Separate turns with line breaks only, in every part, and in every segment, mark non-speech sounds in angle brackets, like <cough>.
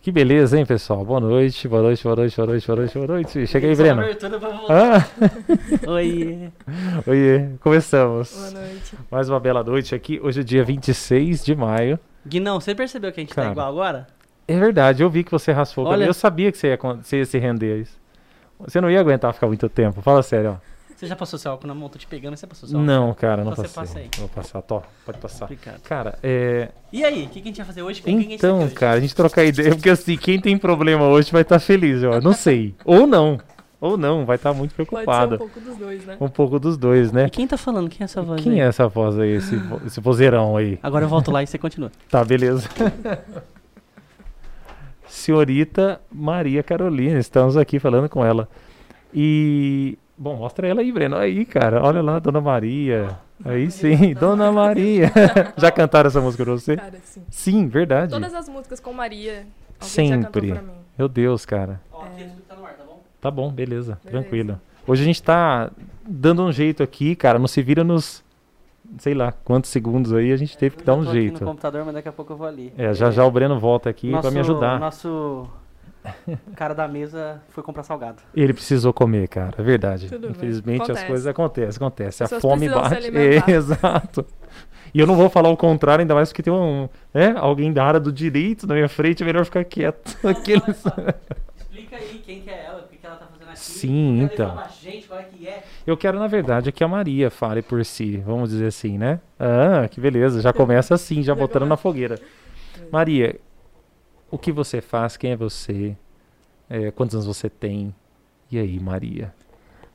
Que beleza, hein, pessoal? Boa noite, boa noite, boa noite, boa noite, boa noite, boa noite. Chega aí, Breno. <laughs> Ah,
Oi.
oiê, começamos.
Boa noite.
Mais uma bela noite aqui. Hoje é dia 26 de maio.
Guinão, você percebeu que a gente
Cara.
tá igual agora?
É verdade, eu vi que você raspou. o
Olha-
cabelo. Eu sabia que você ia, con- você ia se render a isso. Você não ia aguentar ficar muito tempo, fala sério. ó.
Você já passou seu álcool na mão? Tô te pegando, você passou seu álcool?
Não, cara, não
Então
passei.
você passa aí.
Vou passar, Tó, pode passar.
Complicado.
Cara, é...
E aí, o que, que a gente vai fazer hoje? Com quem a gente tá aqui
então,
hoje?
cara, a gente trocar ideia, porque assim, quem tem problema hoje vai estar feliz, ó. Não sei. Ou não. Ou não, vai estar muito
Pode
preocupada.
ser um pouco dos dois, né?
um pouco dos dois, né?
E quem tá falando? Quem é essa voz
Quem
aí?
é essa voz aí, esse, vo- esse vozeirão aí?
Agora eu volto lá e você continua.
Tá, beleza. Senhorita Maria Carolina, estamos aqui falando com ela. E, bom, mostra ela aí, Breno. Aí, cara, olha lá, Dona Maria. Aí sim, Dona Maria. Já cantaram essa música pra você?
Cara, sim.
Sim, verdade.
Todas as músicas com Maria, alguém já cantou
Sempre.
pra mim.
Meu Deus, cara.
Ó,
aqui É.
tá no ar, tá bom?
Tá bom, beleza,
Beleza.
tranquilo. Hoje a gente tá dando um jeito aqui, cara. Não se vira nos, sei lá, quantos segundos aí, a gente teve que dar um
Aqui no
jeito.
computador, mas daqui a pouco eu vou ali.
É, já já o Breno volta aqui pra me ajudar.
Nosso cara da mesa foi comprar salgado.
Ele precisou comer, cara, é verdade.
Tudo bem,
Infelizmente as
acontece.
coisas acontecem, acontece. A
Pessoas
fome
precisam se
bate. <laughs>
alimentar.
exato. E eu não vou falar o contrário, ainda mais porque tem um, né, alguém da área do direito na minha frente, é melhor ficar
<laughs>
quieto. Aqueles-
Explica aí quem que é ela, o que, que ela tá fazendo aqui.
Sim,
Ela
então.
fala pra gente qual é que é.
Eu quero, na verdade, que a Maria fale por si, vamos dizer assim, né? Ah, que beleza, já começa assim,
<laughs>
já botando na fogueira. Maria, o que você faz? Quem é você? É, quantos anos você tem? E aí, Maria?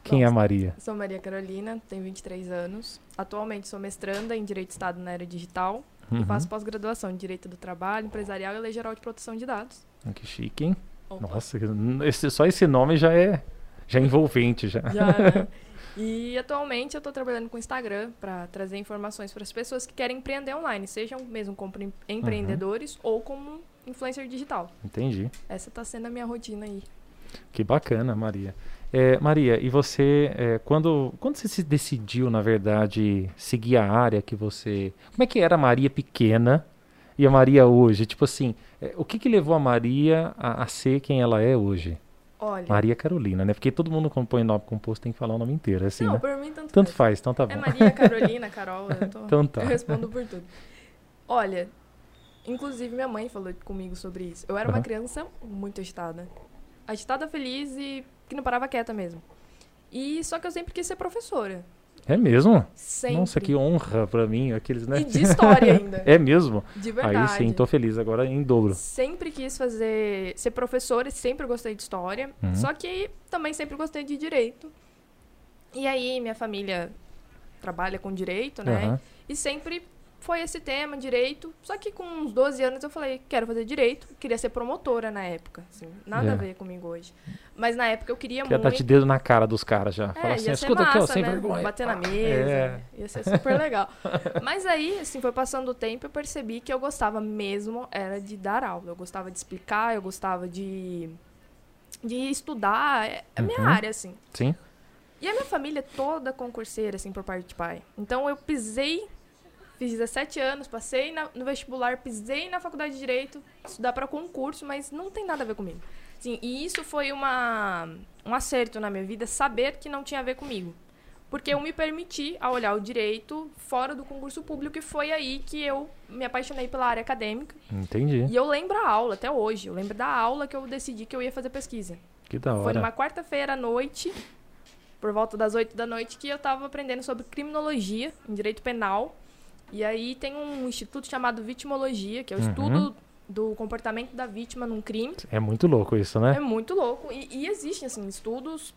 Quem é a
Nossa.
Maria?
Sou Maria Carolina, tenho 23 anos. Atualmente sou mestranda em Direito de Estado na área digital e
Uhum.
faço pós-graduação em Direito do Trabalho, Empresarial e Lei Geral de Proteção de Dados.
Que chique, hein?
Opa,
Nossa, esse- só esse nome já é, já é envolvente, já.
Já,
<laughs>
né? E atualmente eu estou trabalhando com o Instagram para trazer informações para as pessoas que querem empreender online, sejam mesmo como empre-
Uhum.
empreendedores ou como influencer digital.
Entendi.
Essa está sendo a minha rotina aí.
Que bacana, Maria. É, Maria, e você, é, quando, quando você se decidiu, na verdade, seguir a área que você. Como é que era a Maria pequena e a Maria hoje? Tipo assim, é, o que, que levou a Maria a, a ser quem ela é hoje?
Olha,
Maria Carolina, né? Porque todo mundo compõe nome composto tem que falar o nome inteiro, é assim,
não,
né?
por mim tanto,
Tanto faz,
faz.
então tá
É
bom.
Maria, Carolina, Carol, eu, tô-
Então tá.
eu respondo por tudo. Olha, inclusive minha mãe falou comigo sobre isso. Eu era uma
Aham.
criança muito agitada. Agitada, feliz e que não parava quieta mesmo. E só que eu sempre quis ser professora.
É mesmo?
Sempre.
Nossa, que honra pra mim, aqueles, né?
E de
<laughs>
história ainda.
É mesmo?
De verdade.
Aí sim, então, tô feliz agora em dobro.
Sempre quis fazer ser professora, sempre gostei de história.
Uhum.
Só que também sempre gostei de direito. E aí minha família trabalha com direito, né?
Aham.
E sempre foi esse tema, direito. Só que com uns 12 anos eu falei, quero fazer direito. Queria ser promotora na época. assim, nada
É. tá
a ver comigo hoje. Mas na época eu queria
Quer dar
muito.
de dedo na cara dos caras já.
É,
Fala assim,
ia ser
escuta aqui, ó,
massa,
sem
né?
vergonha.
Bater na mesa.
É.
Ia ser super legal. <laughs> Mas aí, assim, foi passando o tempo, eu percebi que eu gostava mesmo era de dar aula. Eu gostava de explicar, eu gostava de, de estudar. É a minha
Uhum.
área, assim.
Sim.
E a minha família é toda concurseira, assim, por parte de pai. Então eu pisei, fiz 17 anos, passei na- no vestibular, pisei na faculdade de Direito, estudar para concurso, mas não tem nada a ver comigo. Assim, e isso foi uma, um acerto na minha vida, saber que não tinha a ver comigo. Porque eu me permiti a olhar o direito fora do concurso público e foi aí que eu me apaixonei pela área acadêmica.
Entendi.
E eu lembro a aula até hoje, eu lembro da aula que eu decidi que eu ia fazer pesquisa.
Que da
Foi
hora.
numa quarta-feira à noite, por volta das 8 da noite, que eu tava aprendendo sobre criminologia em direito penal. E aí tem um instituto chamado vitimologia, que é o
Uhum.
estudo do comportamento da vítima num crime.
É muito louco isso,
É
né?
muito louco. E, e existem, assim, estudos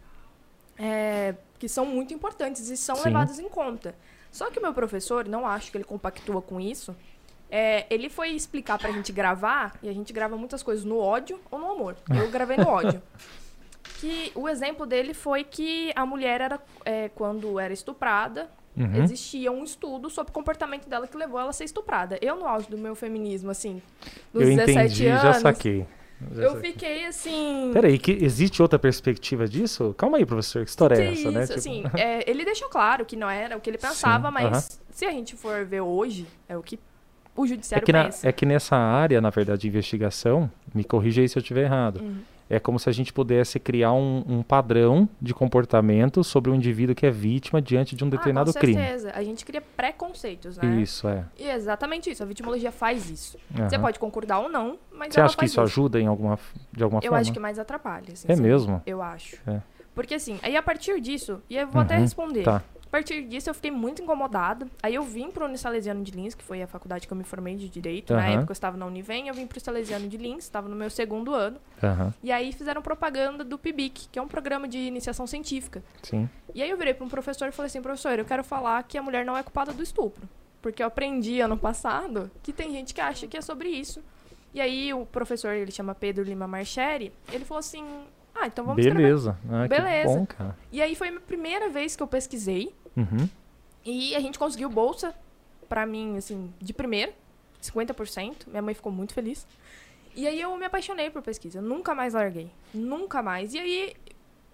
é, que são muito importantes e são
Sim.
levados em conta. Só que o meu professor, não acho que ele compactua com isso, é, ele foi explicar pra gente gravar, e a gente grava muitas coisas no ódio ou no amor. Eu gravei no
<laughs>
ódio. Que o exemplo dele foi que a mulher era, é, quando era estuprada,
Uhum.
existia um estudo sobre o comportamento dela que levou ela a ser estuprada. Eu, no auge do meu feminismo, assim, nos
Eu
17
entendi,
anos,
já saquei. Já
eu
saquei.
fiquei assim.
Peraí, que existe outra perspectiva disso? Calma aí, professor, que história
Que
é essa,
isso,
né? <laughs>
assim, é, ele deixou claro que não era o que ele pensava,
Sim,
mas
aham.
se a gente for ver hoje, é o que o
É
judiciário
que, na-
conhece.
é que nessa área, na verdade, de investigação, me corrija aí se eu estiver errado.
Uhum.
É como se a gente pudesse criar um, um padrão de comportamento sobre um indivíduo que é vítima diante de um determinado
ah, com
crime.
certeza. A gente cria preconceitos, né?
Isso, é.
E é exatamente isso. A vitimologia faz isso. Você
Aham.
pode concordar ou não, mas
Você
ela
acha que
faz
isso ajuda em alguma, f- de alguma
Eu
forma?
acho que mais atrapalha. assim,
É
sabe?
mesmo?
Eu acho.
É.
Porque assim, aí a partir disso, e eu vou até
Uhum,
responder.
tá.
A partir disso eu fiquei muito incomodada. Aí eu vim pro Unisalesiano de Lins, que foi a faculdade que eu me formei de Direito. Na
Aham.
época eu estava na Univem, eu vim pro Salesiano de Lins, estava no meu segundo ano.
Aham,
E aí fizeram propaganda do PIBIC, que é um programa de iniciação científica.
Sim.
E aí eu virei para um professor e falei assim, professor, eu quero falar que a mulher não é culpada do estupro. Porque eu aprendi ano passado que tem gente que acha que é sobre isso. E aí o professor, ele chama Pedro Lima Marcheri, ele falou assim, ah, então vamos escrever.
Beleza. Ah,
Beleza.
Que bom, cara.
E aí foi a minha primeira vez que eu pesquisei
Uhum.
e a gente conseguiu bolsa pra mim, assim, de primeira, 50%. Minha mãe ficou muito feliz. E aí eu me apaixonei por pesquisa. Eu nunca mais larguei. Nunca mais. E aí,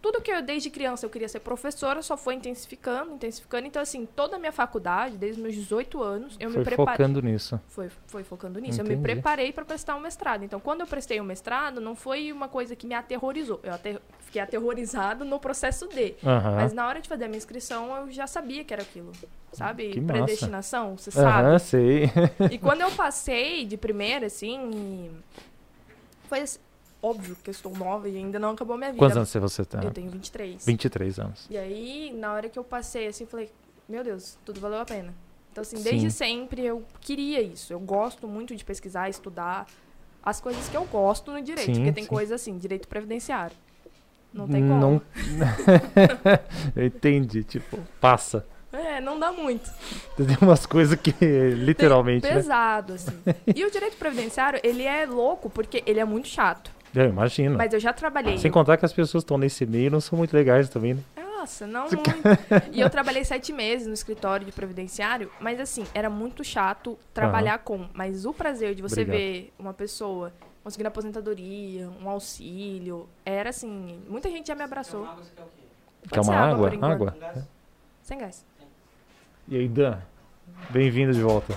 tudo que eu, desde criança, eu queria ser professora, só foi intensificando, intensificando. Então, assim, toda a minha faculdade, desde os meus 18 anos, eu
Foi
me preparei.
focando nisso.
Foi, foi focando nisso. Eu me
Entendi.
preparei pra prestar um mestrado. Então, quando eu prestei o mestrado, não foi uma coisa que me aterrorizou. Eu ater- fiquei aterrorizado no processo de.
Aham.
Mas na hora de fazer a minha inscrição, eu já sabia que era aquilo. Sabe?
Que massa.
Predestinação, você
Aham,
sabe.
sei.
E quando eu passei de primeira, assim. e- Foi assim, óbvio que eu estou nova e ainda não acabou minha vida.
<laughs> Quantos anos você tá?
Eu tenho 23.
23 anos.
E aí, na hora que eu passei, assim, falei: Meu Deus, tudo valeu a pena. Então, assim,
Sim.
desde sempre eu queria isso. Eu gosto muito de pesquisar, estudar as coisas que eu gosto no direito.
Sim,
porque tem
sim.
coisa assim, direito previdenciário. Não tem como.
Não- <laughs> Eu entendi, tipo, passa.
É, não dá muito.
Tem umas coisas que <laughs> literalmente, né?
pesado, assim. E o direito previdenciário, ele é louco porque ele é muito chato.
Eu imagino.
Mas eu já trabalhei.
Sem contar que as pessoas que estão nesse meio não são muito legais também, né?
Nossa, não muito. E eu trabalhei sete meses no escritório de previdenciário, mas assim, era muito chato trabalhar com. Mas o prazer de você
Obrigado.
ver uma pessoa conseguindo aposentadoria, um auxílio, era assim. Muita gente já me abraçou.
é
Quer
ser
uma água?
água, por enquanto.
Um
Água?
Sem gás.
E aí, Dan? Bem-vindo de volta.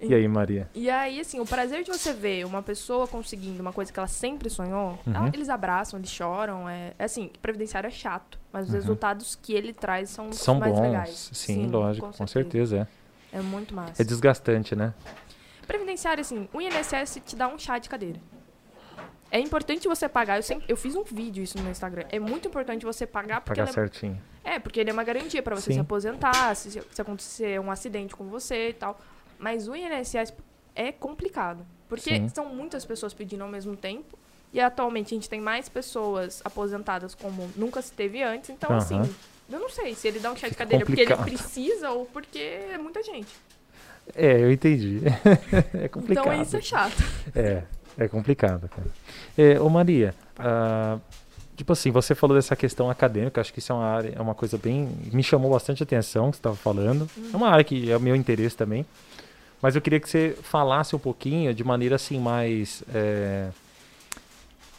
E aí, Maria?
E aí, assim, o prazer de você ver uma pessoa conseguindo uma coisa que ela sempre sonhou, ela-
Uhum.
eles abraçam, eles choram. É, é assim, previdenciário é chato, mas os
Uhum.
resultados que ele traz são, os
São
mais
bons.
legais.
Sim, lógico, com certeza.
É muito
é.
massa.
É desgastante, né?
É Previdenciário, assim, o INSS te dá um chá de cadeira. É importante você pagar. Eu, sempre, eu fiz um vídeo isso no meu Instagram. É muito importante você pagar porque
Pagar
ele é-
certinho.
é, porque ele é uma garantia pra você
Sim.
se aposentar, se, se acontecer um acidente com você e tal. Mas o INSS é complicado. Porque
Sim.
são muitas pessoas pedindo ao mesmo tempo. E atualmente a gente tem mais pessoas aposentadas como nunca se teve antes. Então,
Aham.
assim, eu não sei se ele dá um chá de
Fica
cadeira
complicado.
porque ele precisa ou porque é muita gente.
É, eu entendi. <laughs> é complicado.
Então isso é chato.
É, é complicado, cara. É, ô Maria, ah, tipo assim, você falou dessa questão acadêmica, acho que isso é uma área, é uma coisa bem. Me chamou bastante atenção o que você estava falando. É uma área que é o meu interesse também. Mas eu queria que você falasse um pouquinho de maneira assim, mais. É,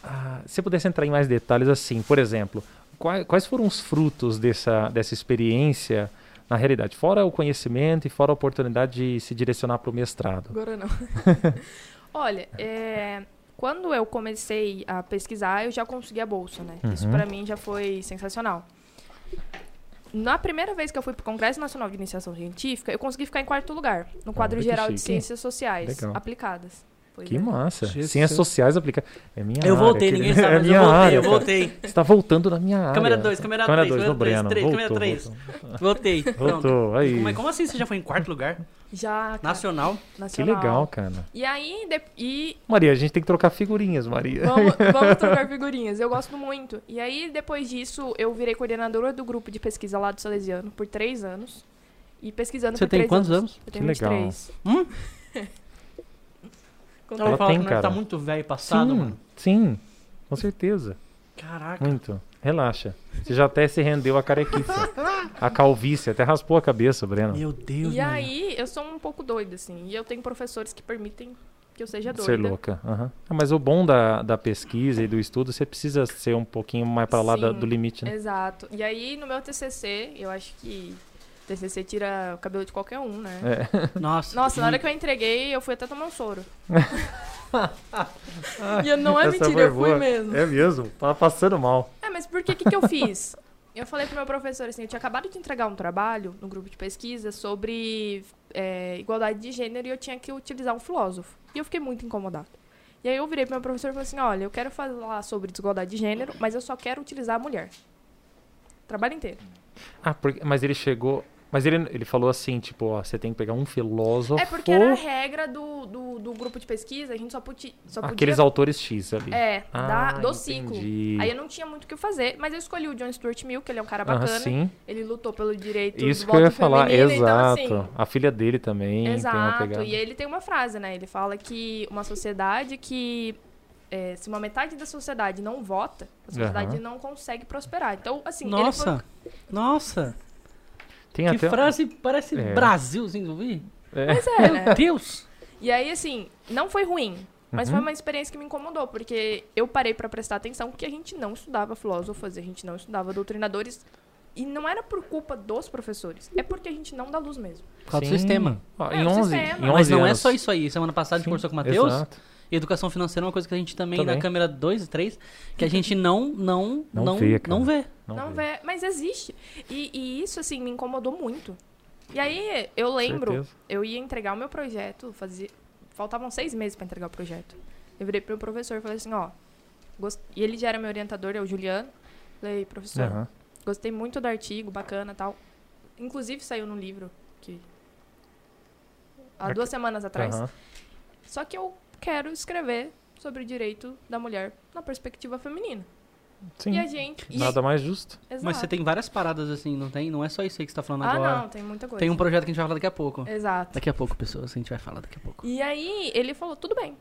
ah, se você pudesse entrar em mais detalhes, assim, por exemplo, quais, quais foram os frutos dessa, dessa experiência na realidade? Fora o conhecimento e fora a oportunidade de se direcionar para o mestrado.
Agora
<laughs>
não. Olha, é, quando eu comecei a pesquisar, eu já consegui a bolsa, né? Isso
Uhum.
pra mim já foi sensacional. Na primeira vez que eu fui pro Congresso Nacional de Iniciação Científica, eu consegui ficar em quarto lugar, no quadro
que
geral de
chique.
Ciências Sociais
Legal.
aplicadas. é. Foi
Que
bem-
massa.
Jesus.
Ciências sociais aplicadas. É minha
Eu
área,
voltei,
querido.
ninguém
<laughs>
sabe,
É
mas
minha
eu voltei,
área,
eu
cara.
voltei.
Você tá voltando na minha área.
Câmera dois, câmera
Câmera
três,
2, no
câmera
Breno.
três,
voltou,
câmera três.
Voltou,
Voltei.
Voltou,
Pronto.
aí.
Mas como assim você já foi em quarto lugar?
Já, cara,
Nacional.
Que
nacional.
legal, cara.
E aí, de- e
Maria, a gente tem que trocar figurinhas, Maria.
<laughs>
Vamos, vamos trocar figurinhas. Eu gosto muito. E aí, depois disso, eu virei coordenadora do grupo de pesquisa lá do Salesiano por três anos. E pesquisando
Você
por
tem
três
quantos anos?
Eu tenho
Que legal.
23.
Hum?
Quando
Ela
Ela fala
tem,
que nós tá
cara.
muito velho e
<laughs>
passado,
sim,
mano.
sim. Com certeza.
Caraca.
Muito. Relaxa. Você já até se rendeu à carequice. <laughs> A calvície. Até raspou a cabeça, Breno.
Meu Deus,
E
mano.
aí, eu sou um pouco doida, assim. E eu tenho professores que permitem que eu seja doida.
Ser é louca. aham. Ah, Mas o bom da, da pesquisa e do estudo, você precisa ser um pouquinho mais pra lá da-
Sim.
do limite, né?
Exato. E aí, no meu TCC, eu acho que TCC tira o cabelo de qualquer um, né?
É.
É.
Nossa.
Nossa, na hora que eu entreguei, eu fui até tomar um
<laughs>
soro. e eu- não é
Essa
mentira, eu
foi
fui
boa.
mesmo.
É <laughs> mesmo, tava passando mal.
É, mas por que que, que eu fiz? Eu falei pro meu professor assim, eu tinha acabado de entregar um trabalho no grupo de pesquisa sobre é, igualdade de gênero e eu tinha que utilizar um filósofo. E eu fiquei muito incomodada. E aí eu virei pro meu professor e falei assim, olha, eu quero falar sobre desigualdade de gênero, mas eu só quero utilizar a mulher. Trabalho inteiro.
Ah, porque, mas ele chegou. Mas ele, ele falou assim, tipo, ó, você tem que pegar um filósofo.
É porque era a regra do, do, do grupo de pesquisa, a gente só, puti, só podia...
Aqueles autores X ali.
É,
Ah,
da, do ciclo.
entendi.
Aí eu não tinha muito o que fazer, mas eu escolhi o John Stuart Mill, que ele é um cara
Aham,
bacana.
sim.
Ele lutou pelo direito
Isso
do
que eu ia
voto
falar,
feminino,
exato.
então assim...
a filha dele também tem uma
Exato,
pegada.
e ele tem uma frase, né? Ele fala que uma sociedade que. é, se uma metade da sociedade não vota, a sociedade
Aham.
não consegue prosperar. Então, assim, ele foi-
Nossa. Nossa.
Tem
Que
até um-
frase parece
É.
Brasilzinho, não vi?
É.
Pois
<laughs>
é, né?
Meu Deus.
E aí, assim, não foi ruim, mas
Uhum.
foi uma experiência que me incomodou, porque eu parei pra prestar atenção que a gente não estudava filósofos, a gente não estudava doutrinadores. E não era por culpa dos professores, é porque a gente não dá luz mesmo.
Por causa do
Sim.
sistema.
Ó,
É,
em
o
11,
sistema.
em 11
Mas não é
anos.
só isso aí. Semana passada a gente
Sim,
conversou com o Matheus.
Exato.
E educação financeira é uma coisa que a gente também,
Também.
na câmera 2 e 3, que a gente não, não,
Não
não, não
vê,
vê.
cara. Não,
Não,
veio.
vê, mas existe. E, e isso, assim, me incomodou muito. E aí, eu lembro,
Certeza.
eu ia entregar o meu projeto, fazia... faltavam seis meses pra entregar o projeto. Eu virei pro meu professor e falei assim, ó... gost- E ele já era meu orientador, é o Juliano. Falei, professor,
Aham.
Gostei muito do artigo, bacana e tal. Inclusive saiu no livro que há
Arqu-
duas semanas atrás.
aham.
Só que eu quero escrever sobre o direito da mulher na perspectiva feminina.
Sim.
E a gente. e-
Nada mais justo.
Exato.
Mas você tem várias paradas assim, não tem? Não é só isso aí que você tá falando
Ah,
agora.
não, tem muita coisa.
Tem um projeto que a gente vai falar daqui a pouco.
Exato.
Daqui a pouco, pessoas, a gente vai falar daqui a pouco.
E aí ele falou, tudo bem.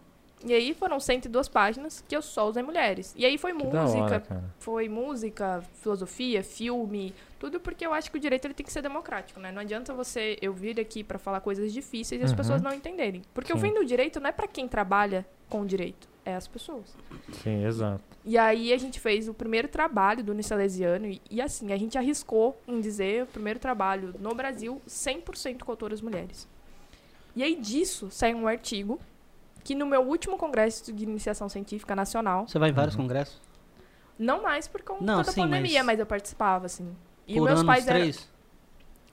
E aí foram 102 páginas que eu só usei mulheres. E aí foi
Que da hora,
música,
cara.
foi música, filosofia, filme, tudo porque eu acho que o direito ele tem que ser democrático, né? Não adianta você eu vir aqui pra falar coisas difíceis e as
Uhum.
pessoas não entenderem. Porque o
Sim.
fim do direito não é pra quem trabalha com o direito, é as pessoas.
Sim, exato.
E aí a gente fez o primeiro trabalho do Unisalesiano e, e assim, a gente arriscou em dizer o primeiro trabalho no Brasil 100% com autoras mulheres. E aí disso saiu um artigo que no meu último congresso de iniciação científica nacional,
Você vai em
Uhum.
vários congressos?
não mais por conta
Não,
da
sim,
pandemia,
mas-
mas... eu participava assim. E
Por
meus
ano,
pais
uns três?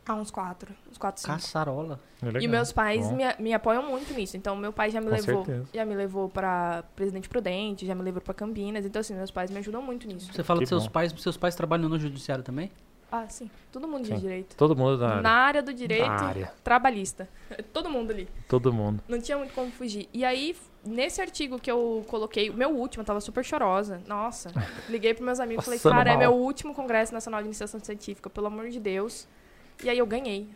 eram ah, uns quatro, uns quatro, cinco.
Caçarola.
É
E
legal.
meus pais
Bom.
me, me apoiam muito nisso. Então, meu pai já me
Com
levou.
certeza.
Já me levou pra Presidente Prudente, já me levou pra Campinas. Então, assim, meus pais me ajudam muito nisso.
Você fala
Que
dos seus
bom.
pais, seus pais trabalham no judiciário também?
Ah, sim. Todo mundo
Sim.
de direito.
Todo mundo da área.
Na área do direito,
Da área.
trabalhista. <laughs> Todo mundo ali.
Todo mundo.
Não tinha muito como fugir. E aí, f- nesse artigo que eu coloquei, o meu último, eu tava super chorosa.
<laughs>
Nossa. Liguei pros meus amigos e falei,
Passando
cara, é
mal.
meu último Congresso Nacional de Iniciação Científica, pelo amor de Deus. E aí eu ganhei.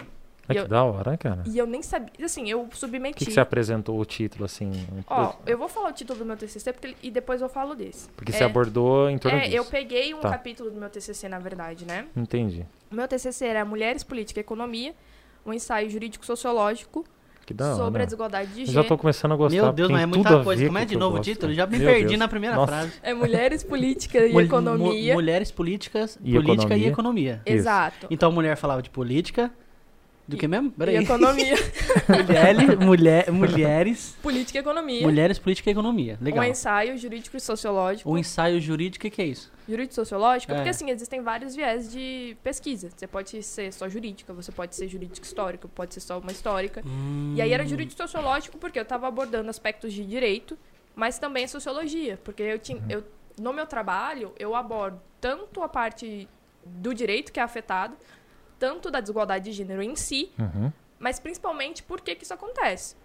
É
E
que
eu-
da hora, cara. O
E eu nem sabia. Assim, eu
que,
submeti.
que você apresentou o título, assim? um-
Ó, eu vou falar o título do meu TCC porque, e depois eu falo desse.
porque
é,
você abordou em torno
É, eu
disso.
peguei um
Tá.
capítulo do meu TCC, na verdade, né?
Entendi.
O meu TCC era Mulheres, Política e Economia, um ensaio jurídico-sociológico
Que da hora.
sobre a desigualdade de
Eu já
gênero.
tô começando a gostar.
Meu Deus,
tem
mas é
tudo
muita
a
coisa.
ver
Como é
com o
de
que eu
novo o
gosto.
título? Já me
Meu
perdi
Deus.
na primeira
Nossa.
frase.
É Mulheres, Política e
Mul-
Economia.
mu- mulheres políticas,
E
política
economia.
e economia.
Exato.
Então a mulher falava de política. Do
E-
que mesmo?
E
Peraí. <laughs>
economia. <laughs>
Mulheres, mulher, mulheres,
política e economia.
mulheres, política e economia. Legal.
Um ensaio jurídico e sociológico.
O ensaio jurídico, o que é isso?
Jurídico e sociológico,
É.
porque assim, existem vários viés de pesquisa. Você pode ser só jurídica, você pode ser jurídico histórico, pode ser só uma histórica. E
Hum.
aí era jurídico sociológico porque eu estava abordando aspectos de direito, mas também sociologia, porque eu tinha eu no meu trabalho eu abordo tanto a parte do direito que é afetado, tanto da desigualdade de gênero em si,
Uhum.
mas principalmente por que que isso acontece.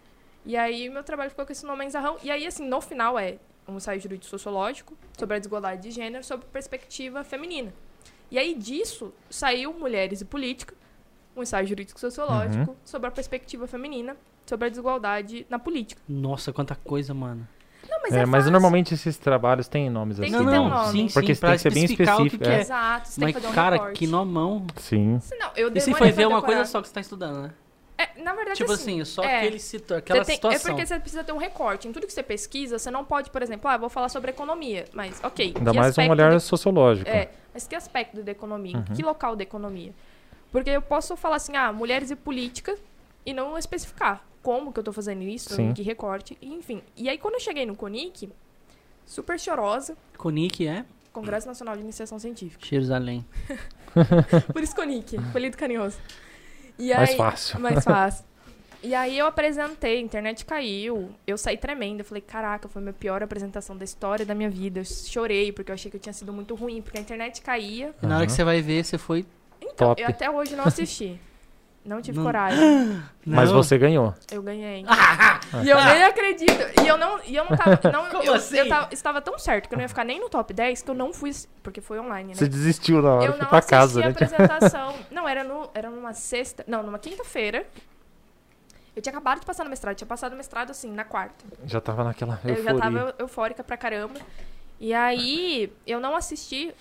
E aí meu trabalho ficou com esse nome enzarrão. E aí assim, no final é um ensaio jurídico sociológico sobre a desigualdade de gênero sob perspectiva feminina. E aí disso saiu Mulheres e Política, um ensaio jurídico sociológico
Uhum.
sobre a perspectiva feminina sobre a desigualdade na política.
Hum, Nossa, quanta coisa, mano.
Não, mas
É,
é,
mas
fácil.
normalmente esses trabalhos têm nomes
Tem
assim.
que ter
né?
um nome.
Sim, sim,
Porque
pra
tem que ser bem
especificar o que
específico,
que
é.
é.
Exato, você
Mas,
tem que fazer um
cara,
recorte.
que nomão.
Sim.
Se não, eu
E se
demorei
foi
pra
ver uma
decorar.
coisa só que você tá estudando, né?
É, na verdade,
tipo
assim,
assim, só
é.
aquele situ...
você
aquela
tem- é
situação.
porque você precisa ter um recorte. Em tudo que você pesquisa, você não pode, por exemplo, ah, vou falar sobre economia, mas ok.
Ainda
que
mais um
aspecto
olhar
de-
sociológico. Uhum.
É, mas que aspecto da economia? Em Que local da economia? Porque eu posso falar assim, ah, mulheres e política, e não especificar como que eu tô fazendo isso,
Sim.
que recorte, enfim. E aí, quando eu cheguei no CONIC, super chorosa,
Conic é?
Congresso Nacional de Iniciação Científica.
Cheiros além.
Por isso CONIC, apelido carinhoso. E
Mais
aí-
fácil. <laughs>
Mais fácil. E aí eu apresentei, a internet caiu, eu saí tremenda, eu falei, caraca, foi a minha pior apresentação da história da minha vida. Eu chorei, porque eu achei que eu tinha sido muito ruim, porque a internet caía.
E na hora que
Aham.
você vai ver, você foi.
Então,
Top.
eu até hoje não assisti. Não tive
Não.
coragem.
Mas
Não.
você ganhou. <laughs>
Eu ganhei. e eu nem acredito. E eu não, e eu não tava.
<laughs>
Não,
Como
eu,
assim?
eu tava- estava tão certo que eu não ia ficar nem no top 10 que eu não fui. Porque foi online, né?
Você desistiu na hora,
eu
foi
não
pra
assisti
casa,
a
né?
apresentação. não, era, no, era numa sexta. Não, numa quinta-feira. Eu tinha acabado de passar no mestrado. Tinha passado no mestrado, assim, na quarta.
Já tava naquela
Eu,
euforia.
já tava eufórica pra caramba. E aí, eu não assisti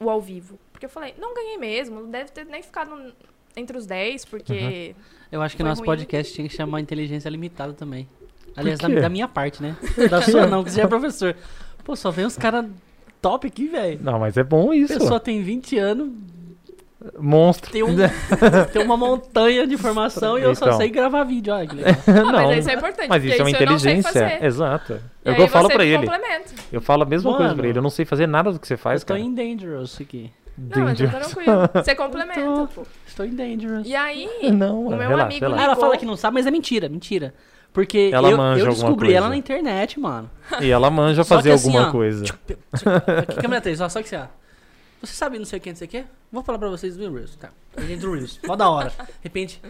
o ao vivo. Porque eu falei, não ganhei mesmo. Não deve ter nem ficado no- entre os 10, porque.
Uhum.
Eu acho que
Foi
nosso
ruim.
podcast tinha que chamar inteligência limitada também. Aliás, da,
quê?
da minha
<laughs>
parte, né? Da sua não, que você é professor. Pô, só vem uns caras top aqui, velho.
Não, mas é bom
A
isso.
pessoa tem 20 anos,
Monstro. <laughs>
tem, um, tem uma montanha de informação e eu só
Então.
sei gravar vídeo. Olha que legal.
Ah,
não,
mas isso é importante.
mas
porque
isso é uma
eu não sei
inteligência.
fazer.
Exato.
E
É o
aí
que eu falo
você
pra ele.
complementa.
Eu falo a mesma coisa pra
Mano.
ele. Eu não sei fazer nada do que você faz,
eu tô
cara.
em Dangerous aqui.
Não, mas tá
Entendi.
tranquilo.
<laughs>
Você complementa, pô.
Estou em Dangerous.
E aí,
Não,
O meu
relaxa,
amigo
Ah,
relaxa.
ela
ligou.
fala que não sabe, mas é mentira, mentira. Porque
Ela
eu,
manja
eu
alguma
descobri
coisa.
ela na internet, mano.
E ela manja
né? Só
fazer
que assim,
alguma
ó,
coisa.
Aqui, câmera 3, ó, só que assim, ó. Você sabe não sei o que, não sei o que? Vou falar pra vocês do Reels, tá? A gente do Reels, mó da hora. De repente,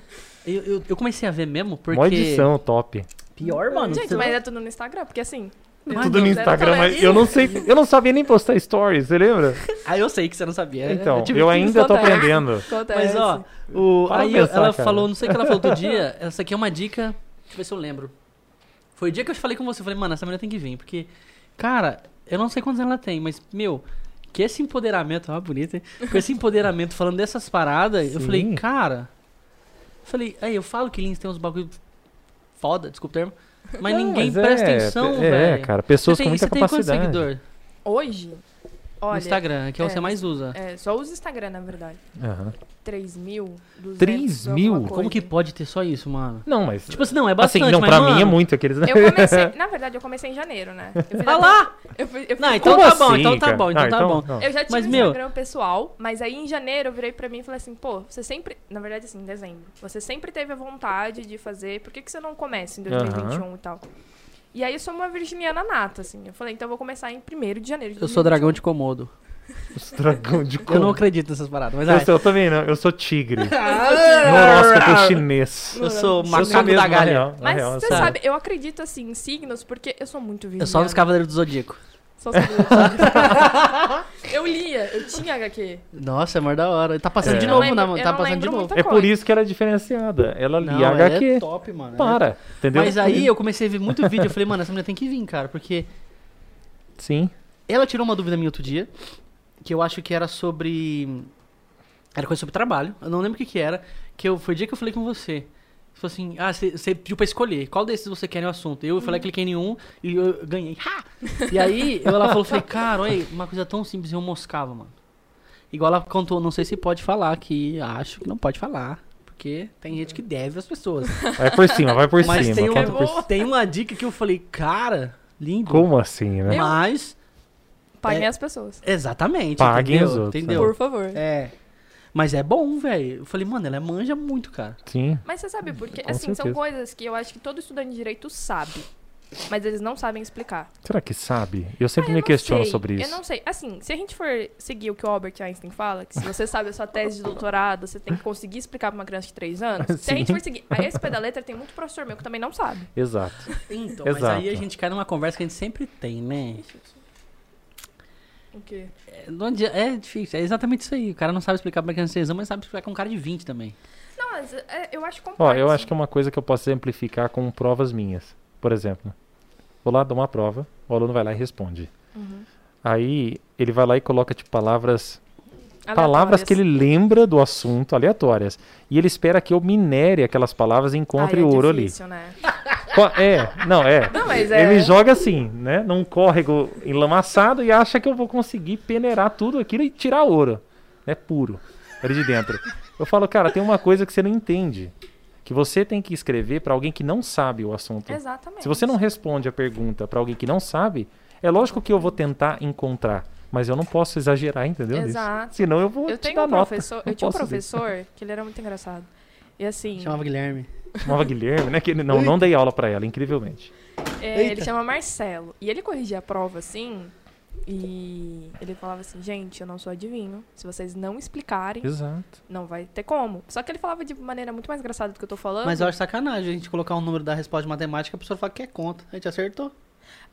eu, eu, eu comecei a ver mesmo, porque...
Uma edição top.
Pior, mano.
gente,
você-
mas é tudo no Instagram, porque assim.
Mano,
É Tudo no
zero
Instagram, mas
tolerância.
eu não sei. Eu não sabia nem postar stories, você lembra?
Ah, eu sei que você não sabia.
Então,
tive
eu
que-
ainda tô
descontar.
aprendendo.
Acontece.
Mas, ó, o,
Para
aí
pra pensar,
ela
cara.
falou, não sei o que ela falou
<laughs>
outro dia, essa aqui é uma dica, deixa eu ver se eu lembro. Foi o dia que eu falei com você, eu falei, mano, essa mulher tem que vir, porque, cara, eu não sei quantos anos ela tem, mas, meu, que esse empoderamento, ó, bonito, hein? Com esse empoderamento, falando dessas paradas, eu
Sim.
falei, cara, eu falei, aí eu falo que Lins tem uns bagulho foda, desculpa o termo, mas
Não,
ninguém
mas
presta
é, é,
atenção,
É,
velho.
cara, pessoas
você
com
tem,
muita
você tem quantos
capacidade.
seguidor
Hoje,
no
olha.
Instagram, que é o que
é,
você mais usa?
É, só usa Instagram, na verdade.
Aham.
3 mil?
3 mil?
Como que pode ter só isso, mano?
Não, mas.
Tipo assim, não, é
assim,
bastante,
não,
mas,
pra
mano,
mim é muito aqueles.
Eu comecei, na verdade, eu comecei em janeiro, né? Eu fiz
Ah
até-
lá!
Eu, fui- eu,
Não,
fiz- um
então
Como
tá bom,
assim,
então tá
cara?
bom, então
Ah,
tá
então-
bom.
não.
eu já tinha
Mas,
o
meu-
Instagram pessoal, mas aí em janeiro eu virei pra mim e falei assim, pô, você sempre. Na verdade, assim, em dezembro. Você sempre teve a vontade de fazer, por que, que você não começa em 2021 e tal? E aí eu sou uma virginiana nata, assim. Eu falei, então eu vou começar em 1 de janeiro. de
Eu sou
2021.
dragão de Komodo.
Os dragão de
<laughs> Eu não
cor.
acredito nessas paradas, mas
Eu,
ai,
sou- eu também não, eu sou
<laughs>
tigre. é um No
Ah,
horóscopo chinês.
eu sou
Eu sou
macaco
mesmo,
da
na
galha.
real, na
um." Mas
real, eu
você
sou.
sabe, eu acredito assim em signos porque eu sou muito virginiana.
Eu sou um dos Cavaleiros do Zodíaco.
Só sobre isso. <laughs> Eu lia, eu tinha HQ.
Nossa, é maior da hora. Tá passando
É.
de
Eu
novo,
não
né,
lembro-
mano?
eu
Tá
não
passando de
lembro
novo.
muita
É
coisa.
por isso que ela é diferenciada. Ela
Não,
lia
ela
HQ.
é top, mano.
Para, entendeu?
Mas aí eu comecei a ver muito vídeo, eu falei, mano, essa mulher tem que vir, cara, porque
Sim.
ela tirou uma dúvida minha outro dia, que eu acho que era sobre era coisa sobre trabalho. Eu não lembro o que que era, que eu foi o dia que eu falei com você. Você falou assim: "Ah, você- você pediu pra escolher. Qual desses você quer no assunto?" Eu falei, cliquei em um e eu ganhei. Ha! E aí ela falou, falei: "Cara, olha, aí, uma coisa tão simples eu moscava, mano." Igual ela contou, não sei se pode falar que acho que não pode falar. Porque tem gente que deve às pessoas.
Vai por cima, vai por
<laughs> Mas
cima.
tem,
conta por
um, tem uma dica que eu falei, cara, lindo.
Como assim, né?
Mas
Paguem
É.
as pessoas.
Exatamente.
Paguem
entendeu?
os outros, né?
Entendeu?
Por favor.
É. Mas é bom, velho. Eu falei, mano, ela manja muito, cara.
Sim.
Mas você sabe porque,
Com
assim, são
certeza.
coisas que eu acho que todo estudante de direito sabe. Mas eles não sabem explicar.
Será que sabe? Eu sempre
Ah, eu
me
não
questiono
sei,
sobre
Eu
isso.
não sei. Assim, se a gente for seguir o que o Albert Einstein fala, que se você sabe a sua tese de doutorado, você tem que conseguir explicar pra uma criança de 3 anos. Se a gente
Sim.
for seguir. A esse pé da letra tem muito professor meu que também não sabe.
Exato.
Então, mas
Exato.
aí a gente cai numa conversa que a gente sempre tem, né?
O quê?
É, não adi- é difícil, é exatamente isso aí. O cara não sabe explicar pra criança de 6 anos, mas sabe explicar com um cara de 20 também.
Não, mas é, eu acho complexo.
Ó, eu acho que é uma coisa que eu posso exemplificar com provas minhas. Por exemplo, vou lá dar uma prova, o aluno vai lá e responde.
Uhum.
Aí ele vai lá e coloca tipo palavras, palavras
Aleatórias.
que ele lembra do assunto, aleatórias. E ele espera que eu minere aquelas palavras e encontre
Ai, é
o ouro
difícil, né?
ali. Co- É, não, é.
Não, mas é.
Ele joga assim, né, num córrego enlamaçado e acha que eu vou conseguir peneirar tudo aquilo e tirar ouro, né, puro, ali de dentro. Eu falo, cara, tem uma coisa que você não entende. Que você tem que escrever pra alguém que não sabe o assunto.
Exatamente.
Se você não responde a pergunta pra alguém que não sabe, é lógico que eu vou tentar encontrar. Mas eu não posso exagerar, entendeu? nisso?
Exato.
Senão eu vou
Eu
te
tenho
dar
um
nota.
professor,
Não
eu tinha um
posso dizer.
professor que ele era muito engraçado. E assim,
Chamava Guilherme.
Chamava Guilherme, né? Que ele, não, não dei aula pra ela, incrivelmente.
é, ele
Eita.
chama Marcelo. E ele corrigia a prova assim, e ele falava assim, gente, eu não sou adivinho. Se vocês não explicarem,
Exato.
não vai ter como. Só que ele falava de maneira muito mais engraçada do que eu tô falando.
Mas eu acho sacanagem a gente colocar um número da resposta de matemática e a pessoa falar que é conta. A gente acertou.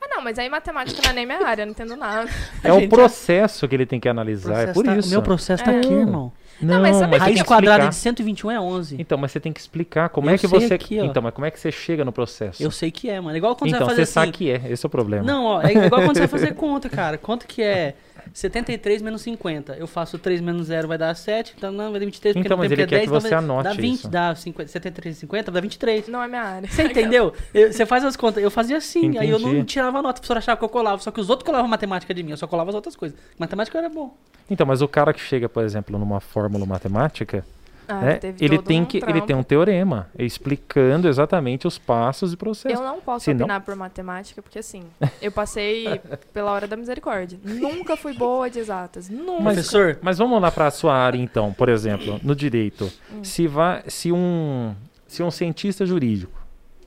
Ah, não, mas aí matemática não é nem minha área, eu não entendo nada. <laughs>
É
A
o
gente-
processo que ele tem que analisar, é
Processo
por
tá-
isso.
Meu processo tá
É.
aqui, irmão.
Não,
Não, mas sabe
mas
que-
tem
Raiz
que
quadrada
explicar.
de 121 é 11.
Então, mas você tem que explicar como
Eu
é que
sei
você.
aqui, ó.
então, mas como é que você chega no processo?
Eu sei que é, mano. Igual quando
então,
você vai fazer
sabe
assim.
que é, esse é o problema.
Não, ó, é igual quando você vai fazer conta, cara. Quanto que é 73 menos 50? Eu faço 3 menos 0 vai dar 7, então não, vai dar 23, porque
Então,
no
mas
tempo
ele
que
quer
é
que
10, então
você
vai-
anote
dá 20,
isso.
dá 50, 73 50, dá 23.
Não é minha área.
Você entendeu? Eu- Você faz as contas. Eu fazia assim, aí eu não
Entendi.
tirava nota. A professora achava que eu colava, só que os outros colavam matemática de mim, eu só colava as outras coisas. Matemática eu era bom.
Então, mas o cara que chega, por exemplo, numa fórmula matemática,
Ah,
né,
teve
ele
todo
tem
um
que ele
trampo.
tem um teorema explicando exatamente os passos e processos.
Eu não posso
Se não-
opinar por matemática, porque assim, eu passei pela hora da
<laughs>
misericórdia. Nunca fui boa de exatas. Nunca.
Professor,
Mas vamos lá para a sua área então, por exemplo, no direito.
Hum.
Se vai, se um se um cientista jurídico,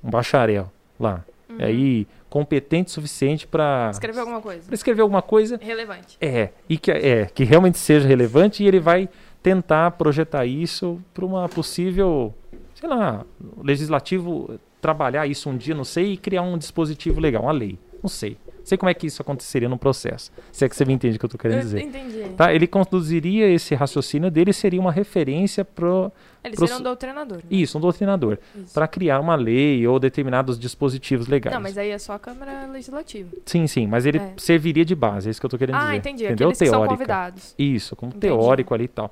um bacharel lá, é aí competente o suficiente para
Uhum. Escrever alguma coisa.
escrever alguma coisa,
Relevante.
É, e que, é, que realmente seja relevante e ele vai tentar projetar isso para uma possível, sei lá, o legislativo trabalhar isso um dia, não sei, e criar um dispositivo legal, uma lei, não sei. Não sei como é que isso aconteceria num processo, se é que você me entende o que eu estou querendo
Eu
dizer.
entendi.
Tá? Ele conduziria esse raciocínio dele, seria uma referência para
Eles
Pro-
seriam doutrinadores. um né?
isso, um doutrinador,
Isso.
para criar uma lei ou determinados dispositivos legais.
Não, mas aí é só a Câmara Legislativa.
Sim, sim, mas ele
É.
serviria de base, é isso que eu estou querendo dizer.
Ah, entendi.
Entendeu?
Aqueles que são
Teórica.
convidados.
Isso, como
Entendi.
teórico ali e tal.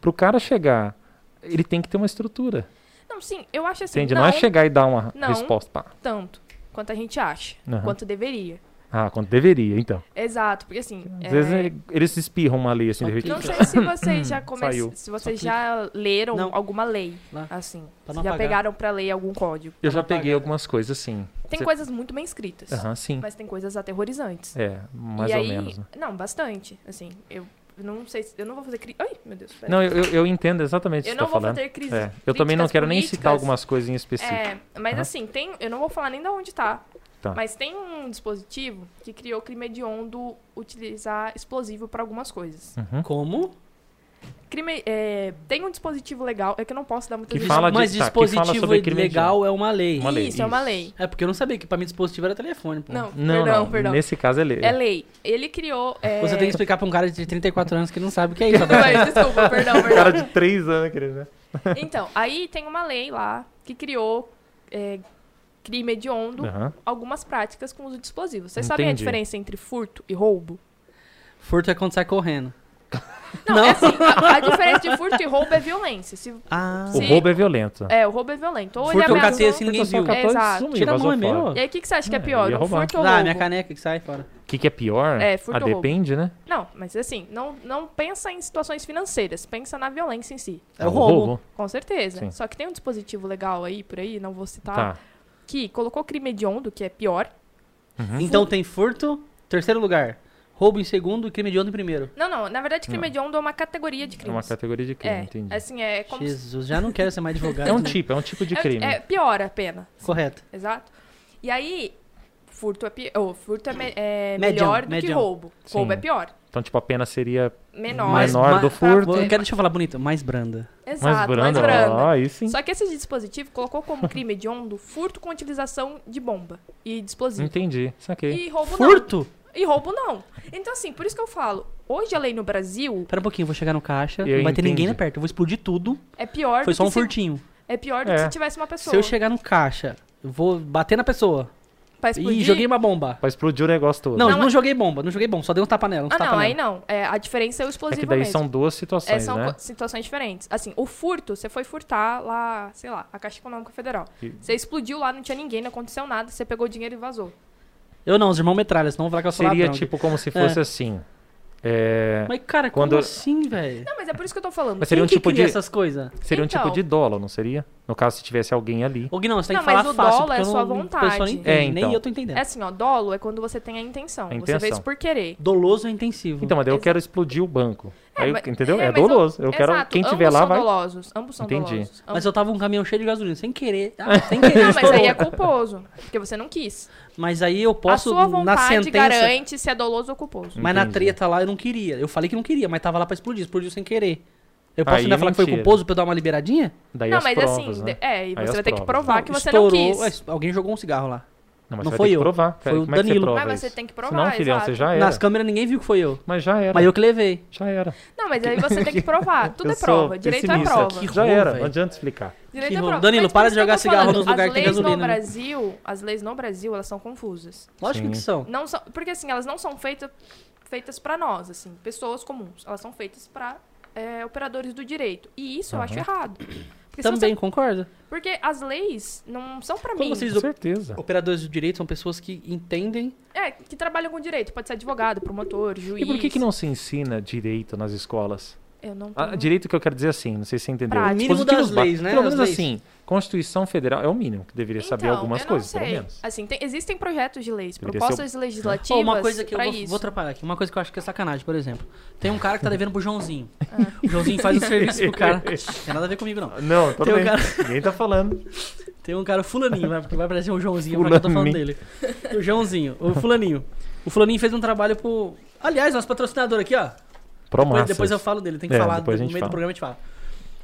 Pro cara chegar, ele tem que ter uma estrutura.
Não, sim, eu acho assim.
Entende?
Não,
Não, é chegar e dar uma
Não.
resposta. Pá.
tanto quanto a gente acha.
Aham.
Quanto deveria.
Ah, quando deveria, então.
Exato, porque assim.
Às
é,
vezes é- eles espirram uma lei assim
Só
de
clica.
Não
repente.
sei se
<clears throat>
vocês já come...
Saiu.
se vocês
Só
já leram
Não.
alguma lei,
Lá.
assim.
Pra
Vocês
não
já
apagar.
pegaram pra ler algum código.
Eu já
Apagar.
peguei algumas coisas assim.
Tem
Você-
coisas muito bem escritas,
Aham, sim.
mas tem coisas aterrorizantes.
É, mais
e
ou
aí,
menos. né?
não, bastante, assim. Eu não sei, se- eu não vou fazer cri... Ai, meu Deus. pera.
Não, eu, eu- eu entendo exatamente o que
eu
você
não
está
vou
falando.
fazer crise.
É, eu também não
críticas
quero nem
políticas.
citar algumas coisas em específico.
É, mas
Aham.
assim, tem, eu não vou falar nem de onde tá,
Tá.
mas tem um dispositivo que criou crime hediondo utilizar explosivo pra algumas coisas.
Uhum.
como?
Crime, é, tem um dispositivo legal, é que eu não posso dar muita
Que
gente-
fala de-
Mas
tá, que fala
dispositivo
sobre crime
legal é uma lei.
Uma lei,
Isso, é uma
isso.
lei.
É porque eu não sabia que pra mim dispositivo era telefone, pô.
Não,
Não,
perdão,
não.
perdão.
Nesse caso é lei. <laughs>
É lei. Ele criou. é,
Você tem que
<laughs>
explicar pra um cara de 34 anos que não sabe o que
<laughs>
é isso. Adalberto.
Mas, desculpa, perdão, perdão.
Cara de três anos, querido. né?
Então, aí tem uma lei lá que criou é, crime hediondo
Aham.
algumas práticas com uso de explosivos. Vocês sabem
É.
a
Entendi.
diferença entre furto e roubo?
Furto é quando sai correndo.
Não,
Não.
é assim, a, a diferença de furto e roubo é violência. Se,
Ah,
O
Sim.
roubo é violento.
é, o roubo é violento. Ou
Furto
ele
eu
abre a
catei
mão-
assim, ninguém
Pessoal,
viu.
É,
acabou de
exato.
sumir,
Tira a
vazou
mão, é
fora.
meu.
E aí, o que, que você acha que é
É,
pior?
ia
Um
roubar.
furto ou
Ah,
roubo?
minha caneca que sai fora.
O que, que é pior?
É, furto
ah,
ou roubo.
depende, né?
Não, mas assim, não, não pensa em situações financeiras, pensa na violência em si.
Ah,
É o roubo.
Com certeza.
Sim.
Só que tem um dispositivo legal aí, por aí, não vou citar,
Tá.
que colocou crime hediondo, que é pior.
Hum?
Então tem furto, terceiro lugar. Roubo em segundo e crime de onda em primeiro.
Não, não, na verdade, crime
Não.
hediondo é uma categoria de
É uma
crimes.
categoria de crime,
É,
entendi.
assim, é como se-
Jesus, já não quero ser mais
<laughs>
advogado.
É um
né?
tipo, é um tipo de
é,
crime.
é pior a pena,
<laughs> Correto.
exato. E aí, furto é, pi... oh, furto é, me- é
Medião,
melhor do que
medião.
roubo.
Sim.
Roubo é pior,
Então, tipo, a pena seria
menor.
Mas-
menor
mas-
do
Vou-
furto,
eu quero, deixa eu falar bonito, mais branda.
Exato,
mais branda. Ó, aí sim.
Só que esse dispositivo colocou como crime hediondo furto com utilização de bomba e de explosivo.
Entendi, saquei.
E roubo
Furto?
não. E roubo não. Então, assim, por isso que eu falo, hoje a lei no Brasil
Pera um pouquinho, eu vou chegar no caixa,
Eu
não vai ter ninguém
entendi.
lá perto, eu vou explodir tudo.
é pior
Foi
do
só
que
um
se-
furtinho.
É pior do que
É.
se tivesse uma pessoa.
Se eu chegar no caixa, eu vou bater na pessoa.
Pra explodir...
Ih, joguei uma bomba.
Pra explodir o negócio todo.
Não,
Não,
não,
é-
joguei bomba, não joguei bomba, só dei um tapa nela, uns
Ah,
tapa
não, aí
nela.
não. É, a diferença é o
tá é
explosivo
que daí
mesmo.
são duas situações,
É, são
né?
co- situações diferentes. Assim, o furto, você foi furtar lá, sei lá, a Caixa Econômica Federal.
E-
Você explodiu lá, não tinha ninguém, não aconteceu nada, você pegou o dinheiro e vazou.
Eu não, os irmãos metralha, senão eu vou falar que eu sou
Seria
ladrão.
tipo como se fosse assim. É,
Mas cara,
Quando
como
eu-
assim, velho?
Não, mas é por isso que eu tô falando.
Mas seria um
Quem que
tipo de
cria essas coisas?
seria um tipo
Então.
de dólar, não seria? No caso se tivesse alguém ali.
Ou que não, você tem
Não,
que falar
mas o
fácil,
dólar
porque
é
eu
sua
não, o
vontade.
pessoal não entende,
É, então.
nem eu tô entendendo.
É assim, ó, dolo é quando você tem a intenção.
A
Você fez
intenção.
por querer.
Doloso eu intensivo.
Então, mas daí eu
Exato.
quero explodir o banco. Aí, eu-
mas-
entendeu? É,
mas
doloroso. Eu quero
Exato,
quem tiver
ambos
lá
são
vai.
Dolosos, ambos são
Entendi. <laughs>
dolosos. Ambos-
Mas eu tava um caminhão cheio de gasolina, sem querer. Ah, sem querer.
Não, mas
estourou.
aí é culposo. Porque você não quis.
Mas aí eu
a
posso,
sua
na
vontade
sentença...
garante se é doloso ou culposo.
Mas na
Entendi.
treta lá eu não queria. Eu falei que não queria, mas tava lá pra explodir. Explodiu sem querer. Eu posso
Aí
ainda falar que foi
mentira.
culposo pra eu dar uma liberadinha?
Daí
não,
as
mas
provas,
assim,
né?
de- é, e você
as
vai ter que
provas.
provar
Não,
que você
estourou.
não quis.
Ué, alguém jogou um cigarro lá.
Não, mas
Não
você vai
foi
ter
eu.
que provar. cara.
Foi o
Como é que você
Danilo.
prova
Ah, Mas você
isso?
tem que
Não,
provar,
filhão,
exato.
você já Ah, era.
Nas câmeras ninguém viu que foi eu.
Mas já era.
Mas eu que levei.
Já era.
Não, mas aí você tem que provar. Tudo
<laughs> Eu
é
sou
prova. Direito é
pessimista.
prova.
Que
Já
horror,
era.
velho.
Não adianta explicar.
Direito
Que
é
horror.
prova.
Danilo,
Mas por
para de
isso que eu
jogar
tô
cigarro
falando,
nos lugares que tem
As leis
gasolina,
no
né?
Brasil, as leis no Brasil, elas são confusas.
Lógico
Sim.
que são.
Não são, porque assim, elas não são feitas feitas para nós, assim, pessoas comuns. Elas são feitas para operadores do direito. E isso eu
Aham.
acho errado. Porque, se
Também,
você-
concordo.
porque as leis não são para
Como
mim.
vocês-
Com certeza.
Operadores do direito são pessoas que entendem.
É, que trabalham com direito, pode ser advogado, promotor, juiz.
E por que, que não se ensina direito nas escolas?
Eu não
Ah,
tenho-
direito que eu quero dizer assim, não sei se você entendeu. Os
Prática.
Uhum. Mínimo das
positivos ba-
leis, né?
Pelo
As
menos
leis.
assim, Constituição Federal é o mínimo que deveria saber
Então,
algumas
eu não
coisas,
sei.
pelo menos.
Assim, tem- existem projetos de leis,
Deveria ser
propostas
Ó,
legislativas
uma coisa que eu
pra
vou,
isso.
vou atrapalhar aqui. Uma coisa que eu acho que é sacanagem, por exemplo. Tem um cara que tá devendo pro
<laughs>
Joãozinho.
Ah.
O Joãozinho faz um serviço pro cara. Tem nada a ver comigo, não.
Não, tudo
Tem um
bem.
cara-
Ninguém tá
<laughs>
falando.
Tem um cara, o fulaninho, né? Porque vai aparecer o Joãozinho, porque eu tô falando
Fulaninho.
dele. O Joãozinho, o fulaninho. O fulaninho fez um trabalho pro... Aliás, nosso patrocinador aqui, ó. Depois,
Promessas.
depois eu falo dele, tem que
É,
falar. No
depois a
meio
gente
do
fala.
programa a gente fala.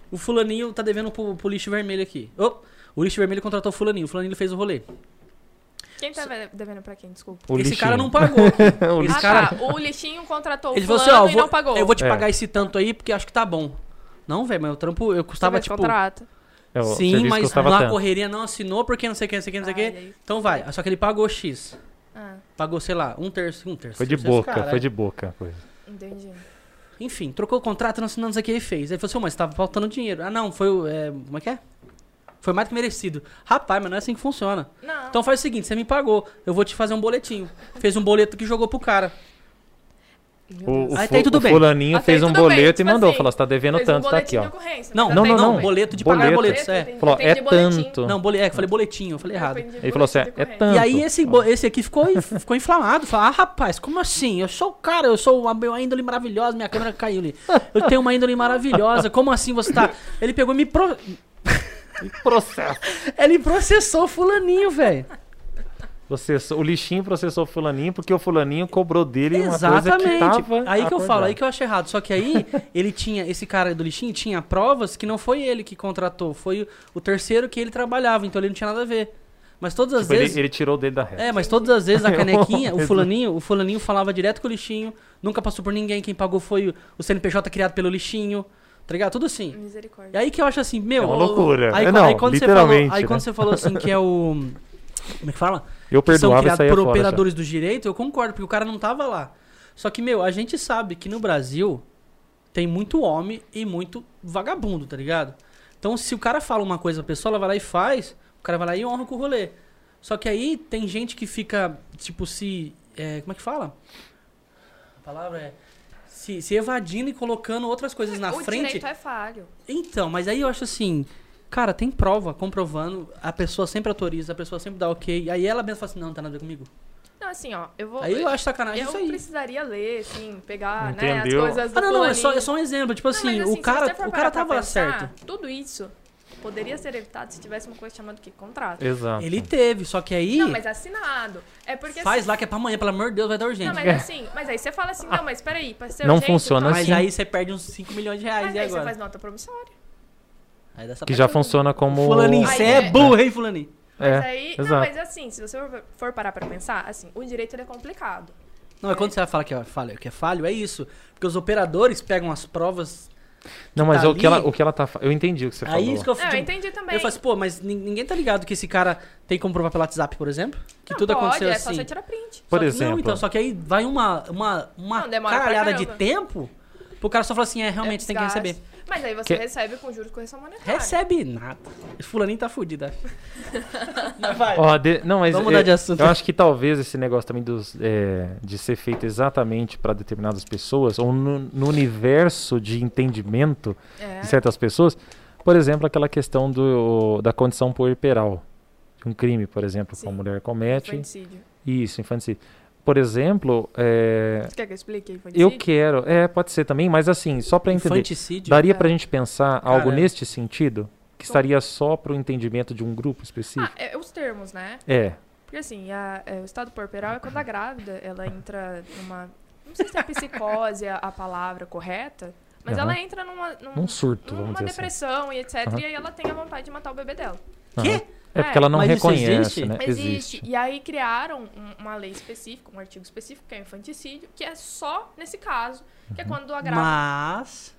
O fulaninho tá devendo pro, pro lixo vermelho aqui. Ô, o lixo vermelho contratou o fulaninho. O fulaninho fez o rolê.
Quem tá ve- devendo pra quem, desculpa?
O
Esse
lixinho.
cara não pagou.
<laughs> O
Esse
ah,
cara...
tá. O lixinho contratou o
Ele
fulano
falou assim, ó, eu
e
vou,
não pagou.
eu vou te
É.
pagar esse tanto aí porque acho que tá bom. Não, velho, mas o trampo, eu custava,
Você
tipo...
contrata.
É, o
Sim,
serviço
mas
custava
na
tanto.
correria não assinou porque não sei o que, não sei o que, não sei o
Ai,
que.
Ah, aí.
Então vai. Só que ele pagou X.
Ah,
Pagou, sei lá, um terço, um terço.
Foi de
um terço,
boca,
caralho.
foi de boca. a coisa.
entendi.
Enfim, trocou o contrato, não assinando isso aqui, ele fez. Aí falou assim, "Ô, mas tava faltando dinheiro. Ah, não, foi o... é, como é que é? Foi mais do que merecido. Rapaz, mas não é assim que funciona.
Não.
Então faz o seguinte, você me pagou, eu vou te fazer um boletinho. Fez um boleto que jogou pro cara.
Meu
O,
Deus.
o
Aí tá aí
fu-
tudo
o
bem.
fulaninho
Até
fez
aí
um
tudo bem,
boleto
tipo
e mandou.
assim,
falou, você tá devendo
Fez um
tanto, tá aqui,
boletim de
ó.
ocorrência, mas
Não,
até
não,
aí
não,
tudo
não,
bem.
boleto de pagar
Boleto.
boletos, é.
Entendi,
Falou, é
entendi, boletim.
tanto.
Não, boleto, é, que eu falei boletinho, eu falei errado.
Entendi,
Ele falou assim,
boletim de
é
ocorrência.
tanto.
E aí esse, bo- esse aqui ficou, en- ficou inflamado. Falou, ah, rapaz, como assim? Eu sou o cara, eu sou uma, uma índole maravilhosa, minha câmera caiu ali. Eu tenho uma índole maravilhosa, como assim você tá... Ele pegou e me... Pro...
Processo.
Ele processou o fulaninho, velho.
Processou- o lixinho processou o fulaninho porque o fulaninho cobrou dele uma coisa que
Exatamente.
tava
aí que eu falo,
acordada.
aí que eu acho errado. Só que aí ele tinha, esse cara do lixinho tinha provas que não foi ele que contratou, foi o, o terceiro que ele trabalhava, então ele não tinha nada a ver. Mas todas as
Tipo, ele,
vezes.
ele tirou o dele da reta.
É, mas todas as
<laughs>
vezes a canequinha, o
Exato.
fulaninho, o fulaninho falava direto com o lixinho, nunca passou por ninguém, quem pagou foi o, o CNPJ criado pelo lixinho, tá ligado? Tudo assim. E
Misericórdia.
aí que eu acho assim, meu.
É uma
o-
loucura.
Aí,
É, não,
aí quando Você
literalmente,
falou, aí
né?
quando você falou assim que é o.
<laughs>
Como é que fala?
Eu
que são
perdoava e
criados
saía
por um
fora, já.
operadores do direito, eu concordo, porque o cara não tava lá. Só que, meu, a gente sabe que no Brasil tem muito homem e muito vagabundo, tá ligado? Então, se o cara fala uma coisa pra pessoa, ela vai lá e faz, o cara vai lá e honra com o rolê. Só que aí tem gente que fica, tipo, se. é, como é que fala? A palavra é. Se, se evadindo e colocando outras coisas na
o
frente.
direito é falho.
Então, mas aí eu acho assim, cara, tem prova comprovando, a pessoa sempre autoriza, a pessoa sempre dá ok, aí ela mesma fala assim, não, não tá nada a ver comigo.
Não, assim, ó, eu vou...
Aí eu acho sacanagem
eu
isso aí.
precisaria ler, assim, pegar, né, as
Entendeu?
coisas do
Ah, não, não, é só,
fulaninho.
é só um exemplo, tipo
Não,
assim,
mas,
o
se você
cara,
for
o
parar
cara
pra
tava
pensar,
certo.
Tudo isso poderia ser evitado se tivesse uma coisa chamada que contrato.
Exato.
Ele teve, só que aí
Não, mas assinado. É porque
faz
assim,
lá É. que é pra amanhã, pelo amor de Deus, vai dar urgência.
Não, mas assim, mas aí você fala assim, não, mas peraí, pra ser
Não
urgente,
funciona
então-
Mas
assim.
aí você perde uns 5 milhões de reais,
Mas
né? e
aí você
agora?
faz nota promissória.
Aí dá essa
Que já
perdida.
funciona como...
Fulaninho, você é
Aí-
burro, hein, fulaninho?
É,
Mas aí, não,
exato.
mas assim, se você for parar pra pensar, assim, o direito ele é complicado.
Não, é quando você fala que é falho, que é falho, é isso. Porque os operadores pegam as provas,
Não, mas
tá
o, que ela,
ali-
o que ela tá... fa- Eu entendi o que você falou.
aí isso que eu
Não, então
tipo,
eu entendi também.
Eu falo assim, pô, mas nin- ninguém tá ligado que esse cara tem como provar pelo WhatsApp, por exemplo? Que
Não,
tudo
pode,
aconteceu
é
assim.
só você tirar print.
Só
Por
que-
exemplo...
Não, então, só que aí vai uma, uma, uma
Não, demora pra
caralhada de
caramba.
tempo pro cara só falar assim, é, realmente,
É
tem que
desgaste.
receber.
Mas aí você
Que-
recebe com juros de correção monetária.
Recebe nada. Esse fulaninho tá fudido,
<laughs>
acho. Mas vai.
Ó, de- não, mas
Vamos mudar
é,
de assunto.
eu acho que talvez esse negócio também dos, é, de ser feito exatamente para determinadas pessoas, ou no, no universo de entendimento
É.
de certas pessoas, por exemplo, aquela questão do, da condição puerperal, de um crime, por exemplo, que
Sim.
uma mulher comete.
Infanticídio.
Isso, infanticídio. Por exemplo, é,
Você quer que eu explique infanticídio?
eu quero, é, pode ser também, mas assim, só para entender,
Infanticídio.
daria
é.
para a gente pensar algo
Cara.
neste sentido? Que estaria só para o entendimento de um grupo
Ah,
específico?
é, os termos, né?
Ah.
É.
Porque assim, a- é, o estado porperal é quando a grávida ela entra numa. Não sei se é psicose a, a palavra correta, mas
Aham.
ela entra numa. num-
Hum,
Num surto, vamos
numa
dizer assim.
depressão e etc.
Aham.
E aí ela tem a vontade de matar o bebê dela.
Quê?
Aham. É porque ela não
Mas isso
reconhece,
existe?
né?
Existe. E aí criaram um- uma lei específica, um artigo específico, que é o infanticídio, que é só nesse caso, que é quando a grávida.
Mas.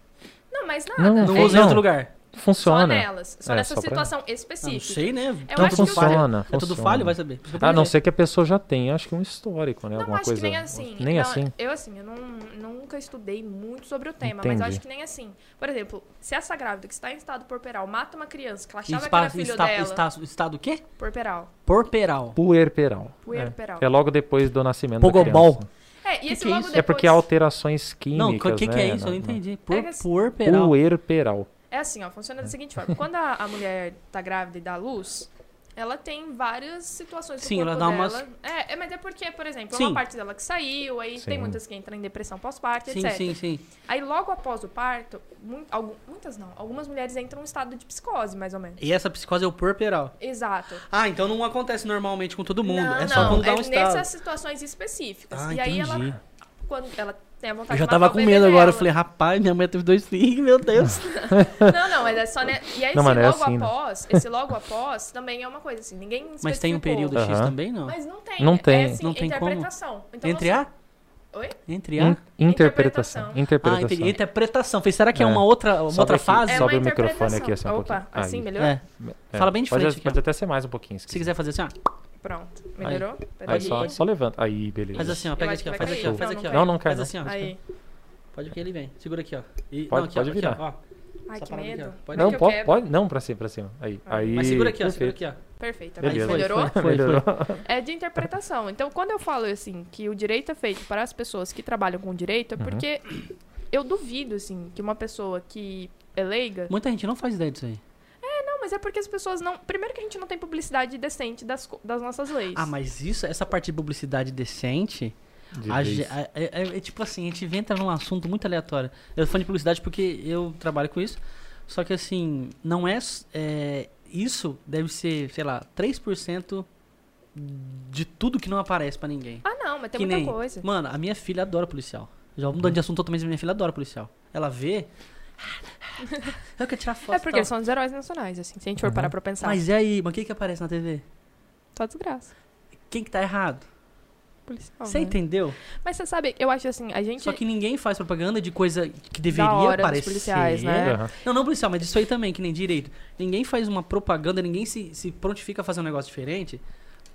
Não, mas nada.
Não,
Não
É,
usa em
não.
outro lugar.
Só
Funciona.
nelas. Só
É,
nessa
só pra-
situação
Ah, não
específica.
sei, né?
Não
Eu acho que
tudo falho.
funciona.
É tudo falho, vai saber. Por isso que
A
eu
não
perguntei.
ser que a pessoa já tenha, acho que um histórico, né?
Não,
Alguma
acho
coisa.
que nem assim.
Nem
Não,
assim.
Eu, assim, eu não, nunca estudei muito sobre o tema, mas
Entendi.
eu acho que nem assim. Por exemplo, se essa grávida que está em estado porperal mata uma criança que ela achava
Espa-
que era filho
está,
dela,
está, está, do quê?
porperal.
Porperal.
Puerperal.
Puerperal.
É. é logo depois do nascimento
Pogobol.
da criança.
É, e esse
que é
logo
isso?
depois...
É porque há alterações químicas,
Não, o que, que
né?
é isso? Eu não entendi. Por,
É que assim-
porperal.
Puerperal.
É assim, ó, funciona da seguinte forma. Quando a, a mulher tá grávida e dá luz, ela tem várias situações do
Sim,
corpo
ela dá umas-
dela. É, é, mas é porque, por exemplo,
Sim.
uma parte dela que saiu, aí
Sim.
tem muitas que entram em depressão pós-parto,
Sim,
etc.
sim, sim.
Aí logo após o parto, mu- algu- muitas não, algumas mulheres entram em estado de psicose, mais ou menos.
E essa psicose é o porperal.
Exato.
Ah, então não acontece normalmente com todo mundo.
Não,
é só
não,
quando dá
é
um estado.
nessas situações específicas.
Ah,
e aí ela,
entendi.
quando ela tem a vontade
Eu
de
já
matar
tava
o
com
bebê
medo agora. Eu
dela.
falei, rapaz, minha mãe teve dois filhos, meu Deus.
Não, não, mas é só, né? E aí
Não,
esse
mas não é
logo
assim, né?
após, esse logo após também é uma coisa assim, ninguém
Mas tem um
especificou.
período X
Aham.
também, não?
Mas não tem.
Não
é-
tem.
É assim,
Não tem como.
interpretação. Então,
Entre
você-
A?
Oi?
Entre A?
In- interpretação.
Interpretação.
Ah,
Interpretação.
entendi. Interpretação. Falei, será que é,
É.
uma outra, uma
Sobe
outra
aqui.
fase?
É
Sobe
uma
o microfone aqui, assim, um
interpretação. Opa,
pouquinho.
assim
Aí.
melhor?
É. Fala bem de
pode,
frente aqui,
Pode
ó.
até ser mais um pouquinho. Se
Se
quiser.
quiser fazer assim, ó.
Pronto. Melhorou?
Aí
Peraí.
só, só levanta. Aí, beleza.
Faz assim, ó. Pega
acho
aqui, ó.
que
Faz
vai
aqui, ó.
cair.
Faz
Não,
aqui,
não
ó.
cai. Não, não
Faz
cai,
assim, ó.
Aí.
Pode que ele vem. Segura aqui, ó. E-
Pode-
não, aqui, ó,
pode
aqui,
virar.
ó, ó.
Ai,
Essa
que
parada aqui, ó.
medo.
Pode-
Não,
que eu
pode,
quebro.
pode. Não, pra cima, pra cima. Aí.
Ah.
aí
Mas segura aqui, ó. Segura
perfeito.
aqui, ó.
Perfeito.
Beleza.
Mas melhorou?
Foi, foi,
Melhorou.
É de interpretação. Então, quando eu falo assim que o direito é feito para as pessoas que trabalham com direito,
Uhum.
é porque eu duvido assim que uma pessoa que é leiga.
Muita gente não faz ideia disso aí.
Não, mas é porque as pessoas não. Primeiro que a gente não tem publicidade decente das, co- das nossas leis.
Ah, mas isso, essa parte de publicidade decente,
<laughs> De
a
vez.
ge- a- é, é- é tipo assim, a gente entra num assunto muito aleatório. Eu tô falando de publicidade porque eu trabalho com isso. Só que assim, não é, s- é, Isso deve ser, sei lá, 3% de tudo que não aparece pra ninguém.
Ah, não, mas tem
que
muita
nem,
coisa. É
Mano, a minha filha adora policial. Já mudando de assunto totalmente, minha filha adora policial. Ela vê.
<laughs>
Eu quero tirar foto.
É porque
tal.
eles são os heróis nacionais, assim. Se a gente
Uhum.
for parar pra pensar, tá
Mas e aí, mas o que que aparece na TV?
só desgraça.
Quem que tá errado?
Policial.
Você
né?
entendeu?
Mas você sabe, eu acho assim, a gente.
Só que ninguém faz propaganda de coisa que deveria
da hora
aparecer.
dos policiais, né?
Aham.
Não, não policial, mas isso aí também, que nem direito. Ninguém faz uma propaganda, ninguém se, se prontifica a fazer um negócio diferente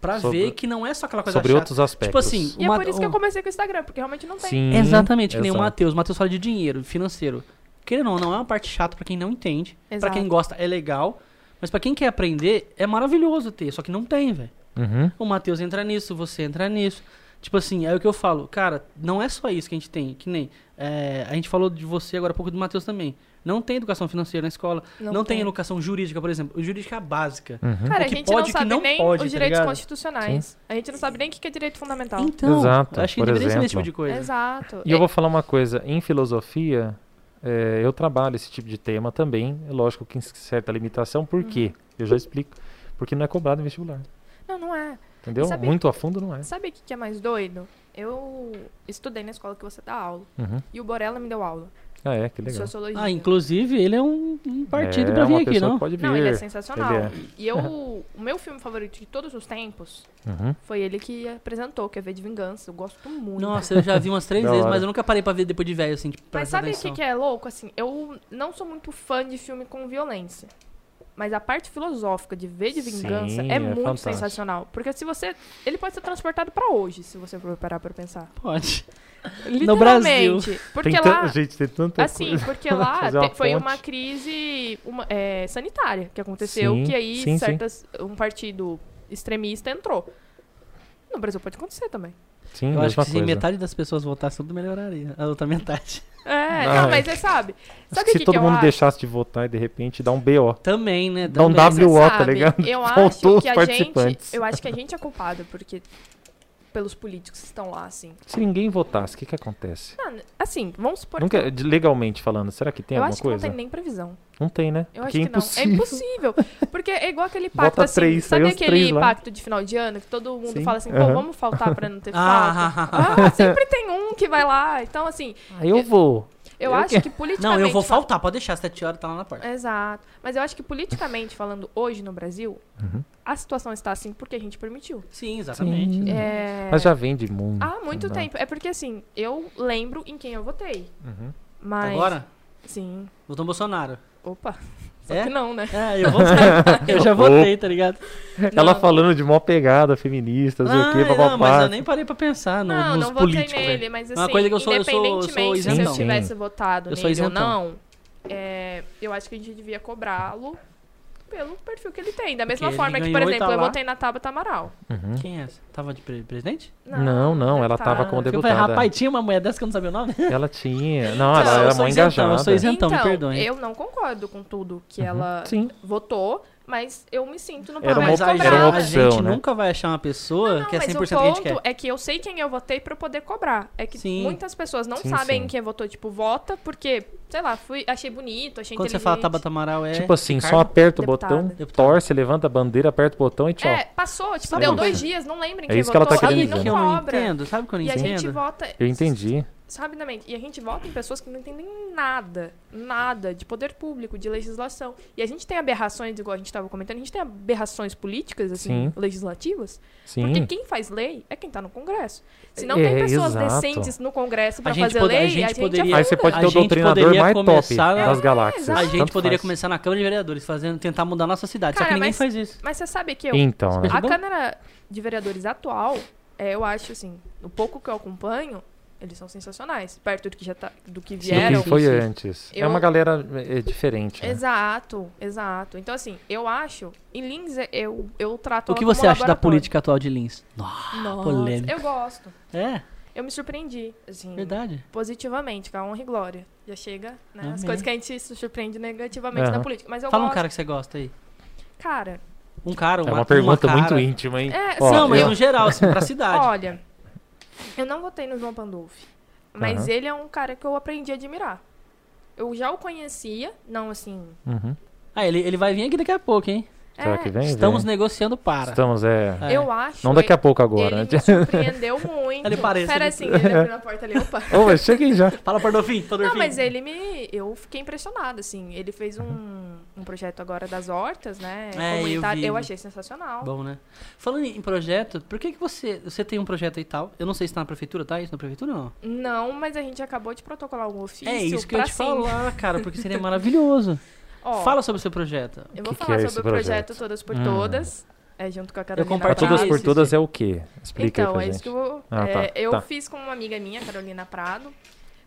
pra
Sobre-
ver que não é só aquela coisa
Sobre
chata.
outros aspectos.
Tipo assim,
E
uma-
é por isso que eu
um-
comecei com o Instagram, porque realmente não tem.
Sim.
Exatamente, que nem o
exato.
Matheus. O Matheus fala de dinheiro, financeiro. Querendo ou não, não é uma parte chata pra quem não entende. Pra
Exato.
quem gosta, é legal. Mas pra quem quer aprender, é maravilhoso ter. Só que não tem, velho.
Uhum.
O Matheus entra nisso, você entra nisso. Tipo assim, é o que eu falo. Cara, não é só isso que a gente tem. Que nem... é, a gente falou de você agora há pouco do Matheus também. Não tem educação financeira na escola. Não,
Não
tem.
tem.
educação jurídica, por exemplo. Jurídica é básica.
uhum.
Cara,
O
a
que
gente
pode, o
não
que
sabe
não
nem
pode, tá
os direitos
ligado?
constitucionais. A gente não sabe nem o que que é direito fundamental.
Então,
Exato,
acho que
por
deveria ser
exemplo.
esse tipo de coisa.
Exato.
E eu vou falar uma coisa, em filosofia, eh, eu trabalho esse tipo de tema também, é lógico que em certa limitação, por
Uhum.
quê? Eu já explico. Porque não é cobrado em vestibular,
Não, não é.
entendeu?
Sabe-
Muito a fundo não é.
Sabe o que que é mais doido? Eu estudei na escola que você dá aula.
Uhum.
E o Borella me deu aula
Ah, é, que
de
legal.
sociologia.
Ah, inclusive, ele é um, um partido
é,
pra vir
uma
aqui,
pessoa
não?
que Pode vir.
Não, ele é sensacional.
Ele
E eu, <laughs> o meu filme favorito de todos os tempos
Uhum.
foi ele que apresentou, que é V de Vingança. Eu gosto muito.
Nossa, eu já vi umas três
<laughs> Da
vezes,
hora.
mas eu nunca parei pra ver depois de velho, assim, tipo,
Mas
prestar
sabe o
atenção.
que, que é louco? Assim, eu não sou muito fã de filme com violência. Mas a parte filosófica de ver de vingança
Sim,
é,
é
muito
fantástico.
sensacional. Porque se você. Ele pode ser transportado pra hoje, se você for parar pra pensar.
Pode.
Hum,
Literalmente.
Brasil.
Porque
tem
lá.
tan- Gente, tem tanta
Assim,
coisa. <laughs>
porque lá
Fazer uma
te- foi
ponte.
uma crise uma- é, sanitária que aconteceu,
Sim,
que aí
sim, sim.
certas, um partido extremista entrou. No Brasil pode acontecer também.
Sim,
Eu
mesma
acho que se
coisa.
metade das pessoas votassem, tudo melhoraria. A outra metade. <laughs>
É,
Ah,
não,
é.
mas você sabe.
Acho
Sabe
que
o que,
se todo
que eu
mundo
acho?
deixasse de votar e de repente dar um BO.
Também, né?
Dá um
Também.
Você
WO, tá
sabe,
ligado? <laughs>
Eu
Faltou
acho
os
que a
participantes.
gente. Eu acho que a gente é culpado, porque. Pelos políticos que estão lá, assim.
Se ninguém votasse, o que, que acontece?
Ah, assim, vamos supor que-
Nunca, de- legalmente falando, será que tem
eu
alguma
acho que
coisa?
não tem nem previsão.
Não tem, né?
Eu
Porque
acho
é
que não. É
impossível.
impossível. Porque é igual aquele
<laughs> Bota
pacto assim.
três,
sabe
saiu os três
aquele
lá.
pacto de final de ano que todo mundo
Sim,
fala assim, pô,
aham.
vamos faltar pra não ter
<laughs>
falta?
Ah,
Ah, sempre tem um que vai lá. Então, assim,
Ah, eu vou.
eu,
Eu
acho
que-
que politicamente.
não, eu vou faltar, pode deixar, às 7 horas tá lá na
É.
porta.
Exato. Mas eu acho que politicamente falando hoje no Brasil,
Uhum.
a situação está assim porque a gente permitiu.
Sim, exatamente.
Sim.
É...
Uhum. Mas já vem de né? mundo.
Há muito
não dá.
tempo. É porque assim, eu lembro em quem eu votei.
Uhum.
Mas.
Agora,
Sim.
votou no Bolsonaro.
Opa. Só
É?
que <laughs> não,
<laughs>
né?
É, eu votei.
<laughs>
eu já votei, tá ligado?
Ela
Não.
falando de mó pegada, feminista, não sei o quê,
Ah,
papapá.
não, mas eu nem parei pra pensar no,
Não,
nos
não votei
políticos,
nele,
velho.
mas assim,
Uma coisa que eu sou- eu sou- eu sou
independentemente se eu
isentão.
tivesse votado
Eu sou
nele ou
isentão.
não, é, eu acho que a gente devia cobrá-lo pelo perfil que ele tem. Da mesma
Porque ele
forma que, por
ganhou e
exemplo,
tá
eu
lá.
votei na Tabata Amaral.
Uhum.
Quem é essa? Tava de pre- presidente?
Não, não, ela
deputada.
tava como
Porque eu falei,
deputada.
rapaz, tinha uma mulher dessa que eu não sabia o nome?
Ela tinha. Não, ela
Então, eu
era
sou
mó
isentão,
engajada.
eu sou isentão. me perdoem.
Então, eu não concordo com tudo que ela
Uhum. Sim.
votou, mas eu me sinto no
Era
papel
uma-
mas
de
a,
cobrá-la.
era uma
a
opção,
gente
né?
nunca vai achar uma pessoa
Não,
que é
mas
100%
o
que a gente
ponto
quer.
é que eu sei quem eu votei pra eu poder cobrar. É que
Sim.
muitas pessoas não
Sim,
sabem
sim.
quem votou, tipo, vota porque, sei lá, fui, achei bonito, achei
Quando
inteligente.
você fala Tabata Amaral é...
Tipo assim, só
Ricardo?
aperta o
Deputada.
botão,
Deputada.
torce, levanta a bandeira, aperta o botão e tchau.
É, passou, tipo,
Sabe
deu
uma
dois
coisa?
dias, não lembro em
É
quem
isso que ela
votou,
tá
Sabe
querendo
e
o
dizer.
que eu
não
não
cobra.
entendo? Sabe o que eu não
e a gente
entendo?
vota,
Eu entendi.
sabidamente, e a gente vota em pessoas que não entendem nada, nada de poder público, de legislação. E a gente tem aberrações, igual a gente estava comentando, a gente tem aberrações políticas, assim,
Sim.
legislativas, porque
Sim.
quem faz lei é quem tá no Congresso. Se não
É,
tem pessoas
exato.
decentes no Congresso pra
A gente
fazer
pode- a
lei,
gente poderia-
Aí você pode
A
ter o
gente
doutrinador
poderia
mais top
começar na-
das galáxias.
exato.
A gente
Tanto
poderia
faz.
começar na Câmara de Vereadores, fazendo, tentar mudar a nossa cidade. só
Cara,
que ninguém
mas-
faz isso.
Mas você sabe que eu,
Então, né?
Tá
A
bom?
Câmara de Vereadores atual, é, eu acho assim, o pouco que eu acompanho, eles são sensacionais. Perto do que já tá, do que
do que
vieram.
Sim,
foi
sim.
antes. É
Eu-
uma galera é, diferente. né?
Exato, exato. Então, assim, eu acho, em Lins, eu, eu trato
O
ela
que
como
você acha da
laboratório.
política atual de Lins? Nossa,
Nossa,
polêmica.
Eu gosto.
É,
Eu me surpreendi, assim,
verdade.
positivamente, com a honra e glória. Já chega, né? As
Amém.
coisas que a gente se surpreende negativamente
Aham.
na política. Mas eu
Fala um
gosto.
cara que você gosta aí.
Cara,
Um cara, uma,
É uma pergunta
uma cara.
muito íntima, hein?
É,
Ó,
não, mas
eu-
no geral, assim,
<laughs>
pra cidade.
olha, eu não votei no João Pandolfi, mas
Aham.
ele é um cara que eu aprendi a admirar. Eu já o conhecia, não assim...
Uhum.
Ah, ele, ele vai vir aqui daqui a pouco, hein?
Será
é,
que vem?
Estamos
Vem.
negociando para.
Estamos, é.
É.
Eu acho...
Não daqui a pouco
Ele
agora. né?
me surpreendeu muito.
Ele parece,
Pera
ele-
assim, ele abriu na porta ali,
<laughs>
opa.
<laughs> Ô, mas cheguei já.
Fala, Pordofim, Pordofim.
Não, mas ele me. Eu fiquei impressionada, assim. Ele fez
Uhum.
um, um projeto agora das hortas, né?
É, eu
comunitário.
vi.
achei sensacional.
Bom, né? Falando em projeto, por que, que você. Você tem um projeto aí e tal? Eu não sei se tá na prefeitura, tá? Isso na prefeitura ou não?
Não, mas a gente acabou de protocolar um ofício.
é isso que eu
pra
ia te
sim.
falar, cara, porque seria maravilhoso.
<laughs> Ó,
Fala sobre o seu projeto.
Eu vou
Que que
falar
é esse
sobre o projeto,
projeto?
Todas por
Hum.
Todas. É junto com a Carolina.
compartilho
Prado.
Todas por
esse,
todas
sim.
é o quê? Explica
Então,
aí pra
é
gente.
isso que eu vou.
Ah,
é,
tá,
eu
tá.
fiz com uma amiga minha, Carolina Prado.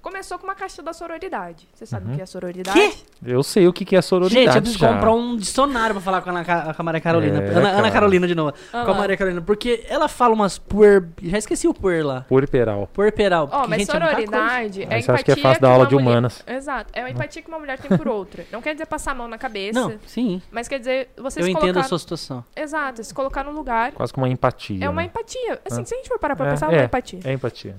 Começou com uma caixa da sororidade. Você sabe
Uhum.
o que é sororidade?
Quê?
Eu sei o que que é sororidade.
Gente, eu preciso
já.
comprar um dicionário pra falar com a Ana, Ca- com a Maria Carolina.
É,
Ana, Ana
cara.
Carolina de novo.
Ah
com a
lá.
Maria Carolina. Porque ela fala umas puer. Já esqueci o puer lá.
Puerperal.
Puerperal.
Ó,
porque,
mas
gente, é muita coisa.
sororidade é,
Aí você
empatia
acha que é fácil dar
que
aula
uma
de
mulher-
humanas. Hum.
Exato. É uma empatia que uma mulher tem por outra. Não quer dizer passar a mão na cabeça.
Não, sim.
Mas quer dizer, você
eu
se
entendo
colocar...
a sua situação.
Exato, se colocar no lugar
Quase que uma empatia.
é uma
né?
empatia. Assim,
Ah.
se a gente for parar pra
É,
pensar, é uma empatia.
É empatia.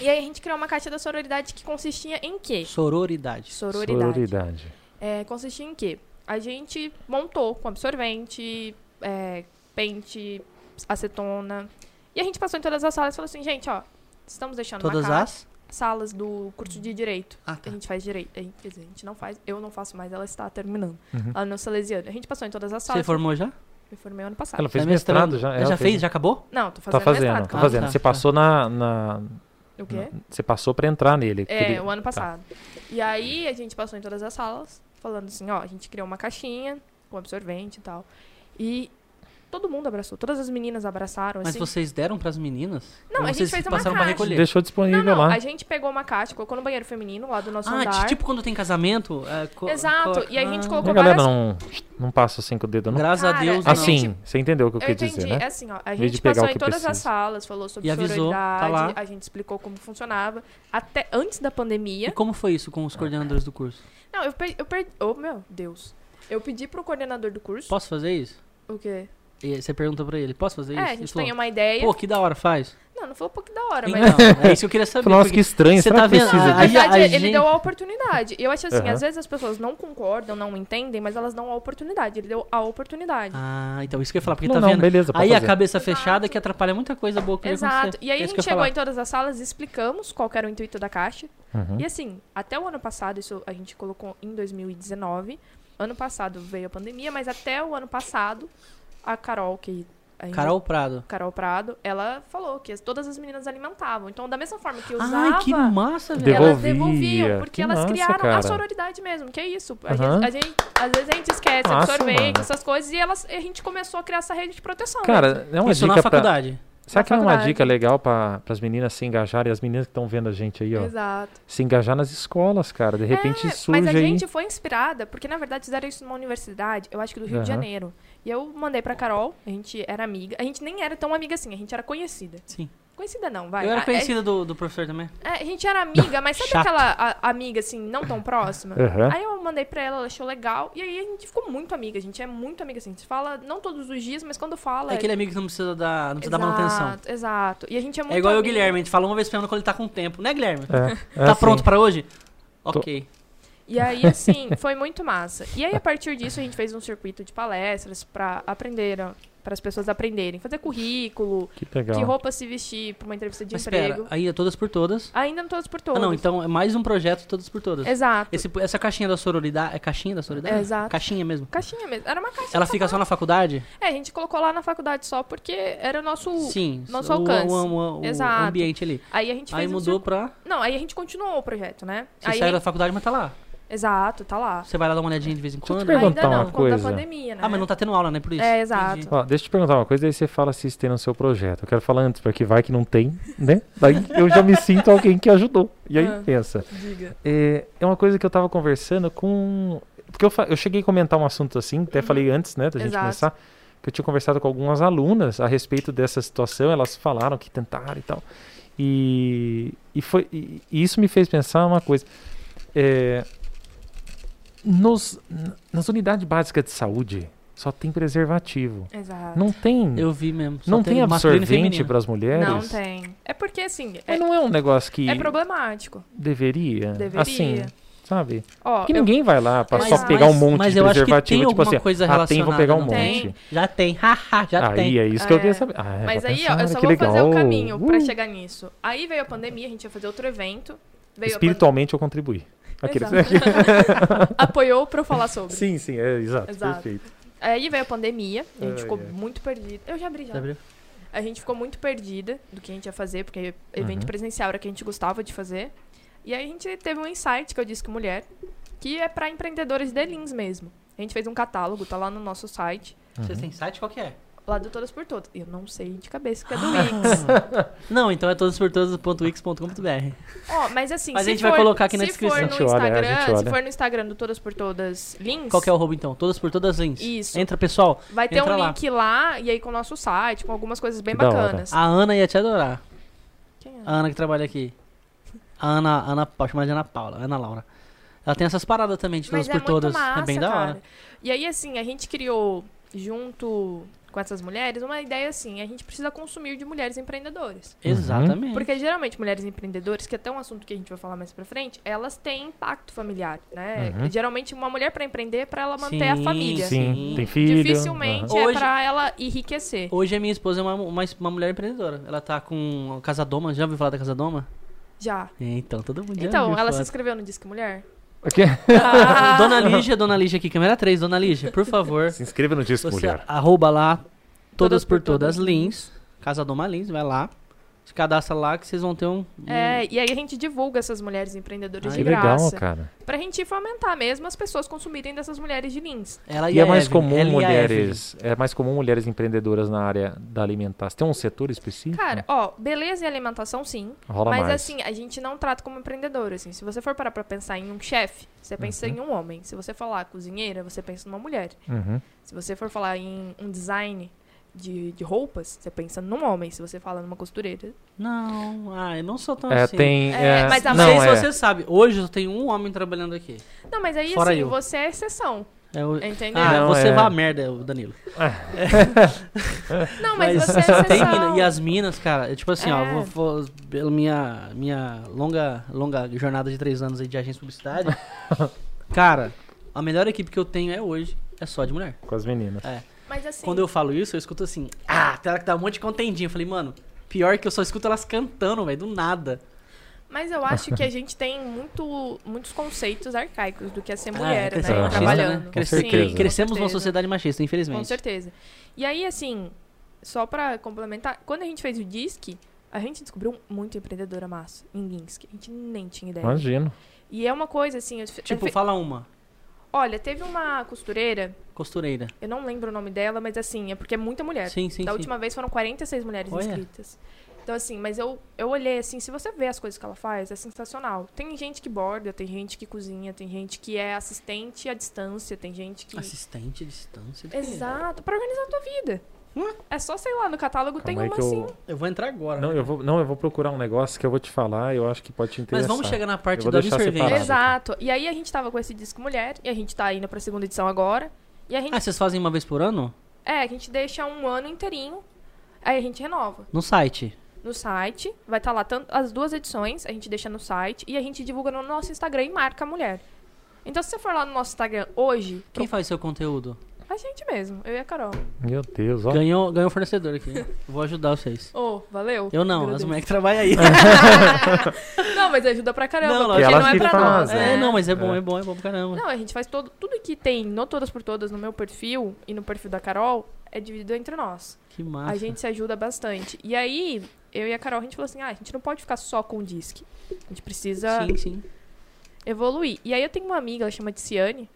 E aí a gente criou uma caixa da sororidade que consistia em quê?
Sororidade.
Sororidade.
Sororidade.
É, consistia em quê? A gente montou com absorvente, é, pente, acetona. E a gente passou em todas as salas e falou assim, gente, ó, estamos deixando uma
Todas
caixa.
as?
Salas do curso de Direito.
Ah, tá.
A gente faz direito. A gente, quer dizer, a gente não faz. Eu não faço mais, ela está terminando.
Uhum.
Ela não salesiana. A gente passou em todas as
Você
salas.
formou já?
Me formei ano passado.
Ah, Ela fez
Tá
mestrado
mestrando?
já? é,
Já
Ela
fez? Já acabou?
Não, tô
Tá
fazendo,
fazendo,
mestrado.
tá
calma.
fazendo.
tá,
Você
tá.
passou na, na-
O quê?
Você passou pra entrar nele.
É,
aquele-
o ano
tá.
passado. E aí a gente passou em todas as salas, falando assim, ó, a gente criou uma caixinha, com absorvente e tal. E todo mundo abraçou, todas as meninas abraçaram,
Mas
assim.
vocês deram pras meninas?
Não,
Ou
a gente
vocês
fez uma
passaram pra
caixa.
recolher?
Deixou disponível
Não, não,
lá.
a gente pegou uma caixa, colocou no banheiro feminino lá do nosso
Ah,
andar.
tipo quando tem casamento? é, co-
Exato,
co-
e a
Ah.
gente
E a
colocou
galera
várias...
não, não passa assim com o dedo, não?
Graças a
Cara,
Deus,
a
não.
gente-
Assim, você entendeu o que eu,
Eu
quis
entendi,
dizer, né?
é assim, ó, a
vez de
gente
pegar
passou
o
em
que
todas
precisa.
as salas, falou sobre
E avisou, tá
sororidade,
lá.
a gente explicou como funcionava, até antes da pandemia.
E como foi isso com os coordenadores do curso?
Não, eu perdi. Eu per- Oh, meu Deus. Eu pedi pro coordenador do curso.
Posso fazer isso?
O quê?
E aí você pergunta pra ele, posso fazer
É,
isso?
a
Ele
gente
falou,
tem uma ideia.
Pô, que da hora, faz.
Não, não falou um pouco da hora, mas.
Então, é isso que eu queria saber.
Falou, nossa,
porque-
que estranho,
Você
será
tá
que
vendo?
precisa
Na
Aí a-
verdade,
a
ele
gente-
deu a oportunidade. E eu acho assim,
Aham.
às vezes as pessoas não concordam, não entendem, mas elas dão a oportunidade. Ele deu a oportunidade.
Ah, então isso que eu ia falar, porque
Não,
tá
não,
vendo?
beleza, pode
aí
fazer.
a cabeça
Exato.
fechada que atrapalha muita coisa boa que vai
Exato.
acontecer.
E aí
É
a
isso que eu
gente
ia
chegou
falar.
em todas as salas e explicamos qual que era o intuito da caixa.
Uhum.
E assim, até o ano passado, isso a gente colocou em 2019. Ano passado veio a pandemia, mas até o ano passado, a Carol, que ainda
Carol Prado.
Carol Prado, ela falou que as- todas as meninas alimentavam. Então, da mesma forma que usava,
Ai, que massa, velho.
Devolve.
elas
Devolvia.
devolviam, porque
Que
elas
massa,
criaram
cara.
a sororidade mesmo, que é isso. A
Aham.
gente- a gente- às vezes a gente esquece
Massa,
absorvente,
mano.
essas coisas, e elas, a gente começou a criar essa rede de proteção. né? mesmo.
Cara, é uma
Isso na
dica pra...
faculdade.
Será
Na
que não é uma
faculdade.
dica legal para as meninas se engajarem, as meninas que estão vendo a gente aí, ó,
Exato.
se engajar nas escolas, cara. De repente
É,
surge
Mas a
aí...
gente foi inspirada, porque na verdade fizeram isso numa universidade, eu acho que do Rio
Aham.
de Janeiro. E eu mandei pra Carol, a gente era amiga. A gente nem era tão amiga assim, a gente era conhecida.
Sim.
Conhecida não, vai.
eu
A-
era
é-
conhecida do, do professor também.
É, a gente era amiga, mas sabe
Chato.
aquela a- amiga assim, não tão próxima?
Aham.
Aí eu mandei pra ela, ela achou legal. E aí a gente ficou muito amiga, a gente é muito amiga assim. A gente fala não todos os dias, mas quando fala.
É aquele amigo que não precisa dar, não precisa
exato,
dar manutenção.
Exato. E a gente é muito.
É igual eu e o
amiga.
Guilherme, a gente fala uma vez por ano quando ele tá com tempo. Né, Guilherme?
<laughs>
É, é
tá
assim.
pronto pra hoje? Ok.
E aí,
<laughs>
assim, foi muito massa. E aí, a partir disso, a gente fez um circuito de palestras pra aprender, para as pessoas aprenderem, fazer currículo,
Que legal.
que roupa se vestir pra uma entrevista de
Mas
emprego.
espera, aí é todas por todas.
Ainda não todos por todos.
Ah, não, então é mais um projeto todas por todas.
Exato.
Esse- essa caixinha da sororidade. É caixinha da sororidade?
É, exato.
Caixinha mesmo.
Caixinha mesmo. Era uma caixinha.
Ela fica só na faculdade?
É, a gente colocou lá na faculdade só porque era o nosso.
Sim.
nosso
o-
tipo, alcance.
O, o- o
Exato.
ambiente ali.
Aí a gente fez
Aí
um
mudou
cir-
pra.
Não, aí a gente continuou o projeto, né?
Você
aí...
saiu da faculdade, mas tá lá.
Exato, tá lá.
Você vai lá dar uma olhadinha de vez em
eu te
quando.
perguntar
Ainda
uma
não, por conta da
coisa.
pandemia, né?
Ah, mas não tá tendo aula, né? Por isso.
É, exato.
Entendi.
Ó, deixa eu te perguntar uma coisa, daí você fala se isso tem no seu projeto. Eu quero falar antes, porque vai que não tem, né? Daí eu já me sinto alguém que ajudou. E aí
Ah.
pensa.
Diga.
É, é uma coisa que eu tava conversando com. Porque eu, fa- eu cheguei a comentar um assunto assim, até falei antes, né, da gente
Uhum. Exato.
começar, que eu tinha conversado com algumas alunas a respeito dessa situação, elas falaram que tentaram e tal. E, e, foi, e, e isso me fez pensar uma coisa. É, nos, n- nas unidades básicas de saúde, só tem preservativo.
Exato.
Não tem.
Eu vi mesmo. Só
não tem
masculino e
absorvente
feminino.
para as mulheres.
Não tem. É porque, assim, é,
Mas não é um negócio que
é problemático.
deveria,
Deveria.
Assim, sabe?
Ó,
Que
eu-
ninguém vai lá pra
Mas-
só pegar um
mas-
monte
mas
de
eu acho que
preservativo,
tem
tipo assim,
alguma coisa
ah, tem, vou
relacionada,
pegar um
não
tem?
monte.
Já tem. <laughs> Haha, já
aí
tem.
é isso que eu
É.
queria saber. Ah, é,
Mas
vai
aí, ó,
pensar,
eu só
que
vou
legal.
fazer o caminho pra
Uh,
chegar nisso. Aí veio a pandemia, a gente ia fazer outro evento. Veio
espiritualmente eu contribuí.
a
Aqueles-
pandemia. Apoiou pra eu falar
<laughs>
sobre.
sim, sim, é exato,
Exato.
perfeito.
Aí veio a pandemia, e a gente
Ai,
ficou
ai.
muito perdida. Eu já abri já.
Já abriu?
A gente ficou muito perdida do que a gente ia fazer, porque evento
Uhum.
presencial era o que a gente gostava de fazer. E aí a gente teve um insight que eu disse que mulher, que é pra empreendedores de Lins mesmo. A gente fez um catálogo, tá lá no nosso site,
Vocês
Uhum.
têm site? Qual que é?
lá do Todas por Todas. Eu não sei de cabeça
<laughs>
que é do Wix.
Não, então é todasportodas.wix.com.br.
Ó, mas assim,
Mas a
se
gente
for,
vai colocar aqui na
se
descrição.
For
A
no
gente olha, a
Instagram,
gente olha.
Se for no Instagram do Todas por Todas Links,
Qual que é o roubo então? Todas por todas links.
Isso.
Entra, pessoal.
vai ter
Entra
um
lá.
link lá, e aí com o nosso site, com algumas coisas bem
Que da hora.
bacanas.
A Ana ia te adorar.
Quem é?
A Ana que trabalha aqui. A Ana, Ana Paula, chama de Ana Paula, Ana Laura. Ela tem essas paradas também de todas
Mas é
por todas.
muito massa,
é bem da hora.
cara. E aí, assim, a gente criou, junto com essas mulheres, uma ideia assim, a gente precisa consumir de mulheres empreendedoras.
Uhum.
Exatamente.
Porque geralmente mulheres empreendedoras, que é até um assunto que a gente vai falar mais pra frente, elas têm impacto familiar, né?
Uhum.
Geralmente uma mulher pra empreender é pra ela manter a
Sim,
família.
Sim,
Sim.
tem filho.
Dificilmente
aham.
é
Hoje-
pra ela enriquecer.
Hoje a minha esposa é uma, uma, uma mulher empreendedora. Ela tá com a Casa Doma. Já ouviu falar da Casa Doma?
Já.
É, Então, todo mundo já
Então,
ouviu
ela se
falar.
inscreveu no
<laughs>
Disque Mulher? <laughs>
Ok?
Ah, Dona Lígia, Dona Lígia aqui, câmera 3, Dona Lígia,
<laughs>
por
<laughs>
favor.
Se inscreva no disco,
Você
mulher.
arroba lá, todas,
Todas
por
por todas
todas, Lins. Casa Doma Lins, vai lá. Se cadastra lá que vocês vão ter um. um-
É, e aí a gente divulga essas mulheres empreendedoras
Ah,
Que
de
legal,
graça.
cara.
Pra gente fomentar mesmo as pessoas consumirem dessas mulheres de links.
Ela
E é
a
mais
Evelyn,
comum
ela e a
mulheres, é mais comum mulheres empreendedoras na área da alimentação. Tem um setor
Uhum.
específico?
Cara, ó, beleza e alimentação sim.
Rola
mas
mais.
assim, a gente não trata como empreendedora, assim. Se você for parar pra pensar em um chefe, você pensa
Uhum.
em um homem. Se você falar cozinheira, você pensa numa mulher.
Uhum.
Se você for falar em um design de, de roupas, você pensa num homem. Se você fala numa costureira.
Evelyn. Não, ah, eu não sou tão
É,
assim.
tem.
É,
é,
mas a
Não,
não,
sei se
é.
você sabe, hoje eu tenho um homem trabalhando aqui.
Não, mas aí
Fora
assim,
eu.
você é exceção,
É o-
entendeu?
Ah,
Não,
você
é.
vai a merda, o Danilo.
não, mas,
<laughs>
você é
só
exceção.
tem mina. E as minas, cara, é tipo assim, ó,
É.
vou, vou- pela minha, minha longa, longa jornada de três anos aí de agência de
<laughs>
publicidade, cara, a melhor equipe que eu tenho é hoje, é só de mulher.
Com as meninas.
Mas assim,
Quando eu falo isso, eu escuto assim, ah, tem hora que dá um monte de contendinha. Eu falei, mano, pior que eu só escuto elas cantando, velho, do nada.
mas eu acho que a gente tem muito, muitos conceitos arcaicos do que é ser mulher,
Ah, é,
né?
crescemos machista,
Trabalhando.
né? Com
Cresce-
certeza.
com
Crescemos numa
certeza.
sociedade machista, infelizmente.
Com certeza. E aí, assim, só pra complementar, quando a gente fez o Disque, a gente descobriu muito empreendedora massa em Links, que a gente nem tinha ideia.
Imagino.
E é uma coisa, assim... eu fe-
Tipo,
eu fe-
fala uma,
Olha, teve uma costureira,
costureira.
eu não lembro o nome dela, mas assim, é porque é muita mulher.
Sim, sim,
da
sim.
última vez foram 46 mulheres
Olha.
inscritas. Então, assim, mas eu, eu olhei, assim, se você vê as coisas que ela faz, é sensacional. Tem gente que borda, tem gente que cozinha, tem gente que é assistente à distância, tem gente que...
Assistente à distância. né? do quê?
Exato, pra organizar a tua vida.
Hum.
É só, sei lá, no catálogo
Calma
tem
aí
uma
que
assim.
eu...
Eu vou entrar agora.
Não, eu vou, não, eu vou procurar um negócio que eu vou te falar, eu acho que pode te
Mas
interessar.
vamos chegar na
Eu
parte
vou
da
deixar
absorvente.
separado.
Exato. E aí a gente tava com esse disco mulher, e a gente tá indo pra segunda edição agora. E a gente.
Ah, vocês fazem uma vez por ano?
É, a gente deixa um ano inteirinho, aí a gente renova.
No site.
No site, vai estar lá tanto, as duas edições, a gente deixa no site e a gente divulga no nosso Instagram e marca a mulher. Então, se você for lá no nosso Instagram hoje, é
Quem faz seu conteúdo?
a gente mesmo, eu e a Carol.
Meu Deus, ó.
Ganhou, ganhou fornecedor
<laughs>
aqui. Vou ajudar vocês.
Ô, valeu.
Eu não, as
Agradeço.
mulheres que
<laughs>
trabalham aí.
<laughs>
É,
Não, mas ajuda pra caramba,
Não,
porque
elas
não é
que
pra nós.
fazem.
<laughs> É,
né?
não, mas é bom, é bom, é bom pra caramba.
Não, a gente faz todo, tudo que tem no Todas por Todas, no meu perfil e no perfil da Carol, é dividido entre nós.
Que massa.
A gente se ajuda bastante. E aí, eu e a Carol, a gente falou assim, ah, a gente não pode ficar só com o disque. A gente precisa
Sim, sim.
evoluir. E aí eu tenho uma amiga, ela chama Tiziane.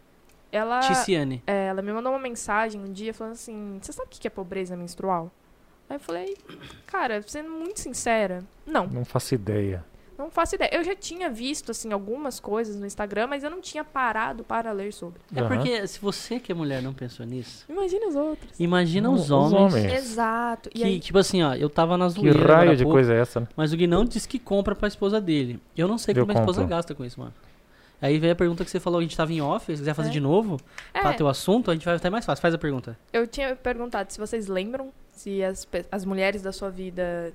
Ela,
Ticiane.
é, ela me mandou uma mensagem um dia falando assim, você sabe o que que é pobreza menstrual? Aí eu falei, cara, sendo muito sincera, não.
Não faço ideia.
Não faço ideia. Eu já tinha visto, assim, algumas coisas no Instagram, mas eu não tinha parado para ler sobre.
É
Aham.
porque se você que é mulher não pensou nisso,
Imagina os outros.
imagina
Não,
os homens.
Exato. E
É. Que,
aí,
tipo assim, ó, eu tava na
Que
zoeira. agora há
raio de
pouco,
coisa é essa, né?
Mas o Guinão disse que compra pra esposa dele. Eu não sei
Eu
como a esposa
compro.
gasta com isso, mano. Aí veio a pergunta que você falou, a gente tava em off, se quiser fazer
É.
de novo, pra
é,
ter o assunto, a gente vai até mais fácil. Faz a pergunta.
eu tinha perguntado se vocês lembram se as, pe- as mulheres da sua vida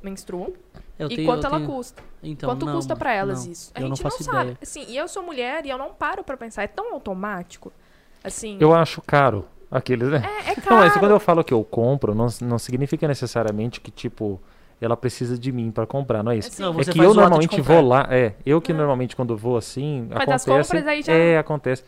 menstruam
Eu
e
tenho-
quanto
eu
ela
tenho-
custa.
Então,
quanto
não,
custa
mano,
pra elas
não.
isso? A
eu não
gente não,
faço
sabe.
ideia.
Assim, e eu sou mulher e eu não paro pra pensar. É tão automático. Assim,
Eu acho caro aqueles, né?
é, é
<laughs> Não,
caro.
mas quando eu falo que eu compro, não, não significa necessariamente que, tipo, ela precisa de mim pra comprar, não é isso?
Assim,
Não,
É
você
que
faz
eu
o ato de
normalmente
comprar.
vou lá, é, eu que
É.
normalmente quando vou assim,
Faz as
acontece,
compras, aí já-
é, acontece,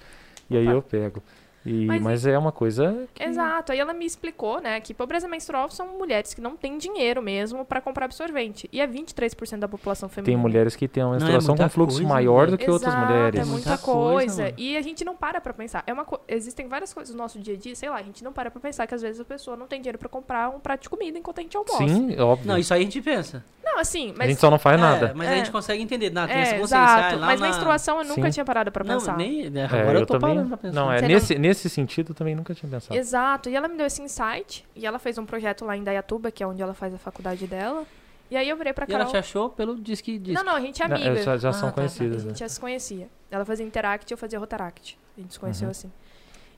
e aí
Opa.
eu pego, e,
Mas
mas, é uma coisa,
Exato. Aí ela me explicou, né, que pobreza menstrual são mulheres que não têm dinheiro mesmo pra comprar absorvente. E é 23% da população feminina.
tem mulheres que têm uma
Não, é
menstruação com
muita
fluxo
coisa,
maior
né?
do que outras
Exato,
mulheres.
É muita,
Muita coisa,
coisa.
mano.
e a gente não para pra pensar. É uma co- Existem várias coisas no nosso dia a dia, sei lá, a gente não para pra pensar que às vezes a pessoa não tem dinheiro pra comprar um prato de comida enquanto a gente almoça.
Sim, óbvio,
Não, isso aí a gente pensa.
Não, assim,
a
mas.
gente só não faz nada.
É, mas aí a gente
É.
consegue entender. Na, tem
É,
essa consciência.
exato.
ah, lá
mas
na...
menstruação eu nunca
Sim.
tinha parado pra
Não,
pensar.
nem... né,
É,
Agora eu tô parando pra pensar.
Não, é,
Você não-
nesse, nesse sentido também nunca tinha
Tá.
pensado.
Exato. E ela me deu esse insight. E ela fez um projeto lá em Dayatuba, que é onde ela faz a faculdade dela. E aí eu virei pra
E ela
Carol.
te achou pelo disque... disque.
Não, não, a gente é
Não,
amiga.
é, já já
Ah,
são
tá, tá.
A
conhecidas, né?
gente já se conhecia. Ela fazia Interact, eu fazia Rotaract. A gente se
Uhum.
conheceu assim.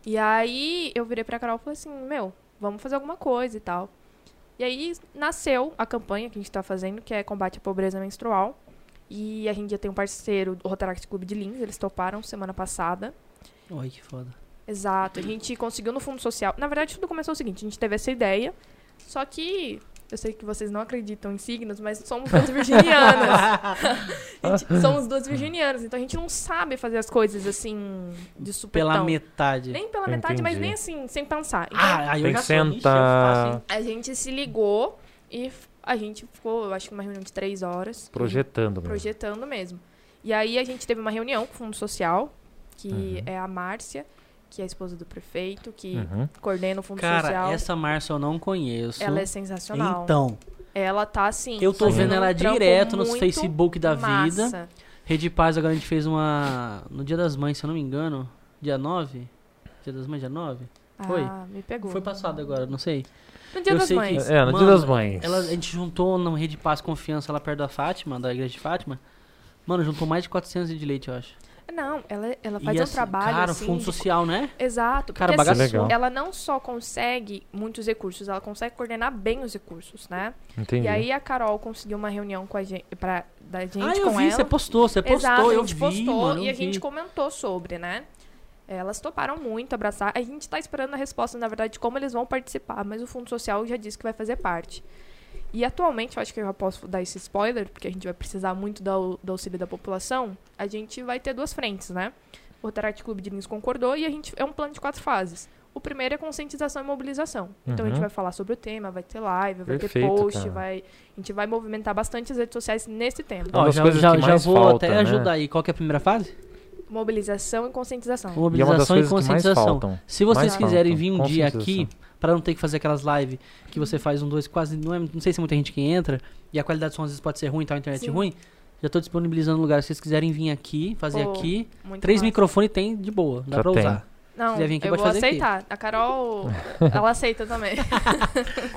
E aí eu virei pra Carol e falei assim, meu, vamos fazer alguma coisa e tal. E aí nasceu a campanha que a gente tá fazendo, que é combate à pobreza menstrual. E a gente já tem um parceiro, o Rotaract Clube de Lins, eles toparam semana passada.
Ai, que foda.
Exato, a gente conseguiu no Fundo Social. Na verdade, tudo começou o seguinte, a gente teve essa ideia, só que eu sei que vocês não acreditam em signos, mas somos duas virginianas.
<laughs>
A gente- somos duas virginianas, então a gente não sabe fazer as coisas assim de
<laughs> Pela
supetão.
metade.
Nem pela metade, mas
Entendi.
nem assim, sem pensar. Então,
Ah, aí eu
Tem
já
que
sou, ixi, eu
sentar.
faço, hein?
a gente se ligou e f- A gente ficou, eu acho que uma reunião de três horas.
Projetando mesmo.
Projetando mesmo. E aí a gente teve uma reunião com o Fundo Social, que é a Márcia, que é a esposa do prefeito, que
Uhum.
coordena o Fundo
Cara,
Social.
essa Márcia eu não conheço.
Ela é sensacional.
Então,
Ela tá assim.
eu tô vendo
fazendo um
ela
trampo
direto nos
muito
Facebook da vida.
massa.
Rede Paz agora a gente fez uma. No Dia das Mães, se eu não me engano. Dia 9? Dia das Mães, dia 9? Foi?
Ah, me pegou.
Foi passado agora, não sei.
No Dia
eu
das
sei que-
Mães.
É, no
Mano,
Dia das Mães.
Ela, é a gente juntou na Rede Paz Confiança lá perto da Fátima, da igreja de Fátima. Mano, juntou mais de 400 de leite, eu acho.
Não, ela, ela faz
é. E
um
assim,
trabalho
Cara,
assim.
fundo
de-
social, né?
Exato.
Cara,
porque, assim,
bagaçou. Legal.
ela não só consegue muitos recursos, ela consegue coordenar bem os recursos, né?
Entendi.
E aí a Carol conseguiu uma reunião com a gente, pra, da gente
ah, eu
com
vi,
ela.
você postou, você postou,
Exato,
eu
a gente
vi,
postou
mano,
e
eu
a gente
vi.
comentou sobre, né? Elas toparam muito abraçar. A gente tá esperando a resposta, na verdade, de como eles vão participar, mas o Fundo Social já disse que vai fazer parte. E atualmente, eu acho que eu já posso dar esse spoiler, porque a gente vai precisar muito da au- do, auxílio da população. A gente vai ter duas frentes, né? O Rotaract Clube de Lins concordou e a gente é um plano de quatro fases. O primeiro é conscientização e mobilização. Então a gente
Uhum.
vai falar sobre o tema, vai ter live, vai
Perfeito,
ter post,
cara.
vai, a gente vai movimentar bastante as redes sociais nesse tema.
Uma
Ó,
das
já,
coisas
já,
que
já
mais
vou
falta,
até
né?
ajudar aí. Qual que é a primeira fase?
Mobilização e conscientização.
E é uma das
Mobilização e
coisas que mais
conscientização.
faltam.
Se vocês
Mais
quiserem
faltam,
vir um dia aqui,
conscientização.
pra não ter que fazer aquelas lives que você faz um, dois, quase. Não, é- não sei se é muita gente que entra, e a qualidade do som às vezes pode ser ruim, tá? A internet
Sim.
ruim. Já tô disponibilizando lugar. Se vocês quiserem vir aqui, fazer
Pô,
aqui.
Muito
Três
massa.
microfones tem de boa, dá
Já
pra
tem.
usar.
<laughs> Não,
quiser vir aqui,
eu
pode
vou
fazer aqui.
aceitar.
<laughs>
A Carol, ela aceita também.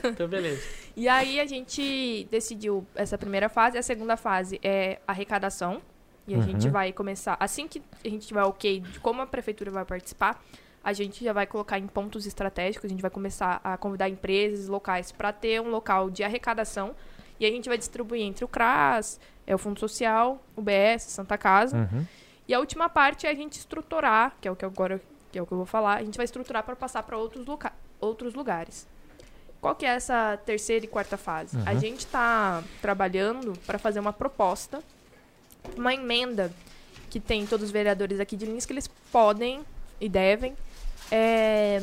Então, beleza.
E aí a gente decidiu essa primeira fase. A segunda fase é arrecadação. E a
Uhum.
gente vai começar. Assim que a gente tiver ok de como a prefeitura vai participar, a gente já vai colocar em pontos estratégicos. A gente vai começar a convidar empresas, locais, para ter um local de arrecadação. E a gente vai distribuir entre o CRAS, é o Fundo Social, o BS, Santa Casa.
Uhum.
E a última parte é a gente estruturar, que é o que agora que é o que eu vou falar, a gente vai estruturar para passar para outros, loca- outros lugares. Qual que é essa terceira e quarta fase? A
Uhum.
gente está trabalhando para fazer uma proposta, uma emenda que tem todos os vereadores aqui de Lins que eles podem e devem é,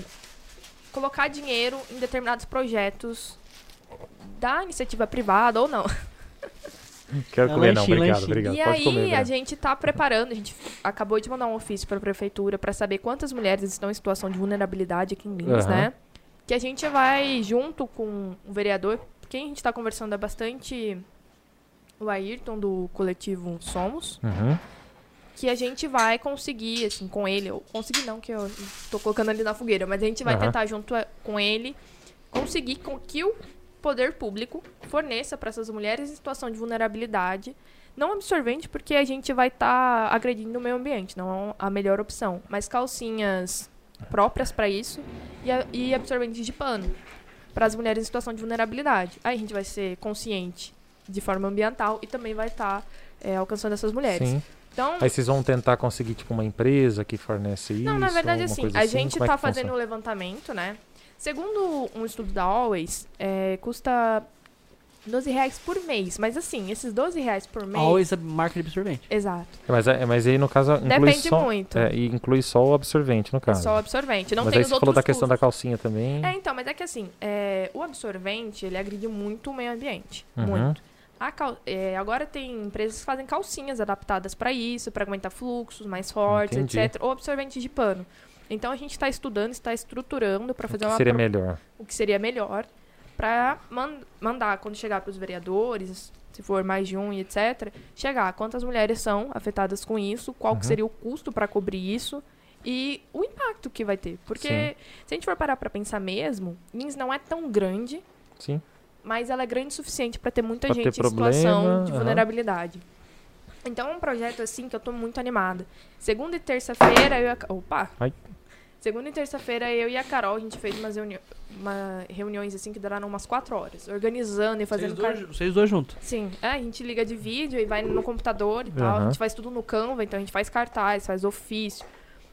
colocar dinheiro em determinados projetos da iniciativa privada ou não.
Quero
É,
comer, não.
lanche,
Obrigado,
lanche.
obrigado.
E
Pode
aí,
comer, né?
a
velho.
gente tá preparando, a gente acabou de mandar um ofício pra prefeitura pra saber quantas mulheres estão em situação de vulnerabilidade aqui em Minas,
Aham.
né? Que a gente vai junto com o vereador, quem a gente tá conversando é bastante o Ayrton do coletivo Somos,
Uhum.
que a gente vai conseguir, assim, com ele, ou conseguir não, que eu tô colocando ali na fogueira, mas a gente vai
Aham.
tentar junto a- com ele conseguir com que o poder público forneça para essas mulheres em situação de vulnerabilidade não absorvente, porque a gente vai estar agredindo o meio ambiente, não é a melhor opção. Mas calcinhas próprias para isso e, a- e absorventes de pano para as mulheres em situação de vulnerabilidade. Aí a gente vai ser consciente de forma ambiental e também vai estar alcançando essas mulheres.
Sim.
Então,
Aí vocês vão tentar conseguir, tipo, uma empresa que fornece isso?
não, na verdade,
alguma
assim,
coisa
a gente
Como é
tá
que funciona?
fazendo o levantamento, né? Segundo um estudo da Always, é, custa 12 reais por mês. Mas assim, esses 12 reais por mês.
<laughs> Always a marca de absorvente.
Exato.
É, Mas, é- mas aí, no caso, inclui
Depende
só...
muito.
É, e inclui só o absorvente, no
É
caso.
só o absorvente. Não
mas
tem
aí
os
você
outros
falou da questão da
custos.
calcinha também.
É, então, mas é que assim, é, o absorvente, ele agride muito o meio ambiente.
Uhum.
Muito. A cal- é, agora tem empresas que fazem calcinhas adaptadas para isso, para aguentar fluxos mais fortes,
Entendi.
etc. Ou absorvente de pano. Então a gente está estudando, está estruturando para fazer
que
uma
seria
pro-
melhor.
o que seria melhor para mandar quando chegar para os vereadores, se for mais de um e etc, chegar quantas mulheres são afetadas com isso, qual que
Uhum.
seria o custo para cobrir isso e o impacto que vai ter, porque
Sim.
se a gente for parar para pensar mesmo, Lins não é tão grande,
Sim.
mas ela é grande o suficiente para ter muita
Pra ter
gente em situação
problema,
de
aham.
vulnerabilidade. Então é um projeto assim que eu tô muito animada. Segunda e terça-feira eu e a... Ca- opa.
Ai.
Segunda e terça-feira eu e a Carol a gente fez umas reuni... uma- reuniões assim que duraram umas quatro horas, organizando e
Vocês
fazendo
dois,
car-
vocês dois juntos.
Sim, é, a gente liga de vídeo e vai no computador e tal. A
Aham.
gente faz tudo no Canva, então a gente faz cartaz, faz ofício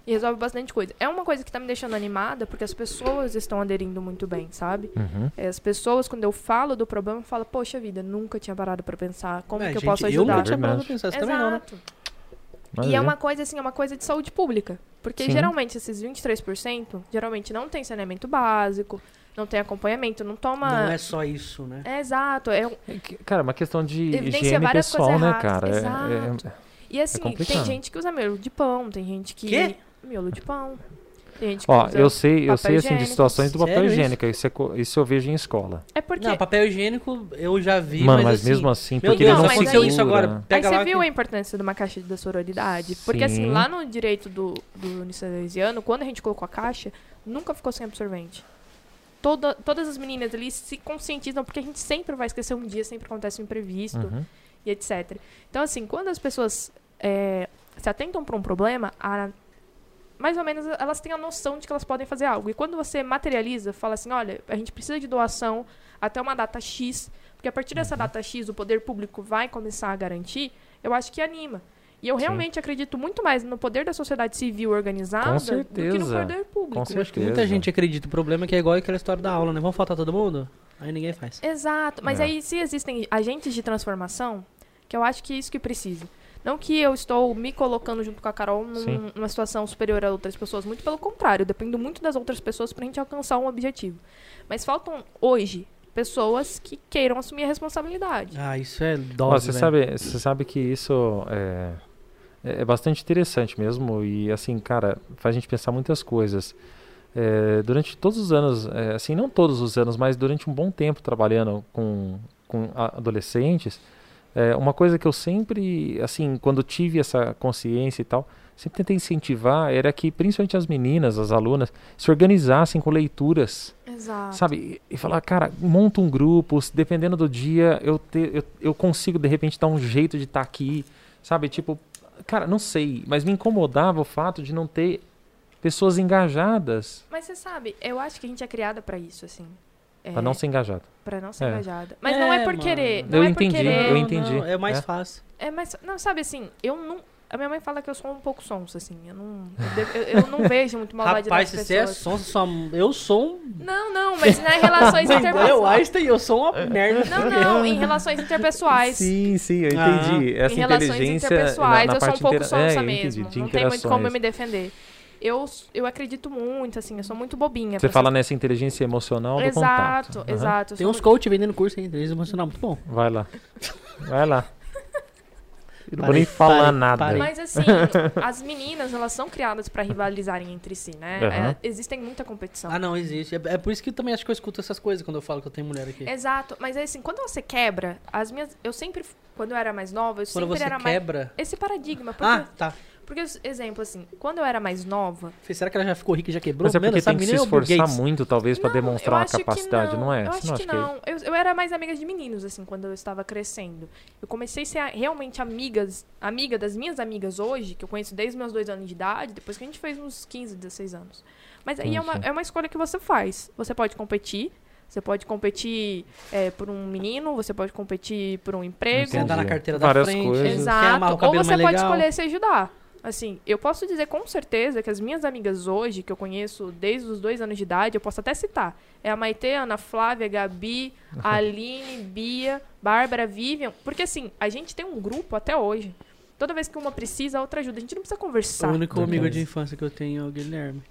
e resolve bastante coisa. É uma coisa que tá me deixando animada porque as pessoas estão aderindo muito bem, sabe?
Uhum.
É, As pessoas, quando eu falo do problema, falam, poxa vida, nunca tinha parado pra pensar, como
É,
que
gente,
eu posso
Eu
ajudar?
não tinha parado
Verdade.
pra pensar, você
Exato.
também não, né?
Maravilha.
E é uma coisa assim, é uma coisa de saúde pública. Porque
Sim.
geralmente esses 23% geralmente não tem saneamento básico, Não tem acompanhamento, não toma.
Não é só isso, né?
É exato. É, um-
É que, Cara, uma questão de
Evidencia
higiene
várias
pessoal,
coisas
né,
erradas,
cara? É- é-
exato. e assim, tem
complicado.
gente que usa miolo de pão, tem gente que.
Quê?
Miolo de pão. Tem gente que
Ó,
usa.
eu sei, eu
Tipo, papel
sei assim de
higiênico.
situações do papel
Sério isso?
higiênico, isso, é co- isso eu vejo em escola.
É porque.
Não, papel higiênico eu já vi,
Mano, mas,
mas, assim,
mesmo assim,
Meu
porque
Deus,
ele não né?
mas
aconteceu
segura.
isso agora.
Aí
Pega
você
lá
viu a
que...
importância de uma caixa da sororidade? Porque
Sim.
assim, lá no direito do, do unissalesiano, quando a gente colocou a caixa, nunca ficou sem absorvente. Toda, todas as meninas ali se conscientizam, porque a gente sempre vai esquecer um dia, sempre acontece um imprevisto
Uhum.
e etc. Então, assim, quando as pessoas é, se atentam para um problema, a- mais ou menos elas têm a noção de que elas podem fazer algo. E quando você materializa, fala assim: olha, a gente precisa de doação até uma data X, porque a partir
Uhum.
dessa data X o poder público vai começar a garantir, eu acho que anima. E eu
Sim.
realmente acredito muito mais no poder da sociedade civil organizada
Com
do que no
certeza.
poder público.
Com
Eu acho que muita
certeza.
gente acredita. O problema é que é igual aquela história da aula, né? Vamos faltar todo mundo? Aí ninguém faz.
Exato. Mas
É.
aí, se existem agentes de transformação, que eu acho que é isso que precisa. Não que eu estou me colocando junto com a Carol num-
Sim.
numa situação superior a outras pessoas. Muito pelo contrário, eu dependo muito das outras pessoas pra gente alcançar um objetivo. Mas faltam, hoje, pessoas que queiram assumir a responsabilidade.
Ah, isso é dose,
Ó, você,
velho.
sabe, você sabe que isso é, é é bastante interessante mesmo e, assim, cara, faz a gente pensar muitas coisas. É, durante todos os anos, é, assim, não todos os anos, mas durante um bom tempo trabalhando com, com a- adolescentes, é, uma coisa que eu sempre, assim, quando tive essa consciência e tal, sempre tentei incentivar era que, principalmente as meninas, as alunas, se organizassem com leituras
Exato.
sabe? E falar, cara, monta um grupo, se- dependendo do dia, eu, te, eu, eu consigo de repente dar um jeito de estar aqui, sabe? Tipo, cara, não sei, mas me incomodava o fato de não ter pessoas engajadas
Mas você sabe, eu acho que a gente é criada pra isso, assim. É,
pra não ser engajado.
pra não ser
é.
engajada. Mas não é por
mano.
querer. Não
Eu
é
entendi,
por
eu
querer.
entendi.
é mais
É.
fácil.
É, mas, não, sabe assim, eu não. A minha mãe fala que eu sou um pouco sonsa, assim. Eu não, eu devo- eu, eu não vejo muito maldade
Rapaz, se
nas
você é
pessoas.
sonso, sua... eu sou um...
Não, não, mas nas relações
Eu,
interpessoais.
Einstein, eu sou
É.
uma merda.
Não, não, em relações interpessoais.
Sim, sim, eu
entendi.
Essa
em relações interpessoais, eu sou um pouco sonsa mesmo.
é, de
não tem muito como eu
interações.
me defender. Eu, eu acredito muito, assim, eu sou muito bobinha.
Você
pra
fala
ser-
nessa inteligência emocional do
Exato,
contato. Aham.
exato.
Tem
eu sou um
uns
muito-
coach vendendo curso aí, inteligência emocional, muito bom.
Vai lá. Vai <laughs> lá. Eu não vou
Parei,
nem falar
parei,
nada.
parei.
Mas assim, as meninas, elas são criadas pra rivalizarem entre si, né?
Aham.
É, existem muita competição.
Ah, não, existe. É, é por isso que eu também acho que eu escuto essas coisas quando eu falo que eu tenho mulher aqui.
Exato, mas é assim, quando você quebra, as minhas. Eu sempre, quando eu era mais nova, eu
quando
sempre
você
era mais.
quebra...
Esse paradigma. Porque,
Ah, tá.
porque, exemplo, assim, quando eu era mais nova.
Falei, Será que ela já ficou rica e já quebrou?
Mas é
Mano,
porque
essa
tem que se
menina é o Bill
esforçar
Gates.
muito, talvez, pra
não, eu
demonstrar a
acho que
capacidade, não. é?
Eu
Você
acho
não acha
que
que é isso?
não. Eu, eu era mais amiga de meninos, assim, quando eu estava crescendo. Eu comecei a ser a- realmente amigas, amiga das minhas amigas hoje, que eu conheço desde meus dois anos de idade, depois que a gente fez uns 15, 16 anos. Mas aí é uma,
Sim, sim.
é uma escolha que você faz. Você pode competir. Você pode competir é, por um menino, você pode competir por um emprego.
Quer andar na
Entendi.
carteira
Várias
da frente,
coisas.
quer
Exato.
um
amarrar o
Ou
cabelo
você
mais
pode
legal.
escolher se ajudar. Assim, eu posso dizer com certeza que as minhas amigas hoje, que eu conheço desde os dois anos de idade, eu posso até citar. É a Maite, Ana Flávia,
<laughs>
Gabi, Aline, Bia, Bárbara, Vivian. Porque assim, a gente tem um grupo até hoje. Toda vez que uma precisa, a outra ajuda. A gente não
O
precisa conversar.
único amigo de
Beleza.
infância que eu tenho é o Guilherme.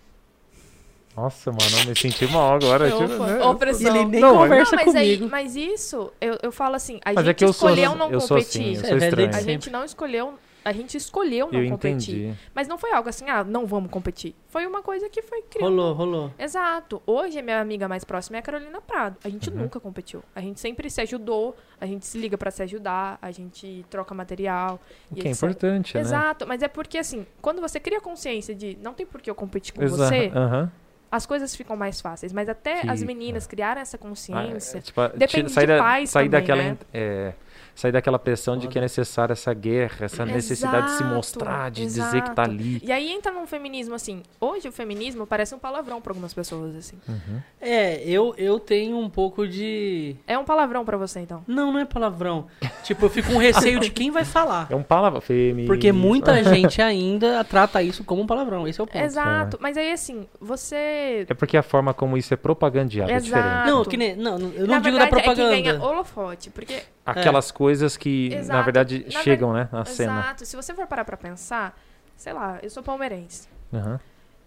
Nossa, mano, eu me senti mal agora.
Eu-
tipo, né?
E ele nem
Não,
Não,
conversa
mas,
comigo.
aí, mas isso, eu, eu falo assim, a
Mas
gente
é que eu sou,
escolheu não
eu sou assim,
competir.
eu
Isso é
sou
verdade.
estranho.
a gente não escolheu. A gente escolheu não
Eu
competir.
entendi.
Mas não foi algo assim, ah, não vamos competir. Foi uma coisa que foi criada.
Rolou, rolou.
Exato. Hoje, a minha amiga mais próxima é a Carolina Prado. A
Uhum.
gente nunca competiu. A gente sempre se ajudou, a gente se liga pra se ajudar, a gente troca material.
O
e
que é
etc.
importante, né?
Exato, mas é porque assim, quando você cria consciência de não tem por que eu competir com
Exa-
você,
aham.
as coisas ficam mais fáceis. Mas até
Fica.
as meninas criarem essa
Ah,
consciência.
é, tipo, a-
Depende
tira- sair
de
da-
pais
sair
também,
daquela,
né?
in- é, sair daquela pressão de que é necessária essa guerra, essa necessidade de se
Exato,
mostrar, de dizer que tá
exato.
ali.
E aí entra num feminismo assim. Hoje o feminismo parece um palavrão pra algumas pessoas assim.
É, eu, eu tenho um pouco de.
É um palavrão pra você então?
Não, não é <laughs> palavrão. tipo, eu fico com receio de quem vai falar.
É um palavra feminino.
Porque muita gente ainda trata isso como um palavrão. Esse é o ponto.
Exato, mas aí assim, você.
É porque a forma como isso é propagandeado é diferente.
Exato.
Não, que nem. Não, não, eu
Na
não digo da
verdade,
propaganda.
É quem ganha holofote, porque.
Aquelas coisas que, É. na
Exato.
verdade,
Na
chegam, né, na cena.
Exato, se você for parar pra pensar, sei lá, eu sou palmeirense.
Aham.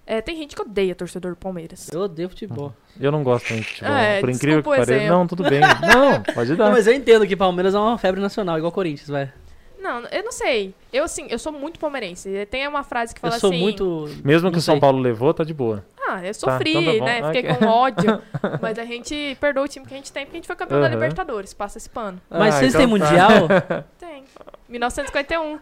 É, tem gente que odeia torcedor do Palmeiras.
Eu odeio futebol.
Eu não gosto muito de futebol.
É,
por incrível que
desculpa o
pareça.
exemplo.
Não, tudo
<laughs>
bem. Não, pode dar.
Não, mas eu entendo que Palmeiras é uma febre nacional, igual Corinthians, vai.
Não, eu não sei. Eu, assim, eu sou muito palmeirense. Tem uma frase que
Eu
fala
sou
assim...
muito.
Mesmo
não
que o São
sei.
Paulo levou, tá de boa.
Ah, eu sofri,
então tá bom.
né?
Ah,
Fiquei
que-
com
<laughs>
ódio. mas a gente perdoa o time que a gente tem porque a gente foi campeão da
Aham.
Libertadores. Passa esse pano.
Mas
Ah,
vocês
então
têm
tá.
mundial? <laughs>
Tem. 1951.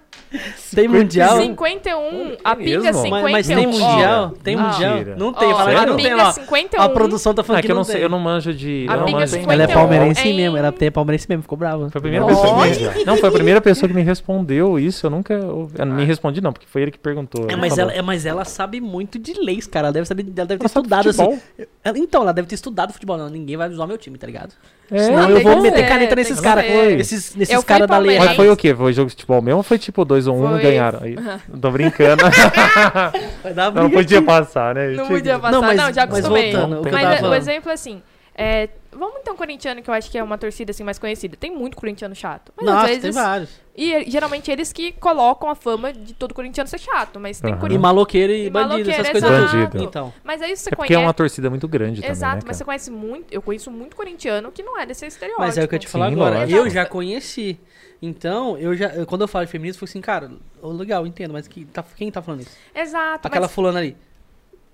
tem mundial?
51. A
Que
pinga
mesmo?
51.
Mas, mas tem
Ó,
mundial? Tem
mentira.
mundial? Não tem,
Ó, então,
falaram que
a
não tem
pinga
lá.
51.
A produção tá falando
Ah, é que eu não,
tem.
sei, eu não manjo de.
A
eu não
Pinga
manjo de-
51
Ela é palmeirense
em-
mesmo, ela tem é palmeirense mesmo, ficou brava.
Foi a primeira
Olha!
pessoa que me... Não, foi a primeira pessoa que me respondeu isso. Eu nunca. ouvi- Eu não
Ah.
me respondi, não, porque foi ele que perguntou.
É,
Ele
mas,
falou.
ela, é, mas ela sabe muito de leis, cara. Ela deve, saber, ela deve ter
Ela sabe
estudado
futebol.
assim. Ela- então, ela deve ter estudado futebol. Não, ninguém vai usar meu time, tá ligado?
É,
Senão
tem
eu vou
que
meter
ser,
caneta
tem
nesses
que
caras.
ser.
Esses,
Eu
nesses
fui
caras da
Mas
lei
palmeirense.
errada.
foi o quê? Foi jogo de futebol mesmo ou foi tipo 2 ou 1 um,
Foi-
e ganharam? Aí, tô
<laughs>
brincando. <laughs>
Vai dar
não
briga.
podia passar, né?
Não
Tinha que-
podia passar. Não,
Não, mas-
já
mas
acostumei.
voltando,
o que eu tava
mas é, o
falando.
exemplo é assim. é, vamos então, corintiano, que eu acho que é uma torcida assim, mais conhecida. Tem muito corintiano chato. Mas
Nossa,
às vezes.
tem vários.
E é, geralmente eles que colocam a fama de todo corintiano ser chato. Mas tem
Aham.
E
corintiano.
maloqueiro e,
E
bandido,
maloqueiro,
essas coisas.
exato.
assim.
Bandido.
Então,
Mas aí você
É porque
conhece.
é uma torcida muito grande também.
Exato,
né,
mas você
cara?
conhece muito. Eu conheço muito corintiano que não é desse estereótipo.
mas é o que eu te falar
Sim,
agora.
lógico.
Eu já conheci. Então, eu já, eu- quando eu falo de feminismo, eu fico assim, cara, ô, legal, entendo, mas que, tá, quem tá falando isso?
Exato.
Aquela assim.
mas...
fulana ali.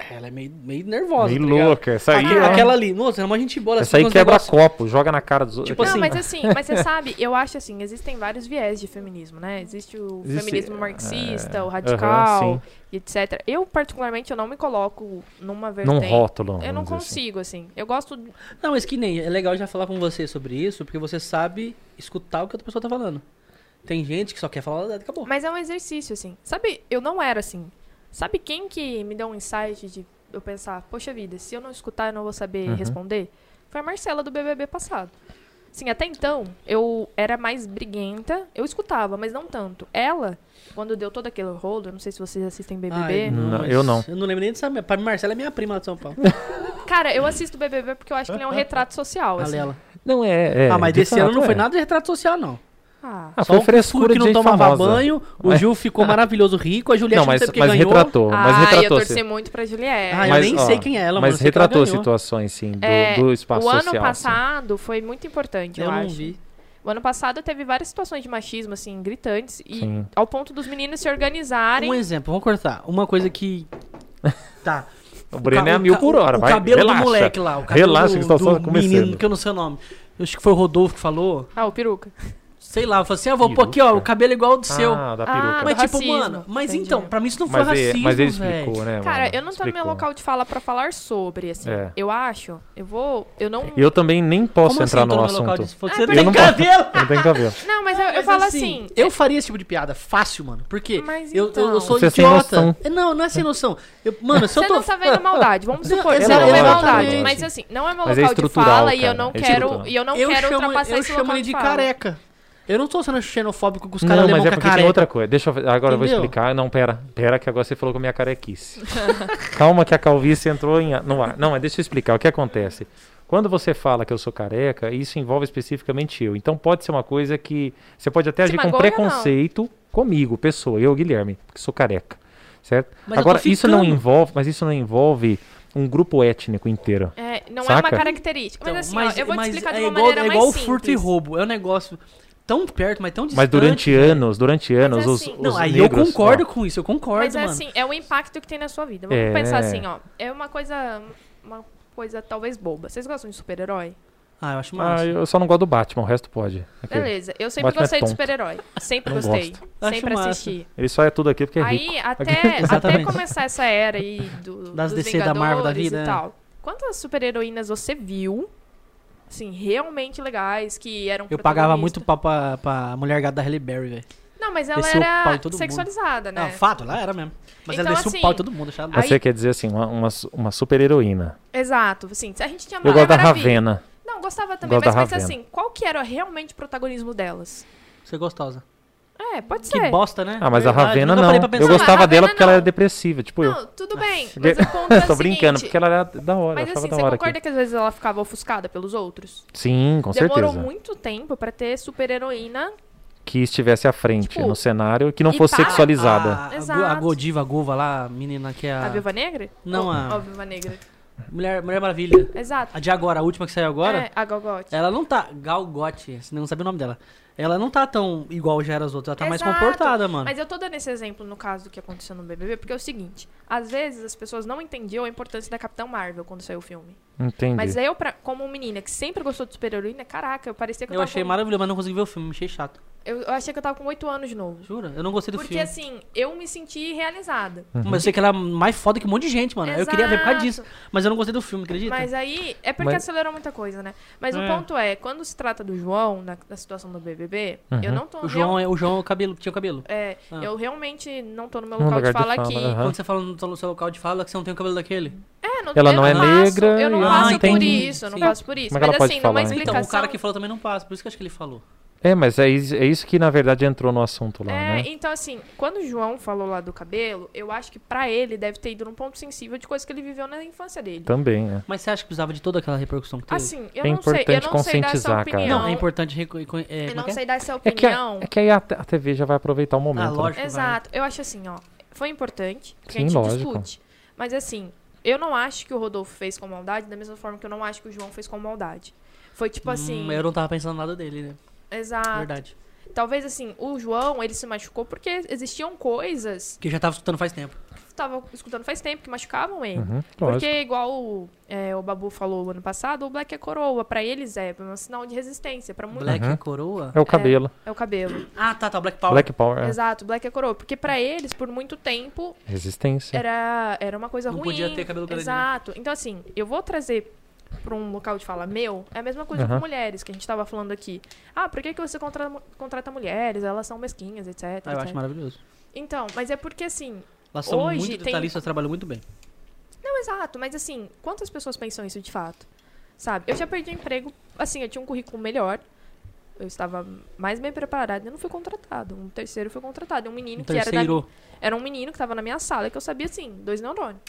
Ela é meio, meio nervosa.
Meio
tá ligado?
louca. Essa aí,
Aquela,
ó,
aquela ali, moça, é uma gente boa. Ela
essa aí
fica uns
quebra
negócios-
copo, joga na cara dos outros.
Tipo
não,
assim-
mas assim, mas você sabe, eu acho assim, existem vários viés de feminismo, né? Existe o
Existe,
feminismo marxista,
é,
o
aham,
radical,
sim.
e etc. Eu, particularmente, eu não me coloco numa
Num
vertente.
rótulo.
Eu
vamos
não
dizer
consigo, assim. Eu gosto.
Não, mas que nem, é legal já falar com você sobre isso, porque você sabe escutar o que outra pessoa tá falando. Tem gente que só quer falar, acabou.
Mas é um exercício, assim. Sabe, eu não era assim. Sabe quem que me deu um insight de eu pensar, poxa vida, se eu não escutar, eu não vou saber
Uhum.
responder? Foi a Marcela do BBB passado. Sim, até então, eu era mais briguenta, eu escutava, mas não tanto. Ela, quando deu todo aquele rolo, eu não sei se vocês assistem BBB.
Ai,
Não,
mas
eu não.
Eu não lembro nem dessa minha. Pra mim, Marcela é minha prima lá de São Paulo.
Cara, eu assisto BBB porque eu acho que ele é um retrato social,
a
assim.
Lela.
assim. Não, é. é,
ah, mas
de
desse ano
fato,
não foi
é.
nada de retrato social, não.
Ah.
Ah,
Só
foi
o frescura
frescura
que
de
não
gente
tomava
famosa. <laughs>
banho, o Gil ficou maravilhoso rico, a Juliette
Não,
não,
mas,
sabe porque
mas
ganhou.
retratou. Mas
Ah, eu
retratou.
torci muito pra Juliette.
Ah, eu
Mas,
nem
ó,
sei quem é ela, mano.
mas
eu sei que ela
retratou
ganhou.
situações, sim, do,
É,
do espaço
o ano
social. assim.
passado foi muito importante, eu,
Eu não
acho.
vi.
O ano passado teve várias situações de machismo, assim, gritantes, e
Sim.
ao ponto dos meninos se organizarem.
Um exemplo, vamos cortar. Uma
<laughs>
coisa que. Tá.
O Breno
ca-
é a mil
ca-
por hora,
o
vai.
cabelo
relaxa.
do moleque lá. O cabelo
Relaxa,
do,
que você tá só
do
começando.
menino, que eu não sei o nome. Eu acho que foi o Rodolfo que falou.
Ah, o peruca.
Sei lá, eu falei assim, ah, vou pôr aqui, ó, o cabelo igual ao do seu.
Ah, da
Ah,
peruca.
Mas tipo,
racismo,
mano, mas
entendi.
então, pra mim isso não foi
mas,
racismo,
ele, mas ele
véi.
explicou, né?
Cara,
mano?
eu não tô no meu
Explicou.
local de fala pra falar sobre, assim.
É.
Eu acho. Eu vou. Eu não.
Eu também nem posso
Como assim,
entrar
tô
no
meu local
assunto.
de- Você
Ah,
tem
eu não posso.
cabelo!
Eu não tenho cabelo.
Não, mas eu, eu
Mas
falo assim.
Eu faria esse tipo de piada fácil, mano. Por quê?
Mas então.
eu, eu, eu sou
Você é sem
idiota.
noção.
Não, não é sem noção. Eu- mano, se eu
Você
tô.
não tá vendo maldade, vamos
Não,
supor,
é
você não vê
lógico,
maldade.
lógico.
Mas assim, não é meu
Mas é
local de
estrutural,
fala e
cara,
eu não
é
quero,
estrutural.
e eu não
eu
quero
chamo,
ultrapassar
eu
esse
chamo
local
ele de
fala.
careca. Eu não tô sendo xenofóbico com os caras
Não,
alemão
mas
que
é
é
porque
careca.
tem outra coisa. Deixa eu... Agora eu vou
Entendeu?
explicar. Não, pera. Pera que agora você falou com a minha carequice. <laughs> Calma que a calvície entrou em... a- no ar. Não, mas deixa eu explicar. O que acontece? Quando você fala que eu sou careca, isso envolve especificamente eu. Então pode ser uma coisa que... Você pode até
Se
agir com
magoa ou não?
preconceito comigo, pessoa. Eu, Guilherme, que sou careca. Certo?
Mas eu tô
agora, isso não
ficando.
envolve... Mas isso não envolve um grupo étnico inteiro.
É, não é
Saca?
uma característica. Mas assim, ó, eu vou te
Então, mas
explicar
é
de uma
igual,
maneira
É igual
mais simples.
furto e roubo. É um negócio tão perto, mas tão distante. né? é
Mas durante anos, durante anos, os,
assim-
os
Não, aí
negros,
eu concordo com isso, eu concordo,
Mas é
mano.
assim, é o impacto que tem na sua vida. Vamos
É.
pensar assim, ó. É uma coisa. Uma coisa talvez boba. Vocês gostam de super-herói?
Ah, eu acho
ó. Ah,
massa.
eu só não gosto do Batman, o resto pode. Aqui.
Beleza. Eu sempre
Batman é
gostei de
tonto.
super-herói. Sempre
Não
gostei.
gosto.
Acho
Sempre
massa.
assisti.
Ele só é tudo aqui porque é rico.
Aí, até,
<laughs>
até
Exatamente.
começar essa era aí do,
Das
dos
DC da Marvel da
Vingadores
vida,
e
é.
tal. Quantas super-heroínas você viu, assim, realmente legais, que eram
Eu pagava muito
protagonistas?
pau pra, pra mulher gata da Halle Berry, velho.
Não, mas ela
Descia o pau em
era
todo mundo.
sexualizada, né?
Ah, fato, ela era mesmo. Mas
Então,
ela desceu
assim,
o pau em todo mundo, achava
aí-
Você quer dizer assim, uma, uma, su- uma super heroína.
Exato. Assim, a gente tinha
Eu
Mulher
gosto da
Maravilha.
Ravena.
Não, gostava também,
Gosto da
mas pensa
Ravena.
assim, qual que era realmente o protagonismo delas?
Você é gostosa.
É, pode
Que
ser.
bosta, né?
Ah, mas a
Verdade,
Ravena
nunca
não.
parei pra
Eu
pensar.
gostava
Não, a
dela
Ravena
porque ela
não.
era depressiva, tipo eu. <laughs>
Não, tudo bem, mas o ponto é o
Tô brincando,
seguinte,
porque ela era da hora.
Mas
eu achava
assim,
da
você
hora.
concorda que às vezes ela ficava ofuscada pelos outros?
aquilo. Sim, com
Demorou
certeza.
muito tempo pra ter super-heroína
Que, que estivesse à frente
Tipo,
no cenário, que não
e
fosse
pá,
sexualizada.
A, a, Go- a
Ah, Exato.
Godiva, a Gova lá, a menina que é a.
A Viúva Negra?
Não,
Ou-
a-
Ó, Viúva Negra.
Mulher, Mulher Maravilha.
Exato.
A de agora, a última que saiu agora.
É, a Gogote.
Ela não tá. Gal Gotti, você não sabe o nome dela. Ela não tá tão igual já era as outras. Ela tá mais
Exato.
comportada, mano.
Mas eu tô dando esse exemplo no caso do que aconteceu no BBB, porque é o seguinte, às vezes as pessoas não entendiam a importância da Capitã Marvel quando saiu o filme.
Entendi.
Mas é eu, pra, como menina que sempre gostou de super-heroína, caraca, eu parecia que eu,
Eu
tava
achei
com-
maravilhoso, mas não consegui ver o filme, achei chato.
eu, eu achei que eu tava com 8 anos de novo.
Jura? Eu não gostei do
Porque
filme.
assim, eu me senti realizada.
Uhum.
Mas eu sei que ela é mais foda que um monte de gente, mano. Eu queria ver por causa disso.
Exato.
Mas eu não gostei do filme, acredita?
Mas aí é porque
Mas-
acelerou muita coisa, né? Mas
É.
o ponto é, quando se trata do João, na, na situação do BBB,
Uhum.
eu não tô
O João é o João é o cabelo, que tinha o cabelo.
É,
Ah.
eu realmente não tô no meu
No
local,
lugar
de
de
fala
fala,
aqui.
aham.
Quando você fala no seu- seu local de fala que você não tem o cabelo daquele.
É, não,
Ela
eu
não é
faço-
negra
Eu não
e ela
não
passo por
tem-
isso, eu não
Sim.
passo por isso.
Como é que ela
Mas
pode
assim,
falar,
numa
então?
Então,
explicação.
o cara que falou também não passa, por isso que eu acho que ele falou.
É, mas é, is- é isso que na verdade entrou no assunto lá,
É,
né?
então assim, quando o João falou lá do cabelo, eu acho que pra ele deve ter ido num ponto sensível de coisa que ele viveu na infância dele.
Também, é.
Mas você acha que precisava de toda aquela repercussão que teve?
Assim, eu
É
não sei,
importante
eu não sei dar essa
conscientizar, cara.
opinião.
não, é importante reconhecer.
Eu
É,
não
como é que é?
sei dar essa
É que, a,
opinião.
é que aí a, te- a TV já vai aproveitar o momento.
Ah,
né?
lógico.
Exato. Eu acho assim, ó. Foi importante, porque
Sim,
a gente
lógico.
discute. Mas assim, eu não acho que o Rodolfo fez com maldade, da mesma forma que eu não acho que o João fez com maldade. Foi tipo assim.
Hum,
Ah.
eu não tava pensando nada dele, né?
Exato.
Verdade.
Talvez assim, o João, ele se machucou porque existiam coisas
Porque eu já tava escutando faz tempo.
que eu tava escutando faz tempo que machucavam ele.
Uhum, lógico.
Porque, igual o, é, o Babu falou ano passado, o Black é coroa. Pra eles é, é um sinal de resistência. Pra muitos
Black
Uhum.
Coroa?
É o cabelo.
é o cabelo.
Ah, tá, tá. Black Power.
Black Power. é.
Exato, Black é coroa. Porque pra eles, por muito tempo,
Resistência.
era, era uma coisa
Não
ruim.
podia ter cabelo grande, né?
Exato. Então, assim, eu vou trazer pra um local de fala meu, é a mesma coisa
Aham.
com mulheres, que a gente tava falando aqui. Ah, por que, que você contra- contrata, mulheres? Elas são mesquinhas, etc.
Ah, eu
etc.
acho maravilhoso.
Então, mas é porque assim.
Elas são
Hoje
muito
tem-
detalhistas, trabalham muito bem.
Não, exato, mas assim, quantas pessoas pensam isso de fato? Sabe? Eu já perdi emprego, assim, eu tinha um currículo melhor. Eu estava mais bem preparada, eu não fui contratado. Um terceiro foi contratado. Um menino
Um
que era da-
terceiro.
Era um menino que estava na minha sala que eu sabia, assim, dois neurônios.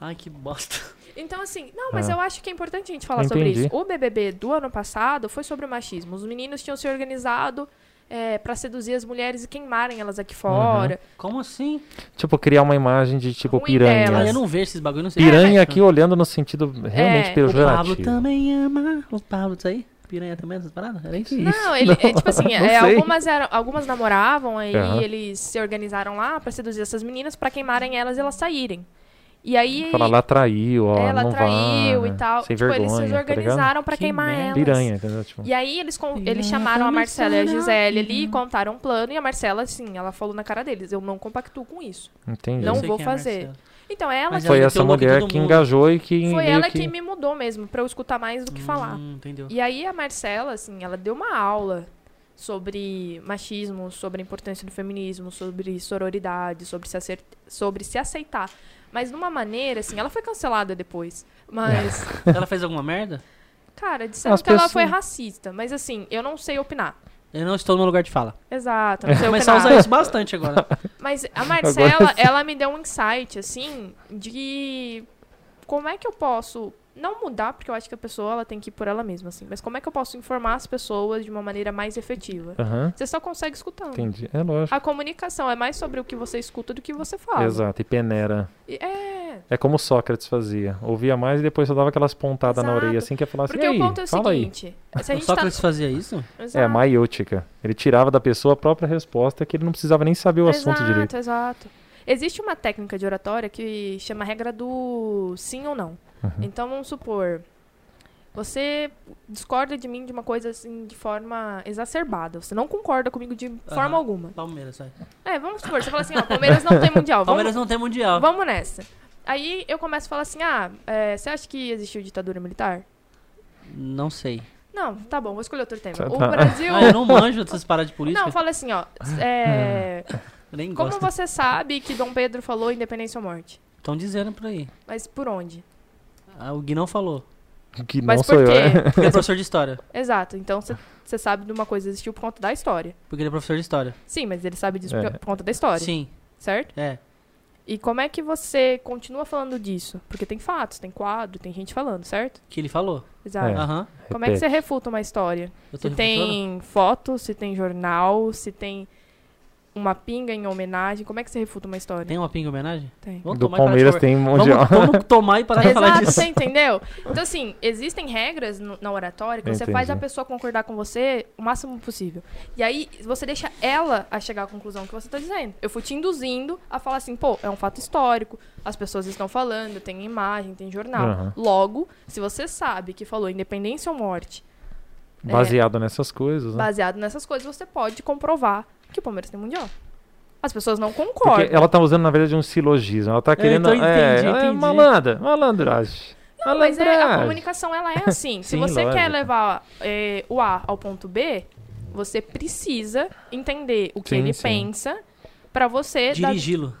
Ai, que bosta. <laughs>
Então, assim, não, mas
Ah.
eu acho que é importante a gente falar
Entendi.
sobre isso. O BBB do ano passado foi sobre o machismo. Os meninos tinham se organizado é, para seduzir as mulheres e queimarem elas
Uhum.
aqui fora.
Como assim?
Tipo, criar uma imagem de tipo
Ruim
piranha.
delas.
Ah, eu não vejo esses bagulho, não sei.
Piranha aqui olhando no sentido realmente
É.
É. O Pablo
pejorativo.
também ama. O Pablo, isso aí? Piranha também, essas paradas? Era isso?
<laughs>
Não, ele, é, tipo assim,
Não
é,
sei.
algumas, eram, algumas namoravam, aí
Aham.
eles se organizaram lá para seduzir essas meninas, para queimarem elas e elas saírem. E aí
Fala, lá traiu, ó,
ela
não
traiu
vai,
e tal.
Sem
tipo,
vergonha,
eles se
tá ligado?
organizaram para
Que
queimar
merda.
elas.
Piranha, entendeu? Tipo,
E aí eles, con- eles chamaram a Marcela e a Gisele ali, contaram um plano, e a Marcela, assim, ela falou na cara deles, eu não compactuo com isso.
entendi.
não
Eu sei
vou
quem é,
fazer.
Marcelo.
Então ela
Mas
que-
Foi
ela
essa
meteu o look em
mulher
todo
que
mundo.
engajou e que
foi
meio
ela que... me mudou mesmo, pra eu escutar mais do que falar.
Hum,
<laughs>
entendeu.
E aí a Marcela, assim, ela deu uma aula sobre machismo, sobre a importância do feminismo, sobre sororidade, sobre se, acer- sobre se aceitar. Mas de uma maneira, assim, ela foi cancelada depois. Mas,
Ela fez alguma merda?
cara, disseram
As
que ela
pessoas-
foi racista. Mas, assim, eu não sei opinar.
Eu não estou no lugar de fala.
Exato, não sei
É. Mas a
opinar.
usar isso bastante agora.
Mas a
<laughs> Agora
Marcela, ela me deu um insight, assim, de como é que eu posso não mudar, porque eu acho que a pessoa ela tem que ir por ela mesma, assim, mas como é que eu posso informar as pessoas de uma maneira mais efetiva?
Aham,
Você só consegue escutando.
entendi. É lógico.
A comunicação é mais sobre o que você escuta do que você fala.
Exato, e peneira.
E é,
É como Sócrates fazia. Ouvia mais e depois só dava aquelas pontadas na
Exato.
orelha assim que ia falar assim,
porque
"E aí,
o ponto é o
fala aí.
seguinte, <laughs> se a
O
gente tá...
Sócrates fazia isso?
É,
Exato.
maiútica. Ele tirava da pessoa a própria resposta que ele não precisava nem saber o assunto
exato,
direito.
Exato. Existe uma técnica de oratória que chama a regra do sim ou não.
Uhum.
Então vamos supor, você discorda de mim de uma coisa assim de forma exacerbada. Você não concorda comigo de forma alguma.
Palmeiras, vai.
É, vamos supor, você fala assim, ó, Palmeiras não tem mundial. Vamos,
<laughs> Palmeiras não tem mundial.
vamos nessa. Aí eu começo a falar assim, ah, é, você acha que existiu ditadura militar?
Não sei.
Não, tá bom, vou escolher outro tema.
Tá,
O
tá.
Brasil.
<laughs> Ah, eu não manjo dessas paradas de política.
Não, fala assim, ó. é,
Hum.
eu nem
como
gosto.
você sabe que Dom Pedro falou independência ou morte?
Estão dizendo por aí.
Mas por onde?
Ah, o Gui
<laughs>
não falou.
Que não
Mas
sou
por
eu, <laughs> é.
quê?
Ele é professor de história.
<laughs> Exato. Então você sabe de uma coisa que existiu por conta da história.
Porque ele é professor de história.
Sim, mas ele sabe disso
É.
por por conta da história.
Sim,
Certo?
é.
E como é que você continua falando disso? Porque tem fatos, tem quadro, tem gente falando, certo?
Que ele falou.
Exato.
É.
Aham.
Como é que você refuta uma história?
Eu tô
Se tem foto, se tem jornal, se tem uma pinga em homenagem, como é que você refuta uma história?
Tem uma pinga em homenagem?
Tem.
Vamos
Do
tomar e parar de
Palmeiras
conver-
tem um é mundial.
Vamos, vamos tomar e parar
<laughs>
de falar
Exato,
disso.
você entendeu? Então, assim, existem regras no- na oratória que
Eu
você faz a
entendi.
pessoa concordar com você o máximo possível. E aí, você deixa ela a chegar à conclusão que você tá dizendo. Eu fui te induzindo a falar assim, pô, é um fato histórico, as pessoas estão falando, tem imagem, tem jornal.
Aham.
Logo, se você sabe que falou independência ou morte,
<laughs> Baseado nessas coisas, né?
baseado nessas coisas, você pode comprovar que o Palmeiras tem mundial. As pessoas não concordam.
Porque ela tá usando, na verdade, um silogismo. Ela tá querendo.
então
é,
entendi,
ela é
entendi.
malandra, malandragem.
Não, mas é, a
Malandragem.
comunicação ela é assim.
<laughs>
Se
Sim,
você quer
lógico.
levar é, o A ao ponto B, você precisa entender o que
Sim,
ele
sim.
pensa para você dar-
Dirigi-lo.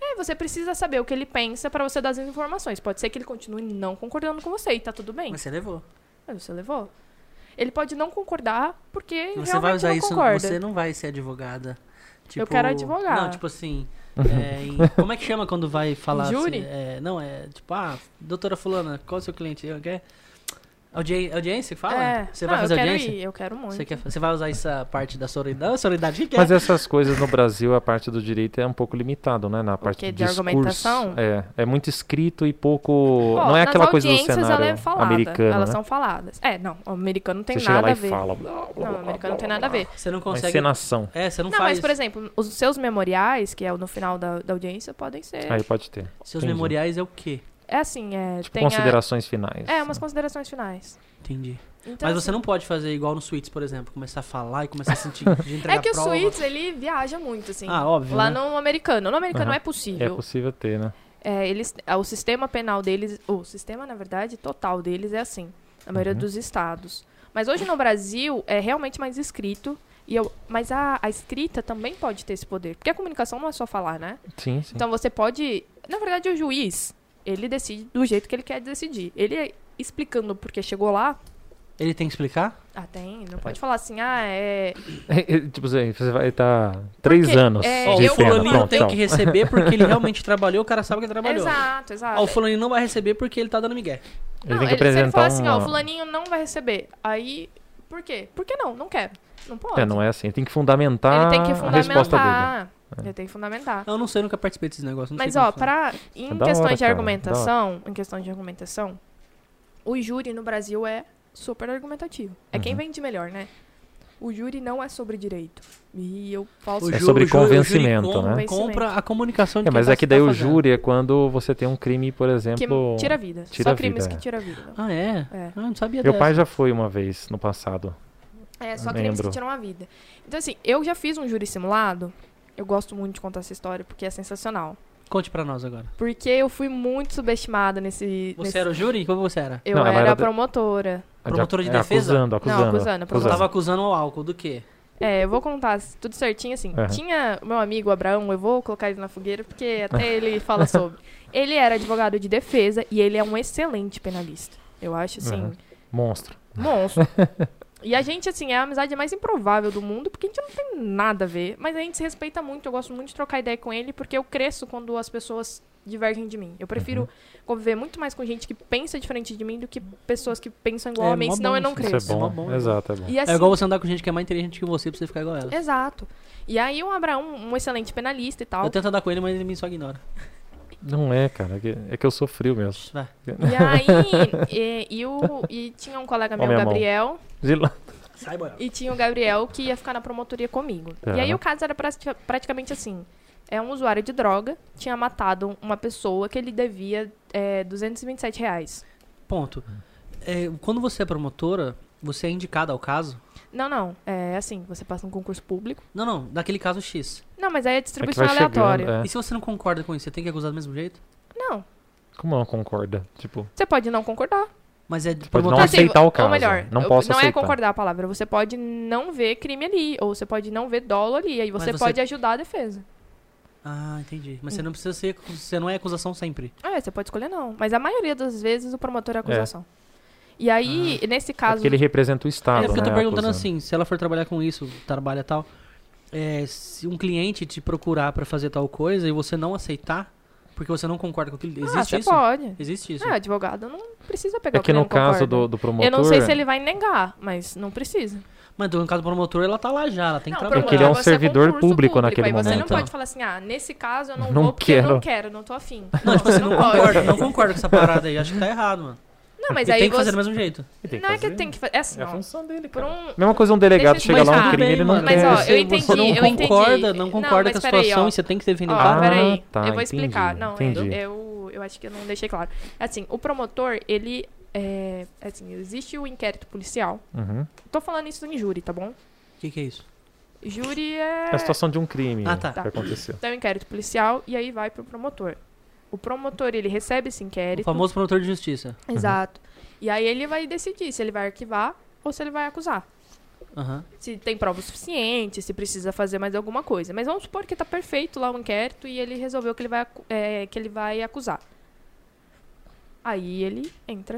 É, você precisa saber o que ele pensa para você dar as informações. Pode ser que ele continue não concordando com você e tá tudo bem.
Mas
Mas,
você levou.
você levou. Ele pode não concordar porque
Você
realmente
vai usar
não
isso.
concorda. É.
Você não vai ser advogada. Tipo,
Eu quero advogar.
Não,
<laughs>
tipo assim. é, em- como é que chama quando vai falar
Júri?
assim? é, não, é tipo, ah, doutora Fulana, qual é o seu cliente? Eu quero- Audi- audiência que fala?
É.
Você
Não,
vai fazer
eu quero
audiência?
ir, eu quero muito.
Você, quer, você vai usar essa parte da sororidade? Ah, Sororidade, o que que é?
Mas essas coisas no Brasil, a parte do direito é um pouco limitado, né? Na parte
quê?
do
De
discurso.
argumentação?
É, é muito escrito e pouco.
Ó,
não é
nas
aquela coisa do
audiências
cenário
ela é falada,
americano.
Elas
né?
são faladas. É, não, o americano não tem
Você chega
nada
lá
a
e
ver.
fala. blá, blá, blá,
Não, o
blá,
americano
blá,
não tem nada a ver.
Você não
Uma
consegue.
encenação.
É, você não,
Não,
faz.
mas, por exemplo, os seus memoriais, que é o no final da, da audiência, podem ser.
Aí pode ter.
Seus
Entendi.
memoriais é o quê?
É assim, é.
Tipo,
tem a-
considerações finais.
É, umas considerações finais.
Entendi.
Então,
mas você
assim,
não pode fazer igual no Suítes, por exemplo. Começar a falar e começar
<laughs>
a sentir de entregar
É que o
prova.
Suítes, ele viaja muito, assim.
Ah, óbvio,
Lá
né?
no americano. No americano
Aham.
é
É
possível.
possível ter, né?
É, eles, ah, o sistema penal deles, o sistema, na verdade, total deles é assim, na maioria
Uhum.
dos estados. Mas hoje no Brasil é realmente mais escrito. E eu, mas a, a escrita também pode ter esse poder. Porque a comunicação não é só falar, né?
Sim, sim.
Então você pode. Na verdade, o juiz, ele decide do jeito que ele quer decidir. Ele explicando porque chegou lá.
Ele tem que explicar?
Ah, tem. Não pode falar assim, ah, é.
<laughs> tipo assim, você vai estar três
Porque,
anos
é,
Ó,
de
o
eu-
pena. Pronto,
fulaninho
então.
tem
tchau.
que receber porque
<laughs>
ele realmente trabalhou, o cara sabe que ele trabalhou.
Exato, exato.
Ó, o fulaninho não vai receber porque ele tá dando migué.
Ele tem que
Não, se ele falar
apresentar
assim,
um...
ó, o fulaninho não vai receber. Aí. Por quê? Por que não? Não quero. Não pode.
É, não é assim. Ele tem que fundamentar,
Ele tem que
a resposta dele.
fundamentar. Ele tem que fundamentar.
Eu não sei, eu nunca participei desses negócios. não
Mas,
sei como
ó,
funciona.
pra, em
É da
questões
hora,
de
cara,
argumentação, em questões de argumentação, o júri no Brasil é super argumentativo. É quem
Uhum.
vende melhor, né? O júri não é sobre direito. E eu falo
É
sobre
ju-
sobre
ju- o júri
convencimento,
compra-
né?
Convencimento.
Compra a comunicação de
É,
quem
mas
tá-
é que daí
tá
o
fazendo.
júri é quando você tem um crime, por
que
exemplo...
tira vida.
tira
Só crimes
vida,
que
é.
tira vida.
Ah, é?
É.
Ah, eu não sabia
Meu
dessa.
pai já foi uma vez no passado.
É, só crimes que
Lembro.
tiram a vida. Então, assim, eu já fiz um júri simulado. Eu gosto muito de contar essa história porque é sensacional.
Conte pra nós agora.
Porque eu fui muito subestimada nesse.
Você
nesse-
era o júri? Como você era?
Eu
Não, ela
era,
era da-
promotora.
Promotora de
É,
defesa?
Acusando, acusando.
acusando,
Você
é.
Exato.
tava acusando o álcool do quê?
É, eu vou contar tudo certinho assim.
Aham.
Tinha o meu amigo Abraão, eu vou colocar ele na fogueira porque até ele fala sobre.
<laughs>
Ele era advogado de defesa e ele é um excelente penalista. Eu acho assim,
Aham. Monstro.
<laughs>
monstro. E a gente, assim, é a amizade mais improvável do mundo, porque a gente não tem nada a ver. Mas a gente se respeita muito, eu gosto muito de trocar ideia com ele, porque eu cresço quando as pessoas divergem de mim. Eu
Uhum.
prefiro conviver muito mais com gente que pensa diferente de mim do que pessoas que pensam igual
É,
a mim,
mó
senão
bom
eu não
isso,
cresço.
Isso é
Uma
bom.
boa,
Exato, é bom.
E assim,
É igual você andar com gente que é mais inteligente que você pra você ficar igual a ela.
Exato. E aí o Abraão, um excelente penalista e tal.
Eu tento andar com ele, mas ele me só ignora.
Não é, cara. É que, é que eu sou frio mesmo.
Vai.
E aí, e, e o, e tinha um colega meu,
Ó, minha mão.
Gabriel,
De lá- é
Sai, boy.
e tinha o Gabriel que ia ficar na promotoria comigo. E aí
Aham.
o caso era prati- praticamente assim. É um usuário de droga, tinha matado uma pessoa que ele devia é, 227 reais.
Ponto.
Hum.
É, quando você é promotora, você é indicada ao caso?
Não, não. É assim, você passa um concurso público.
Não, não, daquele caso X.
Não, mas aí é
É que
distribuição
vai
aleatória.
chegando. é.
E se você não concorda com isso, você tem que acusar do mesmo jeito?
Não.
é. Como não concorda? Tipo,
Você pode não concordar.
Mas é de
pode não
promotor-
assim,
aceitar o caso.
Ou melhor,
não
eu-
posso
não é
aceitar.
concordar a palavra. Você pode não ver crime ali, ou você pode não ver dolo ali. Aí
Mas
você
você-
pode ajudar a defesa.
Ah, entendi. Mas você não precisa ser. Você não é acusação sempre.
Ah, É, você pode escolher não. Mas a maioria das vezes o promotor é a acusação. E aí, nesse
É
caso.
porque ele representa o Estado,
é porque eu tô
né,
perguntando
acusando.
assim, se ela for trabalhar com isso, trabalha tal. é, se um cliente te procurar pra fazer tal coisa e você não aceitar, porque você não concorda com aquilo.
ah,
Existe
você
isso?
pode.
Existe isso.
Ah, advogado não precisa pegar
É
o
que
não
no caso
concorda.
do, do promotor.
Eu não sei se ele vai negar, mas não precisa.
Mas no caso do promotor, ela tá lá já, ela tem que
Não,
É
trabalhar.
que ele é um
você
servidor
concurso
público naquele
aí Você não
momento.
pode falar assim, ah, nesse caso eu não,
Não
vou porque eu
quero.
não quero, não tô afim.
Não, tipo, você não
<laughs> pode.
concorda, não concorda com essa parada aí. Acho que tá errado, mano.
Não, mas
Ele
aí
tem que
você...
fazer do mesmo jeito.
Ele tem
não é que
fazer.
tem que fazer, é assim,
É a
ó,
função dele,
por
cara.
um...
Mesma coisa um delegado
Deixa eu
chega lá
explicar.
um crime,
Tudo
ele não
bem,
quer.
Mas, ó,
Você-
eu
você
entendi,
não
eu entendi.
concorda, não
Não,
concorda
mas
com a
peraí,
situação
ó.
e você tem que defender o
Ó,
Ah,
cara.
peraí,
tá,
eu vou explicar.
entendi,
Não,
entendi.
Eu, eu, eu acho que eu não deixei claro. Assim, o promotor, ele, é, assim, existe o inquérito policial.
Uhum.
Tô falando isso em júri, tá bom?
O que, que é isso?
Júri é...
É a situação de um crime
Ah, tá.
que aconteceu.
Então, inquérito policial e aí vai pro promotor. O promotor, ele recebe esse
O
inquérito.
famoso promotor de justiça.
Exato. E aí ele vai decidir se ele vai arquivar ou se ele vai acusar.
Aham.
Se tem prova suficiente, se precisa fazer mais alguma coisa. Mas vamos supor que tá perfeito lá o inquérito e ele resolveu que ele vai, acu- é, que ele vai acusar. Aí ele entra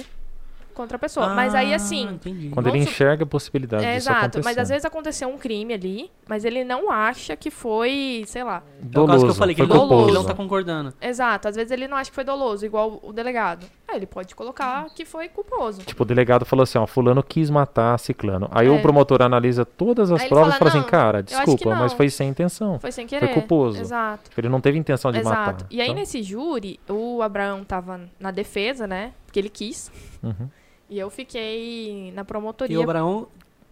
contra a pessoa. mas aí
Ah,
assim.
entendi.
Quando ele
Vamos su-
enxerga a possibilidade
é,
disso
exato,
acontecer.
mas às vezes aconteceu um crime ali, mas ele não acha que foi, sei lá.
É o caso que eu
Doloso,
falei, que
foi
ele não,
culposo.
ele não tá concordando.
Exato, às vezes ele não acha que foi doloso, igual o delegado. Aí ele pode colocar que foi culposo.
Tipo, o delegado falou assim, ó, fulano quis matar ciclano. Aí
É.
o promotor analisa todas as
Aí ele
provas e
fala,
fala assim,
"Não,
cara,
que
desculpa, mas
não."
foi sem intenção.
Foi sem querer.
culposo.
Exato.
Ele não teve intenção de
Exato.
matar.
E aí,
Então,
nesse júri, o Abraão tava na defesa, né? Porque ele quis.
uhum.
E eu fiquei na
E
promotoria.
o Abraão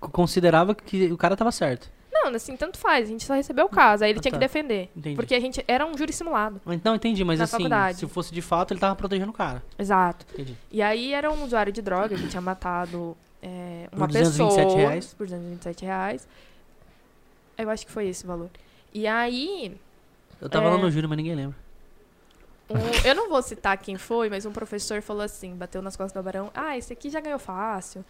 c- considerava que o cara tava certo.
Não, assim, tanto faz. A gente só recebeu o caso. Aí ele
Ah,
tinha
tá.
que defender.
Entendi.
Porque a gente era um júri simulado.
Não, entendi, mas
Na
assim,
faculdade.
se fosse de fato, ele tava protegendo o cara.
Exato.
Entendi.
E aí era um usuário de droga que tinha matado é,
Por
uma
227
pessoa
reais.
por 227 reais. Eu acho que foi esse o valor. E aí,
Eu tava
É.
lá no júri, mas ninguém lembra.
Um- eu não vou citar quem foi, mas um professor falou assim, bateu nas costas do Barão, ah, esse aqui já ganhou fácil,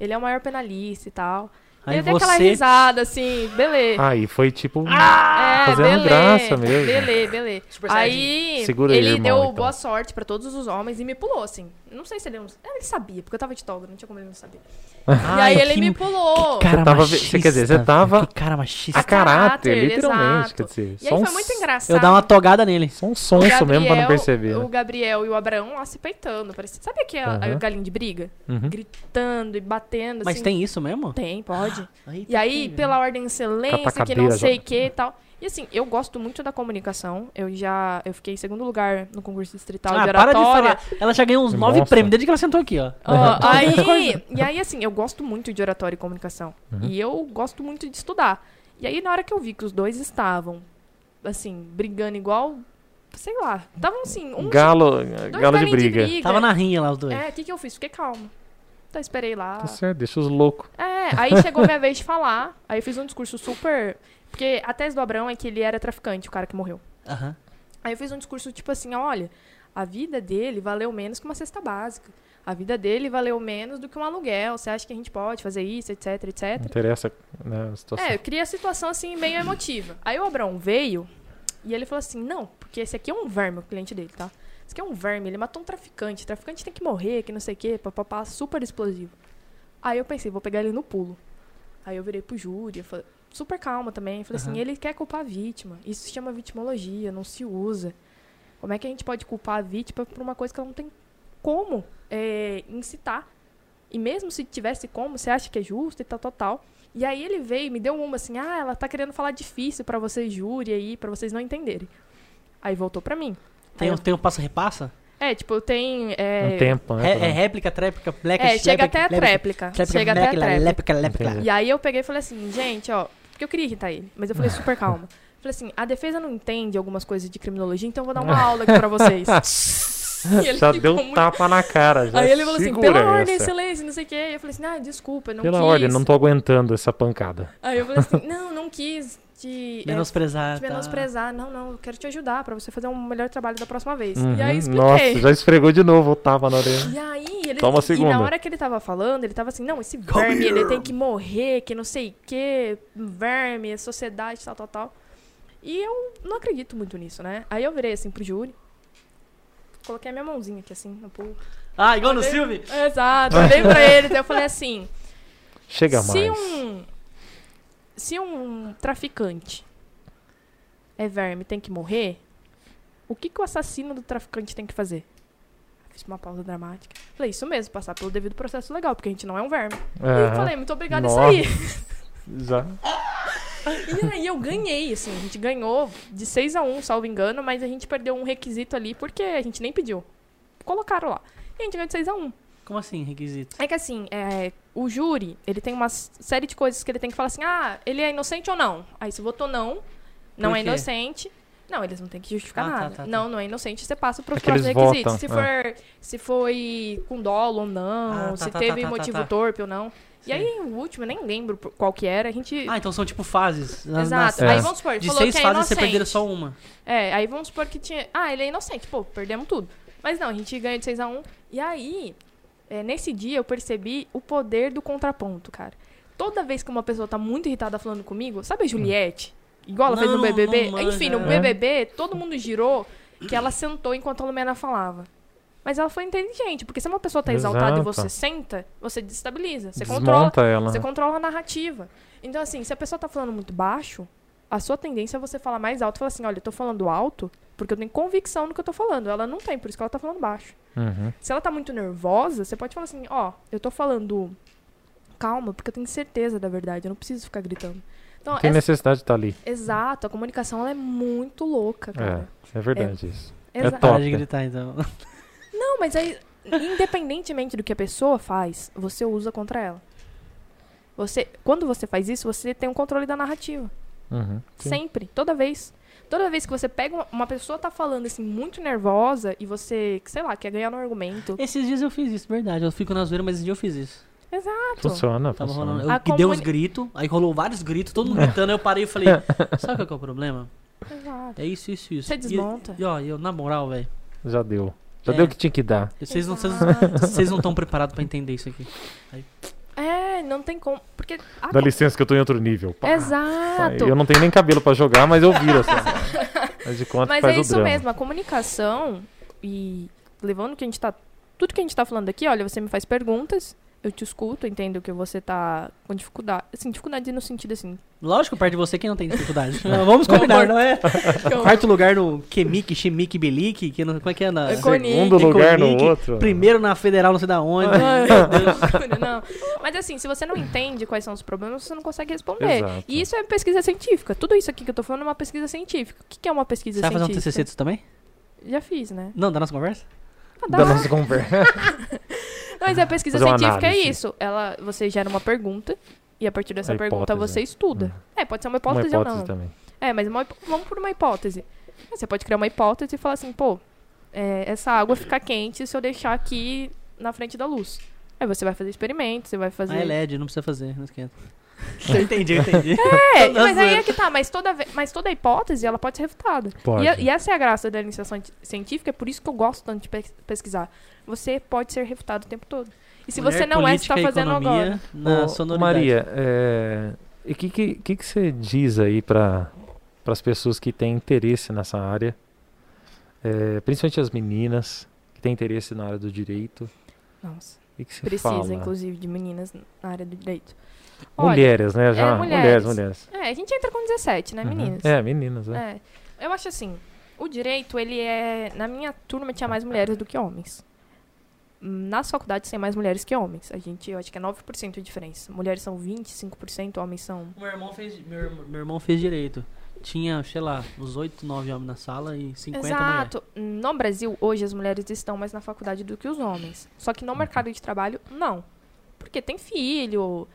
ele é o maior penalista e tal.
Aí
eu dei aquela
você.
risada, assim, beleza.
Aí foi tipo,
é,
fazendo
beleza,
graça mesmo.
Beleza, beleza.
Super Saiyajin.
Aí
Segura aí,
ele
irmão,
deu
então.
boa sorte pra todos os homens e me pulou, assim. Não sei se ele não. Ele sabia, porque eu tava de toga, não tinha como ele não saber. e
Ai,
aí ele
que
me pulou.
Cara
Você tava ve-
machista.
você quer dizer, você
velho.
tava-
Que cara machista.
a caráter,
caráter,
literalmente. Quer
exato.
dizer,
E aí
só um,
foi muito engraçado.
Eu dar uma togada nele.
só um
O
sonso mesmo pra não
Gabriel-
perceber. né?
O Gabriel e o Abraão lá se peitando. Parecia, sabe aquela a
Aham.
galinha de briga?
Uhum.
Gritando e batendo.
Mas
assim.
tem isso mesmo?
Tem, pode.
Eita,
E aí,
que-
pela ordem de excelência,
Cata
que não
cadeira,
sei o
já.
que e tal. E assim, eu gosto muito da comunicação. Eu já eu fiquei em segundo lugar no concurso distrital
Ah,
de
para de
oratória.
falar. Ela já ganhou uns nove
Nossa.
prêmios desde que ela sentou aqui, ó.
Ó,
É,
aí, e aí, assim, eu gosto muito de oratória e comunicação.
Uhum.
E eu gosto muito de estudar. E aí, na hora que eu vi que os dois estavam, assim, brigando igual, sei lá, estavam assim, um
Galo,
dois
galo de
galinhos
briga.
Tava na rinha lá os dois.
É, o que, que eu fiz? Fiquei calma. Então, esperei lá.
Tá certo, deixa os loucos.
É, aí chegou minha vez de falar. Aí eu fiz um discurso super. Porque a tese do Abrão é que ele era traficante, o cara que morreu.
Aham.
Aí eu fiz um discurso tipo assim: olha, a vida dele valeu menos que uma cesta básica. A vida dele valeu menos do que um aluguel. Você acha que a gente pode fazer isso, etc,
Não
etc.
interessa né, a situação.
É, eu criei a situação assim, meio emotiva. Aí o Abrão veio e ele falou assim: não, porque esse aqui é um verme, o cliente dele, tá? Esse aqui é um verme, ele matou um traficante. Traficante tem que morrer, que não sei o quê, papapá, super explosivo. Aí eu pensei, vou pegar ele no pulo. Aí eu virei pro júri, eu falei, super calma também. eu Falei
Aham.
assim: ele quer culpar a vítima. Isso se chama vitimologia, não se usa. Como é que a gente pode culpar a vítima por uma coisa que ela não tem como é, incitar? E mesmo se tivesse como, você acha que é justo e tal, tal, tal. E aí ele veio e me deu uma assim: ah, ela tá querendo falar difícil pra vocês, júri aí, pra vocês não entenderem. Aí voltou pra mim.
Tem, um- tem um passa-repassa?
É, tipo, tem. É,
Um tempo, né?
É,
pra-
é réplica, tréplica, bleca,
é, chega
lépica,
até a
lépica,
tréplica.
tréplica,
Chega até a
bleca,
tréplica.
lépica, lépica.
Entendi.
E aí eu peguei e falei assim, gente, ó, porque eu queria irritar ele, mas eu falei super calma. Falei assim, a defesa não entende algumas coisas de criminologia, então eu vou dar uma aula aqui pra vocês. E
<laughs>
ele
Já
ficou
deu um
muito-
tapa na cara. Já
Aí ele falou assim,
segura
pela ordem,
essa.
excelência, não sei o quê. Eu falei assim, ah, desculpa, eu não
Pela
quis.
ordem, não tô aguentando essa pancada.
Aí eu falei assim, não, não quis te, é,
Menosprezar.
te
tá.
menosprezar. Não, não, eu quero te ajudar pra você fazer um melhor trabalho da próxima vez. E aí eu
Uhum,
expliquei.
Nossa, já esfregou de novo o tapa na orelha.
E aí, ele,
Toma a
e
segunda.
na hora que ele tava falando, ele tava assim, não, esse verme, ele tem que morrer, que não sei o que, verme, sociedade, tal, tal, tal. E eu não acredito muito nisso, né? Aí eu virei assim pro júri, coloquei a minha mãozinha aqui assim, no pulo.
Ah, igual no
Olhei-
Silvio?
Exato, olhei
<laughs>
pra ele, então eu falei assim,
Chega
se
mais.
um, se um traficante é verme, tem que morrer, o que, que o assassino do traficante tem que fazer? Fiz uma pausa dramática. Falei, isso mesmo, passar pelo devido processo legal, porque a gente não é um verme. E
Aham.
eu falei, muito obrigada, isso
Nossa.
aí.
Já.
<laughs> E aí eu ganhei, assim, a gente ganhou de 6 a 1 salvo engano, mas a gente perdeu um requisito ali porque a gente nem pediu. Colocaram lá. E a gente ganhou de 6 a 1
Como assim, requisito?
É que assim, é, o júri, ele tem uma s- série de coisas que ele tem que falar assim, ah, ele é inocente ou não? Aí se votou não, não
Por
é
quê?
inocente. Não, eles não têm que justificar
Ah, tá,
nada.
tá, tá.
Não, não é inocente, você passa
É
para os
que eles
próximos requisitos.
votam,
se, for,
é.
se foi com dolo ou não,
Ah, tá,
se
tá,
teve
tá, tá,
motivo
tá.
torpe ou não.
Sim.
E aí, o último, eu nem lembro por- qual que era, a gente...
Ah, então são tipo fases. Nas-
Exato.
nas-
É.
Aí vamos supor, ele
De
falou
seis
que é
fases
inocente.
você perderam só uma.
É, aí vamos supor que tinha. Ah, ele é inocente, pô, perdemos tudo. Mas não, a gente ganha de 6x1. E aí, é, nesse dia eu percebi o poder do contraponto, cara. Toda vez que uma pessoa tá muito irritada falando comigo, sabe a Juliette? Igual ela fez no
Não,
BBB?
não
Enfim,
manja.
no BBB, todo mundo girou que ela sentou enquanto a Lumena falava. Mas ela foi inteligente, porque se uma pessoa tá exaltada e
Exato.
você senta, você destabiliza, você controla.
Desmonta ela.
Você controla a narrativa. Então, assim, se a pessoa tá falando muito baixo, a sua tendência é você falar mais alto e falar assim: olha, eu tô falando alto porque eu tenho convicção no que eu tô falando. Ela não tem, por isso que ela tá falando baixo.
Uhum.
Se ela tá muito nervosa, você pode falar assim: ó, eu tô falando calma porque eu tenho certeza da verdade, eu não preciso ficar gritando. Então,
Tem
essa-
necessidade de estar ali.
exato, a comunicação ela é muito louca, cara.
É, é verdade isso. É
Exa-
top.
Para de gritar, então. <laughs>
Não, mas aí, independentemente do que a pessoa faz, você usa contra ela. Você, quando você faz isso, você tem um controle da narrativa.
Uhum. Sim.
Sempre, toda vez. Toda vez que você pega uma, uma pessoa tá falando assim muito nervosa e você, sei lá, quer ganhar no argumento.
Esses dias eu fiz isso, verdade. Eu fico na zoeira, mas esse dia eu fiz isso.
Funciona,
Tava
funciona.
rolando. Eu
A
que dei uns
comuni-
gritos, aí rolou vários gritos, todo mundo gritando, aí eu parei
<laughs>
e falei, sabe qual que é o problema?
Exato.
É isso, isso, isso.
Você
E-
desmonta.
E, ó, eu, na moral, velho,
Já deu. Já
É.
deu o que tinha que dar.
vocês não vocês-
Exato.
vocês não estão preparados pra entender isso aqui.
É, não tem como. Porque. a-
Dá licença que eu tô em outro nível. Pá.
Exato. <laughs>
Eu não tenho nem cabelo pra jogar, mas eu viro assim. Mas de conta que
Mas
faz
é
o
isso
drama.
mesmo, a comunicação e levando que a gente tá. Tudo que a gente tá falando aqui, olha, você me faz perguntas, eu te escuto, entendo que você tá com dificuldade. Assim, dificuldade no sentido assim.
Lógico, perto de você quem não tem dificuldade. <laughs> Vamos combinar, não <laughs> é? Quarto lugar no Kemik, Chemik, Belik, que não, como é que é? Na,
É Cornic.
Segundo lugar no
Cornic,
outro.
Primeiro na Federal, não sei da onde.
Ai, meu Deus. não. Mas assim, se você não entende quais são os problemas, você não consegue responder.
Exato.
E isso é pesquisa científica. Tudo isso aqui que eu tô falando é uma pesquisa científica. O que, que é uma pesquisa
Você
tá
vai fazer um
científica?
TCC disso também?
Já fiz, né?
Não, da nossa conversa?
Ah, dá.
Da nossa conversa.
Mas a pesquisa
Fazer uma
científica é
análise.
isso. Ela, você gera uma pergunta e a partir dessa
Uma
pergunta
hipótese.
você estuda. É, pode ser uma hipótese,
uma hipótese então.
ou não.
também.
É, mas uma hip- vamos por uma hipótese. Ah, Você pode criar uma hipótese e falar assim, pô, é, essa água fica quente se eu deixar aqui na frente da luz. Aí você vai fazer experimentos, você vai fazer.
Ah, é LED, não precisa fazer, não esquenta. <laughs> eu entendi, eu <laughs> entendi.
É,
Todas
mas aí
elas.
é que tá, mas toda, ve- mas toda hipótese ela pode ser refutada.
Pode.
E, a- e essa é a graça da iniciação ci- científica, é por isso que eu gosto tanto de pe- pesquisar. Você pode ser refutado o tempo todo. E se você não é, você tá
Política e
fazendo
economia
agora.
Na
Ô,
sonoridade.
Maria, é, e o que, que, que que você diz aí para as pessoas que têm interesse nessa área? É, principalmente as meninas que têm interesse na área do direito.
Nossa,
O que, que você
precisa,
fala?
inclusive, de meninas na área do direito. Olha,
Mulheres, né? Já.
mulheres.
mulheres, mulheres.
é, a gente entra com 17, né,
Uhum.
meninas?
É, meninas. É.
É. Eu acho assim, o direito, ele é. Na minha turma tinha mais mulheres do que homens. Nas faculdades tem mais mulheres que homens. A gente, eu acho que é 9% de diferença. Mulheres são 25%, homens são.
Meu irmão fez, meu, irmão- meu irmão fez direito. Tinha, sei lá, uns 8, 9 homens na sala e 50 mulheres.
Exato. No Brasil, hoje as mulheres estão mais na faculdade do que os homens. Só que no mercado de trabalho, não. Porque tem filho,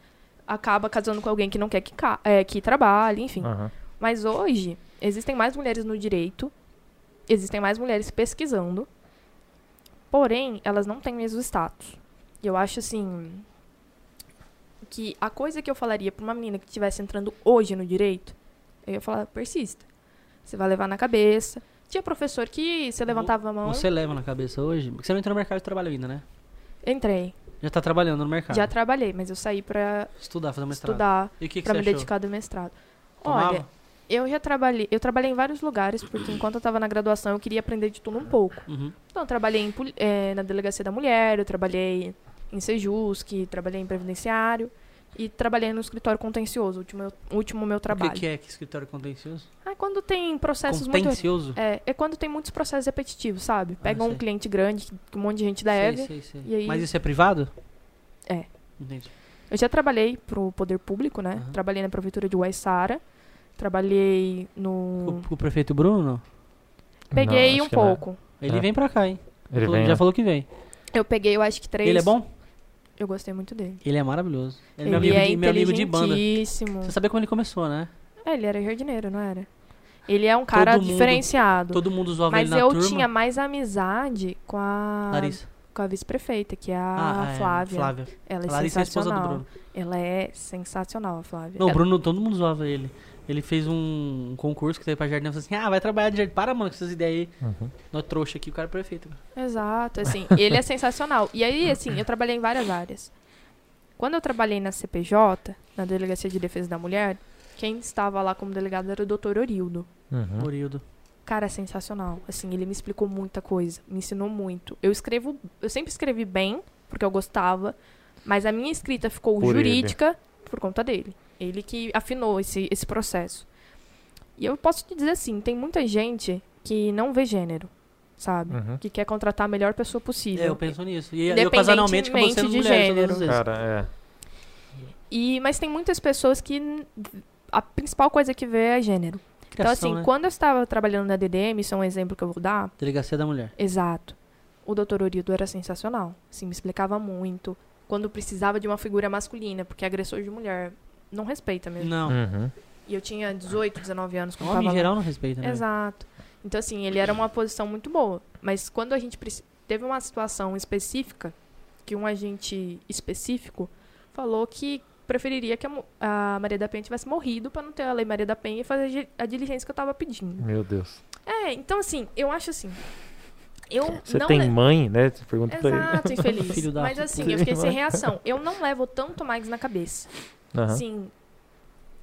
acaba casando com alguém que não quer que, ca- é, que trabalhe, enfim.
Aham.
Mas hoje, existem mais mulheres no direito, existem mais mulheres pesquisando, porém, elas não têm o mesmo status. E eu acho assim. que a coisa que eu falaria pra uma menina que estivesse entrando hoje no direito, eu ia falar: persista. Você vai levar na cabeça. Tinha professor que você levantava a mão.
Você leva na cabeça hoje? Porque você não entrou no mercado de trabalho ainda, né?
Entrei.
Já tá trabalhando no mercado.
Já trabalhei, mas eu saí pra
Estudar, fazer mestrado.
estudar,
E o que, que você
pra me
achou?
dedicar do mestrado.
Tomava?
Olha, Eu já trabalhei, eu trabalhei em vários lugares, porque enquanto eu estava na graduação eu queria aprender de tudo um pouco.
Uhum.
Então, eu trabalhei em poli- eh, na Delegacia da Mulher, eu trabalhei em Sejusc, trabalhei em Previdenciário. E trabalhei no escritório contencioso, último, último meu trabalho.
O que, que é que escritório contencioso?
Ah, quando tem processos muito.
Contencioso? Ah,
É, é quando tem muitos processos repetitivos, sabe? Pega um
sei.
cliente grande, que um monte de gente da
Sei,
Eve.
sei, sei.
e aí-
Mas isso é privado?
É.
Entendi.
Eu já trabalhei pro poder público, né?
Aham.
Trabalhei na prefeitura de Uaissara. Trabalhei no.
O, o prefeito Bruno,
Peguei
Não,
um
acho que não.
pouco.
ele
É.
vem pra cá, hein?
Ele
Falou-
vem,
já
né?
falou que vem.
Eu peguei, eu acho que três.
Ele é bom?
Eu gostei muito dele.
Ele é maravilhoso. Ele,
Ele,
é meu amigo,
é
de, meu amigo de banda.
inteligentíssimo.
Você sabia como ele começou, né?
É, ele era jardineiro, não era? Ele é um cara
mundo-
diferenciado.
Todo mundo zoava
mas
ele na
eu
turma.
tinha mais amizade com a
Larissa.
com a vice-prefeita, que é
Ah,
a
é,
Flávia.
Flávia.
Ela é
Larissa é a esposa do
sensacional.
Bruno.
Ela é sensacional, a Flávia.
Não, o
Ela-
Bruno, todo mundo zoava ele. Ele fez um um concurso que teve pra jardineiro e falou assim: Ah, vai trabalhar de jardineiro. Para, mano, com essas ideias aí.
Uhum.
Nós trouxa aqui, o cara é prefeito.
Exato, assim, ele é sensacional. E aí, assim, eu trabalhei em várias áreas. Quando eu trabalhei na CPJ, na Delegacia de Defesa da Mulher, quem estava lá como delegado era o doutor Orildo. Hum.
Uhum.
Morildo.
Cara, é sensacional. Assim, ele me explicou muita coisa, me ensinou muito. Eu escrevo, eu sempre escrevi bem, porque eu gostava, mas a minha escrita ficou
Por ele.
jurídica por conta dele. Ele que afinou esse, esse processo. E eu posso te dizer assim, tem muita gente que não vê gênero, sabe?
Uhum.
Que quer contratar a melhor pessoa possível.
É, eu penso nisso. E e ocasionalmente com você
Independentemente
não
de
mulher, todas
gênero.
as vezes.
Cara, é.
E, mas tem muitas pessoas que n- a principal coisa que vê é gênero. então,
Criação,
assim,
né?
quando eu estava trabalhando na DDM, isso é um exemplo que eu vou dar,
Delegacia da mulher.
exato. O doutor Orido era sensacional. Assim, me explicava muito. Quando precisava de uma figura masculina, porque agressor de mulher não respeita mesmo.
Não. É um
Uhum.
E eu tinha 18, 19 anos quando
Homem em
tava lá.
geral não respeita, né?
Exato. Então, assim, ele era uma posição muito boa. Mas quando a gente preci- teve uma situação específica, que um agente específico falou que preferiria que a, mo- a Maria da Penha tivesse morrido pra não ter a lei Maria da Penha e fazer a gi- a diligência que eu tava pedindo.
Meu Deus.
É, então, assim, eu acho assim. Eu
Você
não.
tem
le-
mãe, né? Você pergunta pra
Exato, infeliz.
<laughs> Filho da
Mas
puta.
assim, eu fiquei sem reação. Eu não levo tanto mais na cabeça.
ele. Aham.
Assim.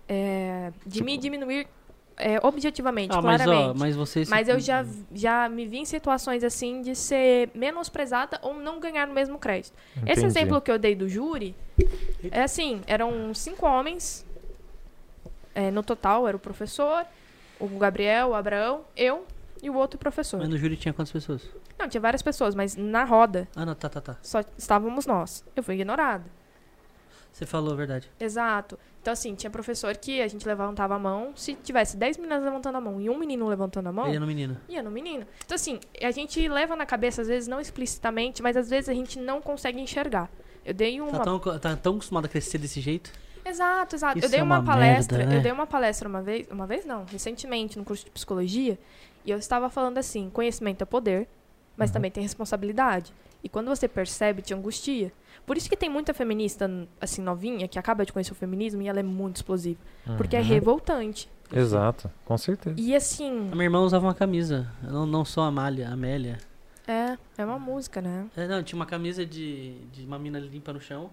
é, de me diminuir é, objetivamente,
Tipo- Ah, mas
claramente.
ó, mas hum. você.
Mas eu já, já me vi em situações assim de ser menosprezada ou não ganhar o mesmo crédito. Esse
Entendi.
exemplo que eu dei do júri é assim: eram cinco homens. é, no total, era o professor, o Gabriel, o Abraão, eu e o outro professor.
Mas no júri tinha quantas pessoas?
Não, tinha várias pessoas, mas na roda
Ah, não, tá, tá, tá.
só estávamos nós. Eu fui ignorada.
Você falou a verdade.
Exato. Então, assim, tinha professor que a gente levantava a mão. Se tivesse dez meninas levantando a mão e um menino levantando a mão,
Ele era um menino.
E é no menino. Então, assim, a gente leva na cabeça, às vezes, não explicitamente, mas às vezes a gente não consegue enxergar. Eu dei uma.
Tá tão, co- tá tão acostumado a crescer desse jeito?
Exato, exato.
Isso
eu dei
é
uma,
uma
palestra.
merda, né?
Eu dei uma palestra uma vez. Uma vez não, recentemente, no curso de psicologia. E eu estava falando assim: conhecimento é poder,
Uhum.
mas também tem responsabilidade. E quando você percebe, te angustia. Por isso que tem muita feminista, assim, novinha, que acaba de conhecer o feminismo e ela é muito explosiva. Porque é
Uhum.
revoltante.
Exato, com certeza.
E assim,
A minha irmã usava uma camisa. Não, não só a Amália, a Amélia.
é, é uma música, né?
É, não, tinha uma camisa de, de uma mina limpa no chão.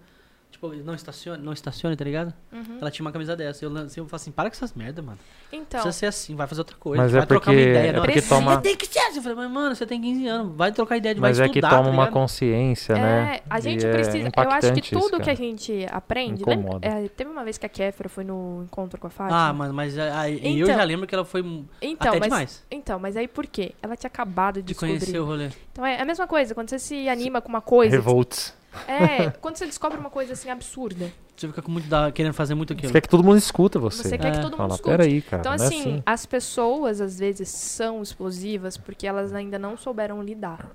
Tipo, não estacione, não estacione, tá ligado?
Uhum.
Ela tinha uma camisa dessa. Eu, lancei, eu falo assim, para com essas merda, mano.
Então.
Precisa ser assim, vai fazer outra coisa.
Mas
vai
é
trocar
porque,
uma ideia. né?
é
não,
porque
Precisa
toma,
Tem que ser assim. Eu falei, mas mano, você tem 15 anos. Vai trocar ideia de
mas
vai
é que
estudar,
toma
tá
uma
ligado?
consciência, né?
É, a
E
gente
é
precisa. Eu acho que
impactante isso,
tudo que
cara.
a gente aprende. lembra-
Incomoda.
é, teve uma vez que a Kéfera foi no encontro com a Fátima.
Ah, mano, mas a- a- eu
Então.
já lembro que ela foi mu-
então,
até
mas,
demais.
Então, mas aí por quê? Ela tinha acabado de,
de
descobrir.
conhecer o rolê.
Então é a mesma coisa, quando você se anima com uma coisa.
Revolts.
É, quando você descobre uma coisa assim absurda,
Você fica com muito da, querendo fazer muito
Você
aquilo.
quer que todo mundo escuta você.
você quer que
É.
todo mundo
Fala,
escute.
peraí, cara.
Então,
não é
assim, as pessoas às vezes são explosivas porque elas ainda não souberam lidar.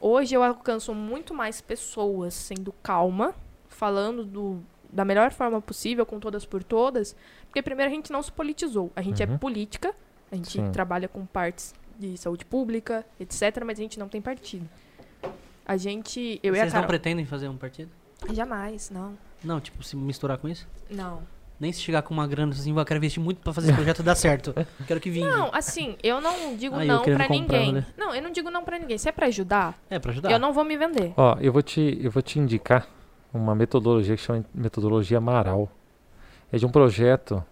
Hoje eu alcanço muito mais pessoas sendo calma, falando do, da melhor forma possível, com todas por todas, porque primeiro a gente não se politizou. A gente é
Uhum.
política, a gente
Sim.
trabalha com partes de saúde pública, etc., mas a gente não tem partido. A gente. Eu e a
Vocês não
Carol.
pretendem fazer um partido?
Jamais, não.
Não, tipo, se misturar com isso?
Não.
Nem se chegar com uma grana assim, eu quero investir muito pra fazer esse projeto
<laughs>
dar certo. Quero que vingue.
Não, assim, eu não digo
Aí, Ah, eu
não
querendo
pra
comprar,
ninguém.
né?
Não, eu não digo não pra ninguém. Se é pra ajudar,
É, pra ajudar.
Eu não vou me vender.
Ó, eu vou te, eu vou te indicar uma metodologia que chama metodologia Amaral. É de um projeto,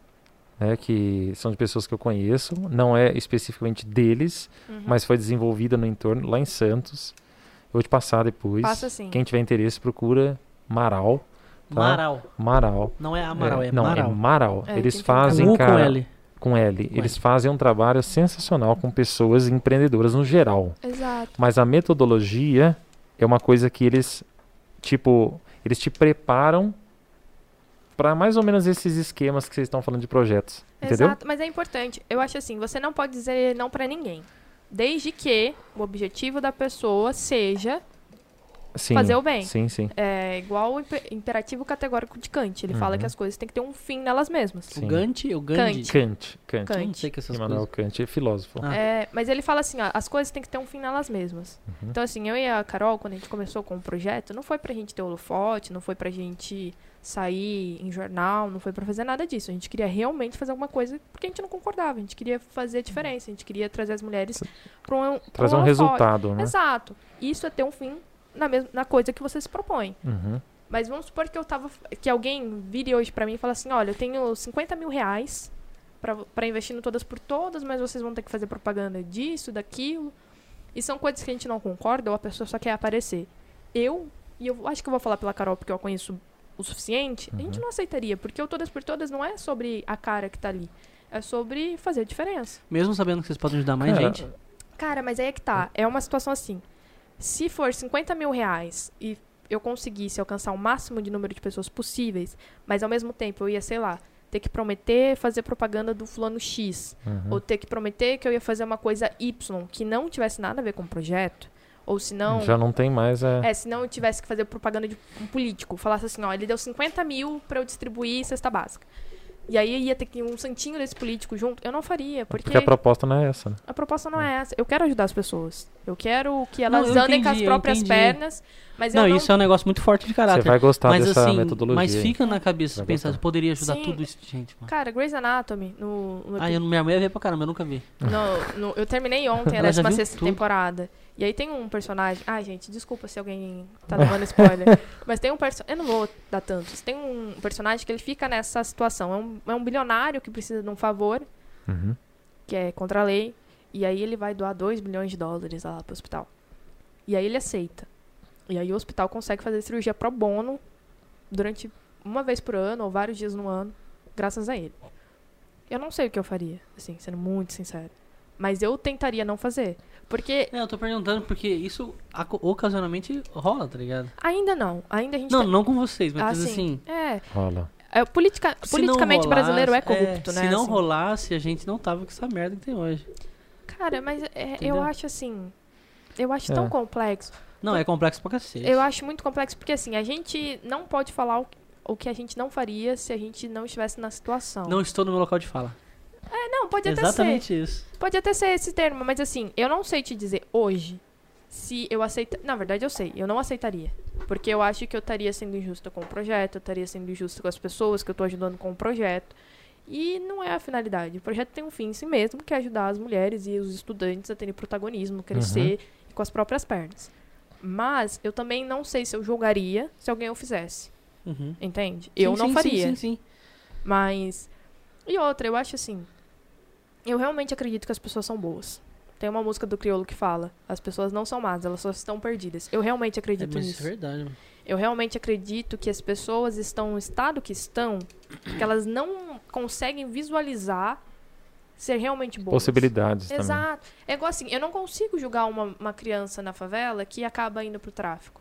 né, que são de pessoas que eu conheço, não é especificamente deles, mas foi desenvolvida no entorno, lá em Santos. Eu vou te passar depois.
Passa sim.
Quem tiver interesse, procura Amaral. tá?
Maral.
Marau.
Não é Amaral, é,
não,
Maral.
é Marau.
É,
Eles
tem que
fazem,
U
cara,
com L.
com L. Eles fazem um trabalho sensacional com pessoas empreendedoras no geral.
Exato.
Mas a metodologia é uma coisa que eles, tipo, eles te preparam para mais ou menos esses esquemas que vocês estão falando de projetos. Entendeu?
Exato, mas é importante. Eu acho assim, você não pode dizer não pra ninguém. Desde que o objetivo da pessoa seja
Sim,
fazer o bem.
Sim, sim.
é, igual o imper- imperativo categórico de Kant. Ele fala
Uhum.
que as coisas têm que ter um fim nelas mesmas.
Sim.
O Gandhi, o Gandhi.
Kant.
Kant, Kant.
Eu Não
Kant.
sei que essas
Immanuel
coisas.
Kant é filósofo.
Ah.
É, mas ele fala assim, ó, as coisas têm que ter um fim nelas mesmas.
Uhum.
Então, assim, eu e a Carol, quando a gente começou com o projeto, não foi pra gente ter holofote, não foi pra gente sair em jornal, não foi pra fazer nada disso. A gente queria realmente fazer alguma coisa porque a gente não concordava, a gente queria fazer a diferença, a gente queria trazer as mulheres pra um, pra
Trazer um
holofote.
resultado, né?
Exato. Isso é ter um fim na, mesma, na coisa que você se propõe.
Uhum.
Mas vamos supor que eu tava. que alguém vire hoje pra mim e fala assim, olha, eu tenho 50 mil reais pra, pra investir no todas por todas, mas vocês vão ter que fazer propaganda disso, daquilo. E são coisas que a gente não concorda, ou a pessoa só quer aparecer. Eu, e eu acho que eu vou falar pela Carol porque eu a conheço o suficiente, a gente não aceitaria, porque o Todas por Todas não é sobre a cara que tá ali. É sobre fazer a diferença.
Mesmo sabendo que vocês podem ajudar mais
Cara,
gente.
Cara, mas aí é que tá. É uma situação assim. Se for 50 mil reais e eu conseguisse alcançar o máximo de número de pessoas possíveis, mas ao mesmo tempo eu ia, sei lá, ter que prometer fazer propaganda do fulano X,
Uhum.
ou ter que prometer que eu ia fazer uma coisa Y que não tivesse nada a ver com o projeto, ou se não.
Já não tem mais a.
É, se não eu tivesse que fazer propaganda de um político, falasse assim, ó, ele deu 50 mil pra eu distribuir cesta básica. E aí ia ter que um santinho desse político junto, eu não faria,
porque...
porque,
a proposta não é essa, né?
a proposta não é essa. Eu quero ajudar as pessoas. Eu quero que elas
Não, eu
andem com as
entendi, eu
próprias
entendi.
pernas. Mas
Não,
eu não...
isso é um negócio muito forte de
Você
caráter.
vai gostar
mas
dessa
assim,
metodologia.
mas
aí.
fica na cabeça
Vai
pensar,
gostar.
poderia ajudar
Sim.
tudo isso, gente, mano.
Cara, Grey's Anatomy, no, no,
Ah, eu, minha mãe ia ver pra caramba, eu nunca vi.
no- no-
<laughs>
eu terminei ontem a
Ela já viu
16
tudo.
temporada. E aí tem um personagem. Ai, gente, desculpa se alguém
<laughs>
tá levando spoiler. mas tem um personagem. Eu não vou dar tantos. Tem um personagem que ele fica nessa situação. É um, é um bilionário que precisa de um favor,
Uhum.
que é contra a lei. E aí ele vai doar 2 milhões de dólares lá pro hospital. E aí ele aceita. E aí o hospital consegue fazer cirurgia pro bono durante uma vez por ano ou vários dias no ano, graças a ele. Eu não sei o que eu faria, assim, sendo muito sincero. Mas eu tentaria não fazer. Porque
É, eu tô perguntando porque isso aco- ocasionalmente rola, tá ligado?
ainda não. Ainda a gente.
Não,
tá-
não com vocês, mas assim, assim
É.
Rola.
é politica-
se não
politicamente
rolasse-
brasileiro é corrupto, né?
Se não
assim.
rolasse, a gente não tava com essa merda que tem hoje.
Cara, mas é, eu
Entendeu?
acho assim. Eu acho
É.
tão complexo.
Não, é complexo pra cacete.
Eu acho muito complexo porque, assim, a gente não pode falar o que, o que a gente não faria se a gente não estivesse na situação.
Não estou no meu local de fala.
É, não, pode até
Exatamente isso.
ser. Pode até ser esse termo, mas assim, eu não sei te dizer hoje se eu aceito. Na verdade, eu sei, eu não aceitaria. Porque eu acho que eu estaria sendo injusta com o projeto, eu estaria sendo injusta com as pessoas que eu tô ajudando com o projeto. E não é a finalidade. O projeto tem um fim em si mesmo, que é ajudar as mulheres e os estudantes a terem protagonismo, crescer e com as próprias pernas. Mas eu também não sei se eu julgaria se alguém o fizesse.
Uhum.
Entende?
Sim,
eu não
sim,
faria.
Sim, sim, sim.
Mas. E outra, eu acho assim. Eu realmente acredito que as pessoas são boas. Tem uma música do Criolo que fala: as pessoas não são más, elas só estão perdidas. Eu realmente
É,
acredito
mas isso é
nisso.
verdade, mano.
Eu realmente acredito que as pessoas estão no estado que estão, que elas não conseguem visualizar ser realmente boas.
Possibilidades também.
Exato. É igual assim: eu não consigo julgar uma, uma criança na favela que acaba indo pro tráfico.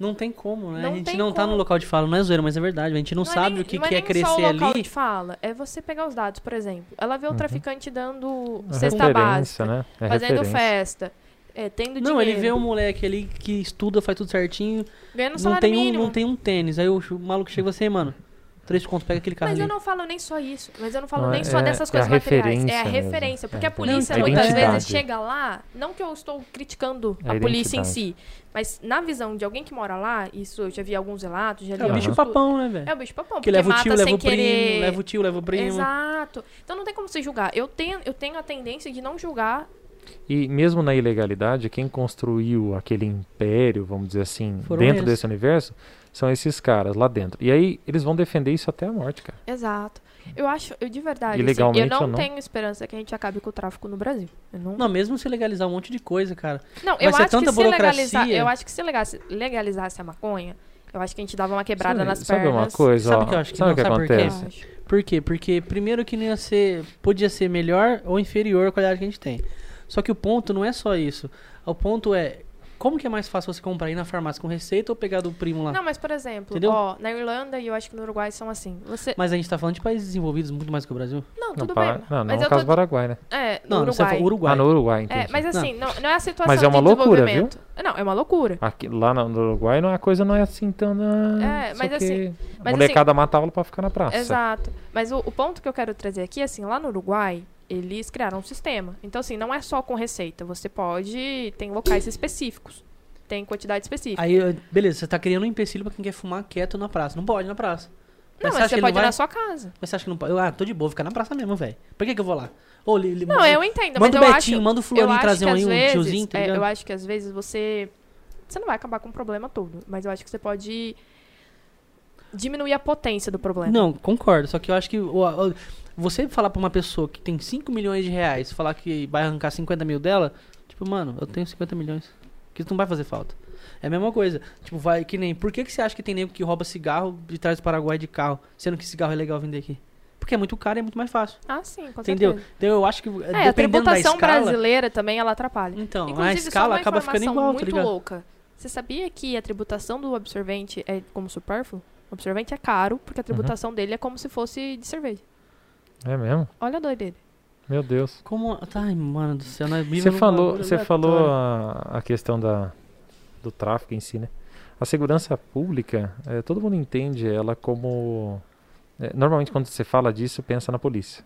Não tem como, né?
Não
a gente
tem
não tá
como.
no local de fala, não é zoeira, mas é verdade. A gente não,
é
sabe
nem-
o que,
não
que é
nem só
crescer
o local
ali.
de fala, é você pegar os dados, por exemplo. Ela vê o traficante dando
É
cesta
Uhum. referência,
básica,
né? É
fazendo
referência.
festa, é, tendo
Não,
dinheiro,
ele vê um moleque ali que estuda, faz tudo certinho,
ganhando
não
salário
tem, um,
mínimo.
não tem um tênis. Aí o ch- o maluco chega e fala assim, mano, três contos, pega aquele carro
Mas eu
ali.
não falo nem só isso. Mas eu não falo
Não,
nem
é-
só dessas
é
coisas
a
materiais. É
referência
a
mesmo.
referência. Porque
É.
a polícia
Não,
muitas
identidade.
vezes chega lá, não que eu estou criticando
É
a,
a
polícia em si, mas na visão de alguém que mora lá, isso eu já vi alguns relatos, já li
É o
alguns
bicho
Aham.
estudos.
papão, né, velho?
É o bicho papão,
Que
porque
leva o
mata
tio, leva
sem
o primo,
querer.
leva o tio, leva o primo.
Exato. Então não tem como você julgar. Eu tenho, eu tenho a tendência de não julgar
E mesmo na ilegalidade, quem construiu aquele império, vamos dizer assim,
Foram
dentro
eles.
desse universo, são esses caras lá dentro. E aí eles vão defender isso até a morte, cara.
Exato. Eu acho, eu de verdade, assim, eu
Ilegalmente
não,
ou não?
tenho esperança que a gente acabe com o tráfico no Brasil. Eu não, não,
Não, mesmo se legalizar um monte de coisa, cara.
eu
ser
é
acho que
tanta
se legalizar,
burocracia.
eu acho que se legalizasse, legalizasse a maconha, Eu acho que a gente dava uma quebrada
sabe,
nas
sabe
pernas.
uma coisa? É.
Sabe
ó?
o que eu acho que
sabe
não?
o que
Sabe por quê?
acontece?
Acho.
Por quê? Porque primeiro que não ia ser. Podia ser melhor ou inferior a qualidade que a gente tem. Só que o ponto não é só isso. O ponto é. Como que é mais fácil você comprar ir na farmácia com receita ou pegar do primo lá?
Não, mas por exemplo,
Entendeu?
ó, na Irlanda e eu acho que no Uruguai são assim. Você.
Mas a gente tá falando de países desenvolvidos muito mais que o Brasil.
Não,
Não,
tudo
para-
bem.
não, não
mas
no
eu
caso
tô...
do Paraguai, né?
É, no
Não, você
Uruguai.
falou Uruguai.
Ah, no Uruguai, entendi.
É, mas assim, não. Não, é a situação
Mas é uma
de
loucura, viu?
desenvolvimento. Não, é uma loucura.
Aqui- lá no no Uruguai não é uma coisa não é assim tão. não,
É,
não sei
mas
o quê.
mas assim
molecada mata aula pra ficar na praça.
Exato. Mas o, o ponto que eu quero trazer aqui é assim, lá no Uruguai, eles criaram um sistema. Então, assim, não é só com receita. Você pode. Tem locais específicos. Tem quantidade específica.
Aí, eu- beleza, você tá criando um empecilho pra quem quer fumar quieto na praça. Não pode na praça.
não,
você
mas
acha
você
que ele
pode
não
ir
vai?
na sua casa.
Mas você acha que não pode? Eu, Ah, tô de boa, vou ficar na praça mesmo, velho. Pra que que eu vou lá? Ô, li- li-
Não, eu entendo,
Manda o
mas eu
Betinho,
acho.
manda o
Eu
fulaninho
acho
trazer
que
um,
às
aí, um
vezes,
tiozinho, tá
é,
ligado?
eu acho que às vezes você. Você não vai acabar com o problema todo, mas eu acho que você pode diminuir a potência do problema.
Não, concordo. Só que eu acho que o- o- você falar pra uma pessoa que tem 5 milhões de reais, falar que vai arrancar 50 mil dela, tipo, mano, eu tenho 50 milhões. Que isso não vai fazer falta. É a mesma coisa. Tipo, vai que nem. Por que, que você acha que tem nego que rouba cigarro e traz do Paraguai de carro, sendo que cigarro é legal vender aqui? Porque é muito caro e é muito mais fácil.
Ah, sim, com
entendeu?
certeza.
Então eu acho que.
É, a
dependendo da
tributação
escala,
brasileira também ela atrapalha.
Então, a
Inclusive, só
escala
uma
acaba ficando
informação
igual, tá
muito
ligado?
louca. Você sabia que a tributação do absorvente é como supérfluo? O absorvente é caro, porque
Uhum.
a tributação dele é como se fosse de cerveja.
É mesmo?
Olha a doideira.
Meu Deus.
Como. Ai, mano do céu, nós
Você
vivemos num
falou,
bagulho
você falou
aleatório.
a, a questão da, do tráfico em si, né? A segurança pública, eh, todo mundo entende ela como. eh, normalmente, quando você fala disso, pensa na polícia.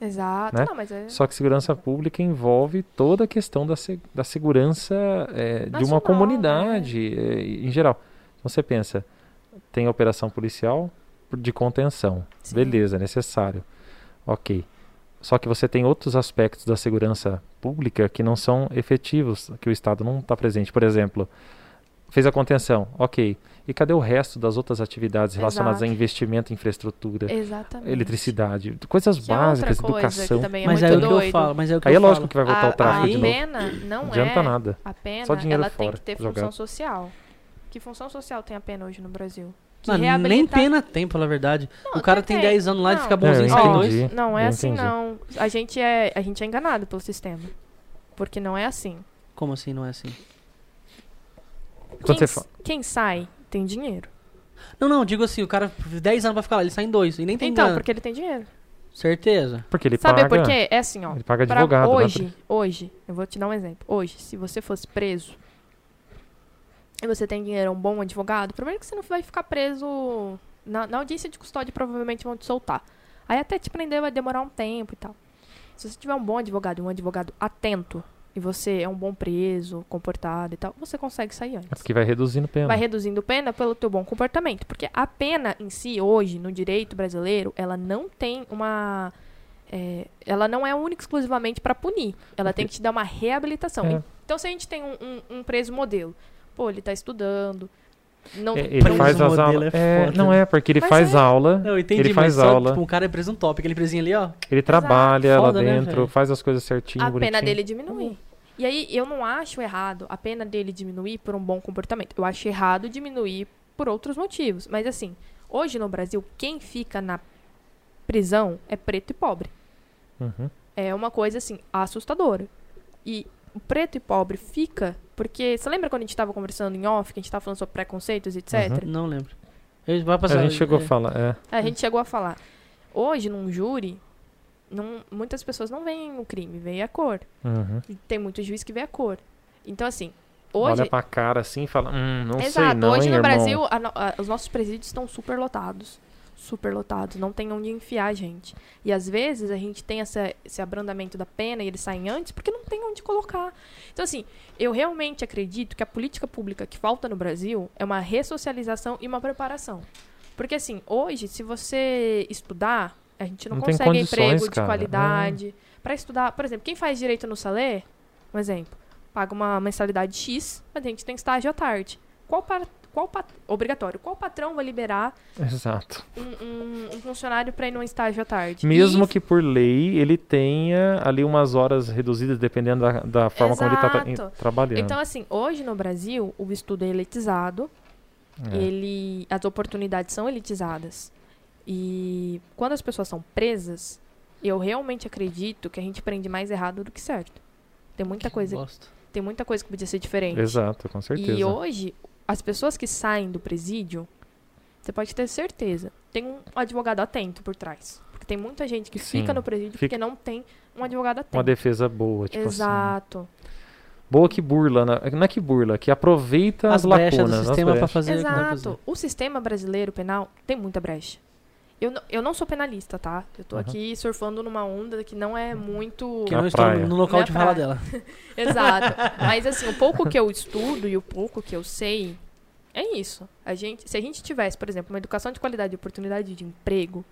Exato.
Né?
Não, mas é...
Só que segurança pública envolve toda a questão da, se- da segurança eh, de uma
Nacional, né?
comunidade, eh, em geral. Então, você pensa, tem a operação policial de contenção.
Sim.
Beleza, é necessário. Ok. Só que você tem outros aspectos da segurança pública que não são efetivos, que o Estado não está presente. Por exemplo, fez a contenção, ok. E cadê o resto das outras atividades relacionadas a
Exato.
investimento em infraestrutura,
Exatamente.
eletricidade, coisas
Que é outra
básicas,
coisa
educação?
que também é
Mas aí
muito
é o que
doido.
eu falo, mas é o que
Aí
eu
é lógico
falo.
que vai voltar
a,
o tráfico
a
de novo.
pena não
Não adianta
Ah, é...
nada.
A pena,
Só dinheiro
ela tem
fora
que ter
pra jogar.
função social. Que função social tem a pena hoje no Brasil? Que
Mano, nem
reabilita-
pena tem, pela verdade. o
Não,
cara tem 10 anos lá e
Não.
fica
É,
bonzinho
eu
e sai
Ó,
dois.
entendi.
Não é
eu
assim,
entendi.
não. A gente, é, a gente é enganado pelo sistema. Porque não é assim.
Como assim, não é assim?
Quando você
quem,
fa-
quem sai tem dinheiro.
Não, não, digo assim, o cara 10 anos vai ficar lá, ele sai em dois. E nem tem
então,
grana.
porque ele tem dinheiro.
Certeza.
Porque ele
Sabe
paga.
por quê? É assim, ó.
Ele paga
pra
advogado. né?
hoje, hoje, eu vou te dar um exemplo. Hoje, se você fosse preso e você tem dinheiro, um bom advogado, primeiro que você não vai ficar preso na, na audiência de custódia, provavelmente vão te soltar. Aí até te prender vai demorar um tempo e tal. Se você tiver um bom advogado, e um advogado atento, e você é um bom preso, comportado e tal, você consegue sair
É
antes.
porque vai reduzindo pena.
Vai reduzindo pena pelo teu bom comportamento. Porque a pena em si, hoje, no direito brasileiro, ela não tem uma. é, ela não é única e exclusivamente para punir. Ela tem que te dar uma reabilitação.
É.
Então, se a gente tem um, um- um preso modelo, pô, ele tá estudando. Não,
É,
preso-
Ele faz
Preso
as
modelo
aulas.
é
É,
foda.
não é, porque ele
Mas
faz
é.
aula,
Não, eu entendi,
Ele faz
mas só,
aula.
tipo, um cara é preso um top, aquele presinho ali, ó.
ele trabalha lá
Foda, né,
dentro,
velho?
faz as coisas certinho,
a pena
bonitinho.
dele diminui. E aí, eu não acho errado a pena dele diminuir por um bom comportamento. Eu acho errado diminuir por outros motivos. Mas, assim, hoje no Brasil, quem fica na prisão é preto e pobre.
Uhum.
é uma coisa assim assustadora. E o preto e pobre fica porque você lembra quando a gente tava conversando em off, que a gente tava falando sobre preconceitos, etc.
Não lembro. Ele vai
A
passar.
gente chegou
é.
a falar, é.
A gente chegou a falar. Hoje num júri, não- muitas pessoas não veem o crime, veem a cor.
Uhum.
E tem muito juiz que vê a cor. Então assim,
Olha
hoje
pra cara assim e fala, hum, não
Exato.
sei não,
Hoje
hein,
no
irmão.
Brasil, a no- a- os nossos presídios estão super lotados. Super lotados. Não tem onde enfiar a gente. E às vezes a gente tem essa- esse abrandamento da pena e eles saem antes porque não tem onde colocar. Então, assim, eu realmente acredito que a política pública que falta no Brasil é uma ressocialização e uma preparação. Porque, assim, hoje, se você estudar, a gente não,
Não tem
consegue
condições,
emprego de
cara. É.
qualidade. Pra estudar, por exemplo, quem faz direito no Salé, um exemplo, paga uma mensalidade X, mas a gente tem estágio à tarde. Qual, pa- qual pat- obrigatório? Qual patrão vai liberar
Exato.
um, um- um funcionário para ir num estágio à tarde?
Mesmo
E-
que por lei ele tenha ali umas horas reduzidas, dependendo da, da forma como ele está
Exato.
trabalhando.
Então, assim, hoje no Brasil, o estudo é elitizado.
É.
ele as oportunidades são elitizadas. E quando as pessoas são presas, eu realmente acredito que a gente prende mais errado do que certo. Tem muita coisa,
Gosto.
tem muita coisa que podia ser diferente.
Exato, com certeza.
E hoje, as pessoas que saem do presídio, você pode ter certeza, tem um advogado atento por trás. Porque tem muita gente que
Sim,
fica no presídio
fica-
porque não tem um advogado
Uma
atento.
defesa boa, tipo assim.
Exato.
Boa que burla, né? não é que burla, que aproveita as,
As brechas
lacunas.
do
as
sistema pra
brechas.
fazer o que dá pra
Exato. O sistema brasileiro penal tem muita brecha. Eu, não- eu não sou penalista, tá? Eu tô
Aham.
aqui surfando numa onda que não é muito.
Que
Na
não estou
praia.
no local
Na
de fala
praia.
dela. <laughs>
Exato. Mas assim, o pouco que eu estudo e o pouco que eu sei é isso. A gente, se a gente tivesse, por exemplo, uma educação de qualidade e oportunidade de emprego,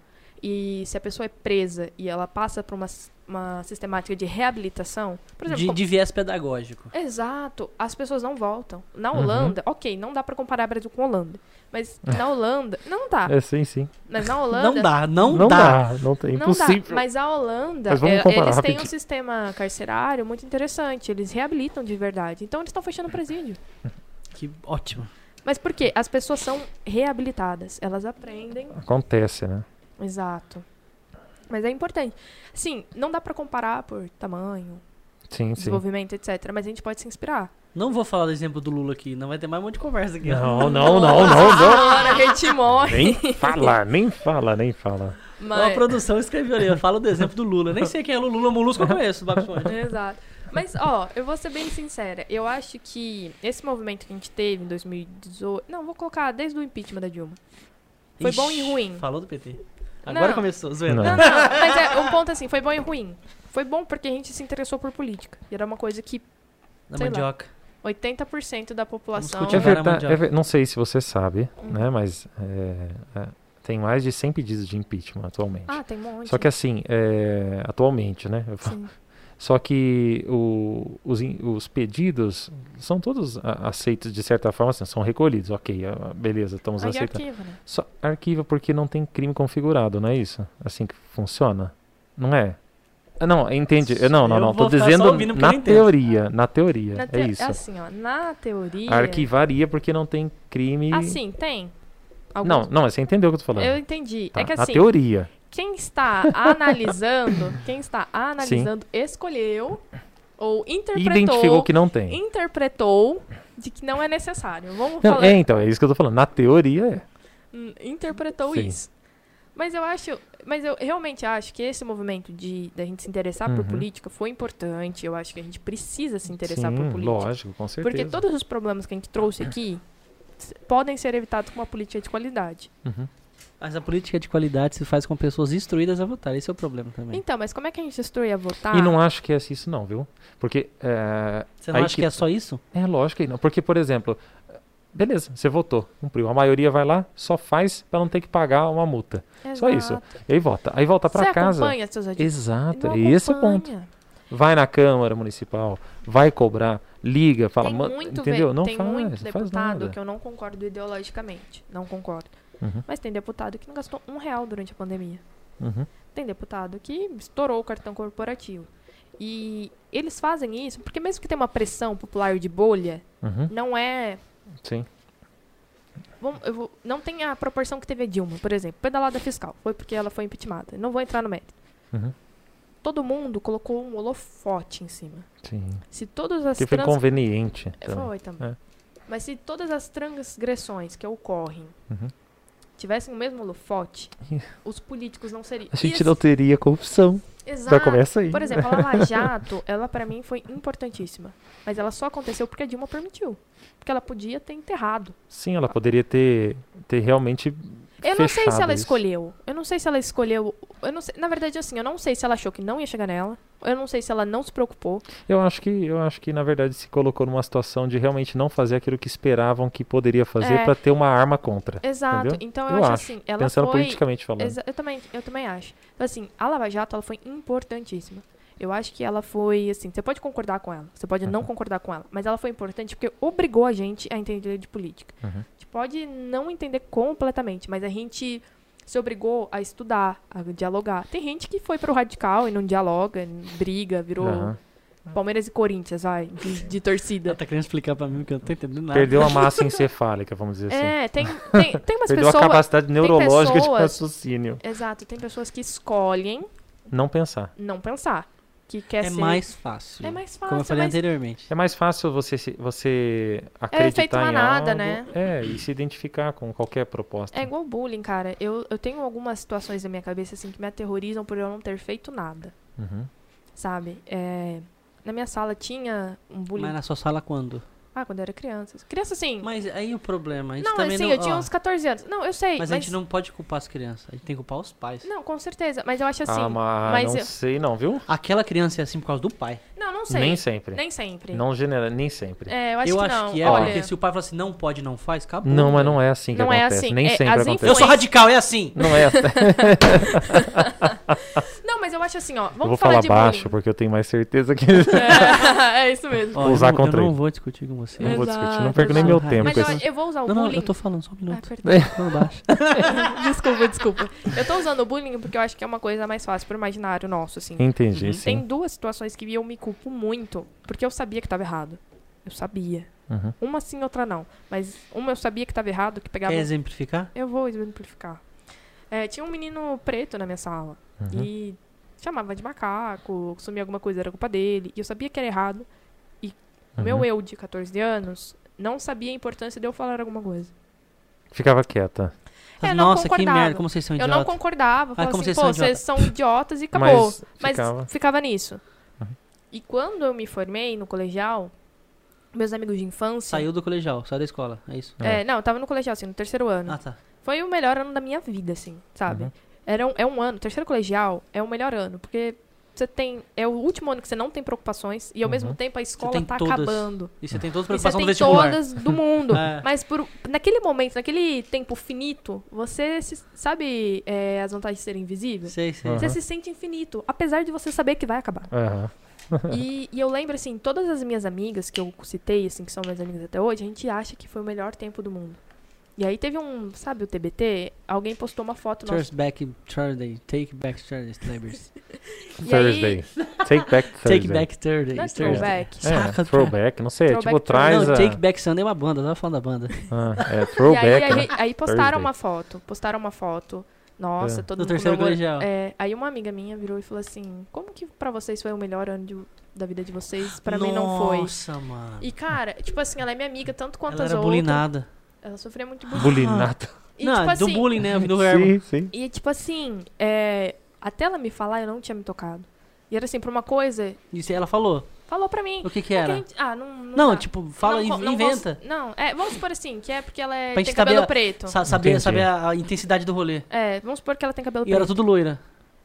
e se a pessoa é presa e ela passa por uma, s- uma sistemática de reabilitação, por exemplo,
De,
como-
de viés pedagógico.
Exato, as pessoas não voltam. Na
Uhum.
Holanda, ok, não dá pra comparar Brasil com Holanda,
<laughs>
mas na Holanda não dá.
É, sim, sim.
Mas na Holanda
Não dá, não,
não
dá.
dá. Não tem,
não
é impossível.
dá. Mas a Holanda,
Mas vamos
é,
comparar
eles têm um
rapidinho.
sistema carcerário muito interessante. Eles reabilitam de verdade. Então eles estão fechando o presídio.
Que ótimo.
Mas por quê? As pessoas são reabilitadas. Elas aprendem.
Acontece, né?
Exato. Mas é importante. Sim, não dá pra comparar por tamanho,
Sim, sim.
desenvolvimento, etc. Mas a gente pode se inspirar.
Não vou falar do exemplo do Lula aqui, não vai ter mais um monte de conversa aqui.
Não, não, não, não, não.
Agora a gente morre.
Nem fala, nem fala, nem fala.
Ó, A
Mas...
produção escreveu ali, fala do exemplo do Lula. Nem sei quem é o Lula, Molusco eu conheço, Bob Esponja.
Exato. Mas, ó, eu vou ser bem sincera. Eu acho que esse movimento que a gente teve em 2018. Não, vou colocar desde o impeachment da Dilma. Foi bom e
Ixi,
ruim.
Falou do PT. Agora
Não.
começou, zoeira.
Não.
Não, não, mas é um ponto assim, foi bom e ruim. Foi bom porque a gente se interessou por política. E era uma coisa que
Na
Sei lá.
mandioca.
80% da população.
Vamos
É
Jogar a
verdade,
mandioca.
é ver- não sei se você sabe,
Hum.
né? Mas é, é, tem mais de 100 pedidos de impeachment atualmente.
Ah, tem um monte.
Só que assim, é, atualmente, né? eu falo- <laughs>
Sim.
Só que o- os, in- os pedidos são todos a- aceitos de certa forma, assim, são recolhidos. Ok, ah, beleza, estamos
Aí
aceitando.
arquiva, né?
Só arquiva porque não tem crime configurado, não é isso? Assim que funciona? Não é? Ah, Não, entende. eu- Não, não,
Eu
não. Tô
vou ficar só
dizendo
ouvindo porque eu
na
não entendo.
teoria. Na teoria.
Na
é
teo-
isso.
Assim, ó, na teoria.
Arquivaria porque não tem crime.
Assim, tem. Alguns-
Não, não, mas você entendeu o que eu tô falando.
Eu entendi.
Tá,
É que
na
assim,
teoria.
quem está
<laughs>
analisando, quem está analisando, escolheu ou interpretou.
Identificou que não tem.
Interpretou de que não é necessário. Vamos
Não,
falar.
é, então, é isso que eu tô falando. Na teoria é.
Hum, interpretou
Sim.
isso. Mas eu acho, mas eu realmente acho que esse movimento de da gente se interessar por
Uhum.
política foi importante. Eu acho que a gente precisa se interessar
Sim,
por política,
lógico, com certeza.
porque todos os problemas que a gente trouxe aqui s- podem ser evitados com uma política de qualidade.
Uhum.
Mas a política de qualidade se faz com pessoas instruídas a votar, esse é o problema também.
Então, mas como é que a gente instrui a votar?
E não acho que é isso não, viu? Porque é,
Você não
aí
acha que...
que-
é só isso?
é lógico que não. Porque, por exemplo, beleza, você votou, cumpriu. A maioria vai lá, só faz pra não ter que pagar uma multa. Só isso.
Exato.
E aí vota. Aí volta pra
Você
casa.
acompanha seus advogados?
Exato,
Não
é esse o
acompanha.
ponto. Vai na Câmara Municipal, vai cobrar, liga, fala,
tem
mano,
muito,
entendeu?
ve-
Não
tem
faz,
muito
não faz
deputado
nada.
que eu não concordo ideologicamente. Não concordo.
Uhum.
Mas tem deputado que não gastou um real durante a pandemia.
Uhum.
Tem deputado que estourou o cartão corporativo. E eles fazem isso porque, mesmo que tenha uma pressão popular de bolha,
Uhum.
não é.
Sim.
vamos- eu vou- não tem a proporção que teve a Dilma, por exemplo. Pedalada fiscal. Foi porque ela foi impeachmentada. Não vou entrar no mérito.
Uhum.
Todo mundo colocou um holofote em cima.
Sim.
Se todas as
Que foi
trans-
conveniente. então.
É,
também.
Foi também. Mas se todas as transgressões que ocorrem
Uhum.
tivessem o
<laughs>
mesmo holofote, os políticos não seriam.
A gente
Isso-
não teria corrupção. Já
assim Exato.
começa aí.
Por exemplo, a Lava Jato, ela pra mim foi importantíssima. Mas ela só aconteceu porque a Dilma permitiu. Porque ela podia ter enterrado.
Sim, ela poderia ter, ter realmente.
Eu não sei se
Fechado
ela
isso.
escolheu. Eu não sei se ela escolheu. Eu não sei- na verdade, assim, eu não sei se ela achou que não ia chegar nela. Eu não sei se ela não se preocupou.
Eu acho que, eu acho que na verdade, se colocou numa situação de realmente não fazer aquilo que esperavam que poderia fazer
É.
pra ter uma arma contra.
Exato.
Entendeu?
Então eu,
Eu
acho,
acho.
assim, ela
Pensando
foi.
politicamente falando.
Exa- eu, também, eu também acho. Então, assim, a Lava Jato ela foi importantíssima. Eu acho que ela foi, assim, você pode concordar com ela, você pode não
Uhum.
concordar com ela, mas ela foi importante porque obrigou a gente a entender de política.
Uhum.
A gente pode não entender completamente, mas a gente se obrigou a estudar, a dialogar. Tem gente que foi pro radical e não dialoga, briga, virou
Aham.
Palmeiras e Corinthians, vai, de, de
<laughs>
Ela
torcida.
tá querendo explicar pra mim que eu não tô entendendo nada.
Perdeu a massa encefálica, vamos dizer assim.
né? É, tem,
<laughs>
tem, tem umas
Perdeu a
pessoas.
capacidade neurológica de
pessoas-
raciocínio.
Exato, tem pessoas que escolhem
Não pensar.
não pensar. Que quer
É
ser.
mais fácil.
assim. É mais fácil.
Como eu falei
mas-
anteriormente.
É mais fácil você, se- você
É efeito
acreditar em
manada,
algo,
né?
É, e se identificar com qualquer proposta.
É igual bullying, cara. Eu, eu tenho algumas situações na minha cabeça assim que me aterrorizam por eu não ter feito nada,
Uhum.
sabe? É, na minha sala tinha um bullying.
Mas na sua sala quando?
Ah, quando eu era criança. Criança assim.
Mas aí o problema, a gente
Não,
também
assim,
não...
eu tinha
ó,
uns 14 anos. Não, eu sei,
Mas
mas.
a gente não pode culpar as crianças, a gente tem que culpar os pais.
Não, com certeza. Mas eu acho assim.
ah, mas,
mas
não
eu-
sei não, viu?
Aquela criança é assim por causa do pai.
Não, não sei.
Nem sempre.
Nem sempre.
Não genera, nem sempre.
É, eu acho
eu
que
acho
não.
que é,
Olha,
porque se o pai falar assim, não pode, não faz, acabou.
Não, mas
velho.
não é assim que
Não é
acontece.
assim.
Nem
É,
sempre
as
acontece.
Eu sou
Pois.
radical, é assim!
Não é.
Não, mas eu acho assim, ó.
Eu
Vamos
vou
falar,
falar
de
baixo,
bullying.
porque eu tenho mais certeza que.
<laughs> É, é isso mesmo.
Ó,
Vou
eu
usar
não-
contra
Eu não
ele.
vou discutir com você.
não vou discutir. Não
Exato,
perco nem meu
exato.
tempo
Mas
com
ó,
esse.
eu vou usar o
Não, não,
bullying.
eu tô falando, só um
Ah,
minuto.
perdão.
<laughs> Não baixa.
<laughs> desculpa, desculpa. Eu tô usando o bullying porque eu acho que é uma coisa mais fácil pro imaginário nosso, assim.
Entendi,
Uhum.
sim.
Tem duas situações que eu me culpo muito, porque eu sabia que tava errado. Eu sabia.
Uhum.
Uma sim, outra não. Mas uma eu sabia que tava errado, que pegava.
Quer exemplificar?
Eu vou exemplificar. É, tinha um menino preto na minha sala.
Uhum.
E chamava de macaco, sumia alguma coisa, era culpa dele. E eu sabia que era errado. O
uhum.
meu eu de 14 anos não sabia a importância de eu falar alguma coisa.
Ficava quieta.
É, não
Nossa, que
concordava.
merda, como vocês são
Eu
idiotas.
não concordava. Falava
como
assim,
vocês
pô,
são
vocês são idiotas e acabou.
Mas,
Mas
ficava.
ficava, nisso. E quando eu me formei no colegial, meus amigos de infância.
Saiu do colegial, saiu da escola, é isso.
É, não, eu tava no colegial, assim, no terceiro ano.
Ah, tá.
Foi o melhor ano da minha vida, assim, sabe?
Uhum.
Era um, é um ano, terceiro colegial é o melhor ano, porque você tem. É o último ano que você não tem preocupações e ao
Uhum.
mesmo tempo a escola
tem
tá
todas.
acabando.
E você tem toda a
E você
preocupação do
tem
vestibular.
todas do
<laughs>
mundo.
É.
Mas por, naquele momento, naquele tempo finito, você se- sabe é, as vantagens de ser invisível?
Sei, sei.
Uhum.
Você se sente infinito, apesar de você saber que vai acabar.
Aham. <laughs>
E, e eu lembro, assim, todas as minhas amigas que eu citei, assim, que são minhas amigas até hoje, a gente acha que foi o melhor tempo do mundo. E aí teve um, sabe, o TBT, alguém postou uma foto nossa.
Turns back Thursday, take back
<laughs>
Thursday, Slavers.
E
Thursday.
aí,
Take
<laughs>
back Thursday.
take back Thursday.
não é
Thursday.
throwback.
É,
Saca,
throwback, não sei. é
Throwback
tipo, traz
Não,
a.
Take Back Sunday é uma banda, eu tava falando da banda.
Ah, é,
<laughs> E aí,
throwback. né?
aí, aí
Thursday.
postaram uma foto, postaram uma foto. Nossa,
É.
todo
Do
mundo
terceiro
comemora-
colegial.
É, aí uma amiga minha virou e falou assim: "Como que pra vocês foi o melhor ano de- da vida de vocês? Pra mim não foi".
Nossa, mano.
E cara, tipo assim, ela é minha amiga tanto quanto
Ela
as
era
outras.
bulinada.
Ela sofria muito bullying. <laughs>
Bulinata.
E
não,
tipo
do
assim,
bullying, né? Do verbo.
Sim, né? sim.
E tipo assim, é, até ela me falar, eu não tinha me tocado. E era assim, pra uma coisa,
Isso aí ela falou.
falou pra mim.
O que que
"Ah,
era?
gente- Ah, não. Não,
Não,
dá.
tipo, fala
Não
e
co- não
inventa.
cons- Não, é, vamos supor assim, que é porque ela é,
Pra
tem
gente
cabelo
saber-
preto.
Sa saber
Entendi.
saber a, a intensidade do rolê.
É, vamos supor que ela tem cabelo
E
preto.
era tudo loira.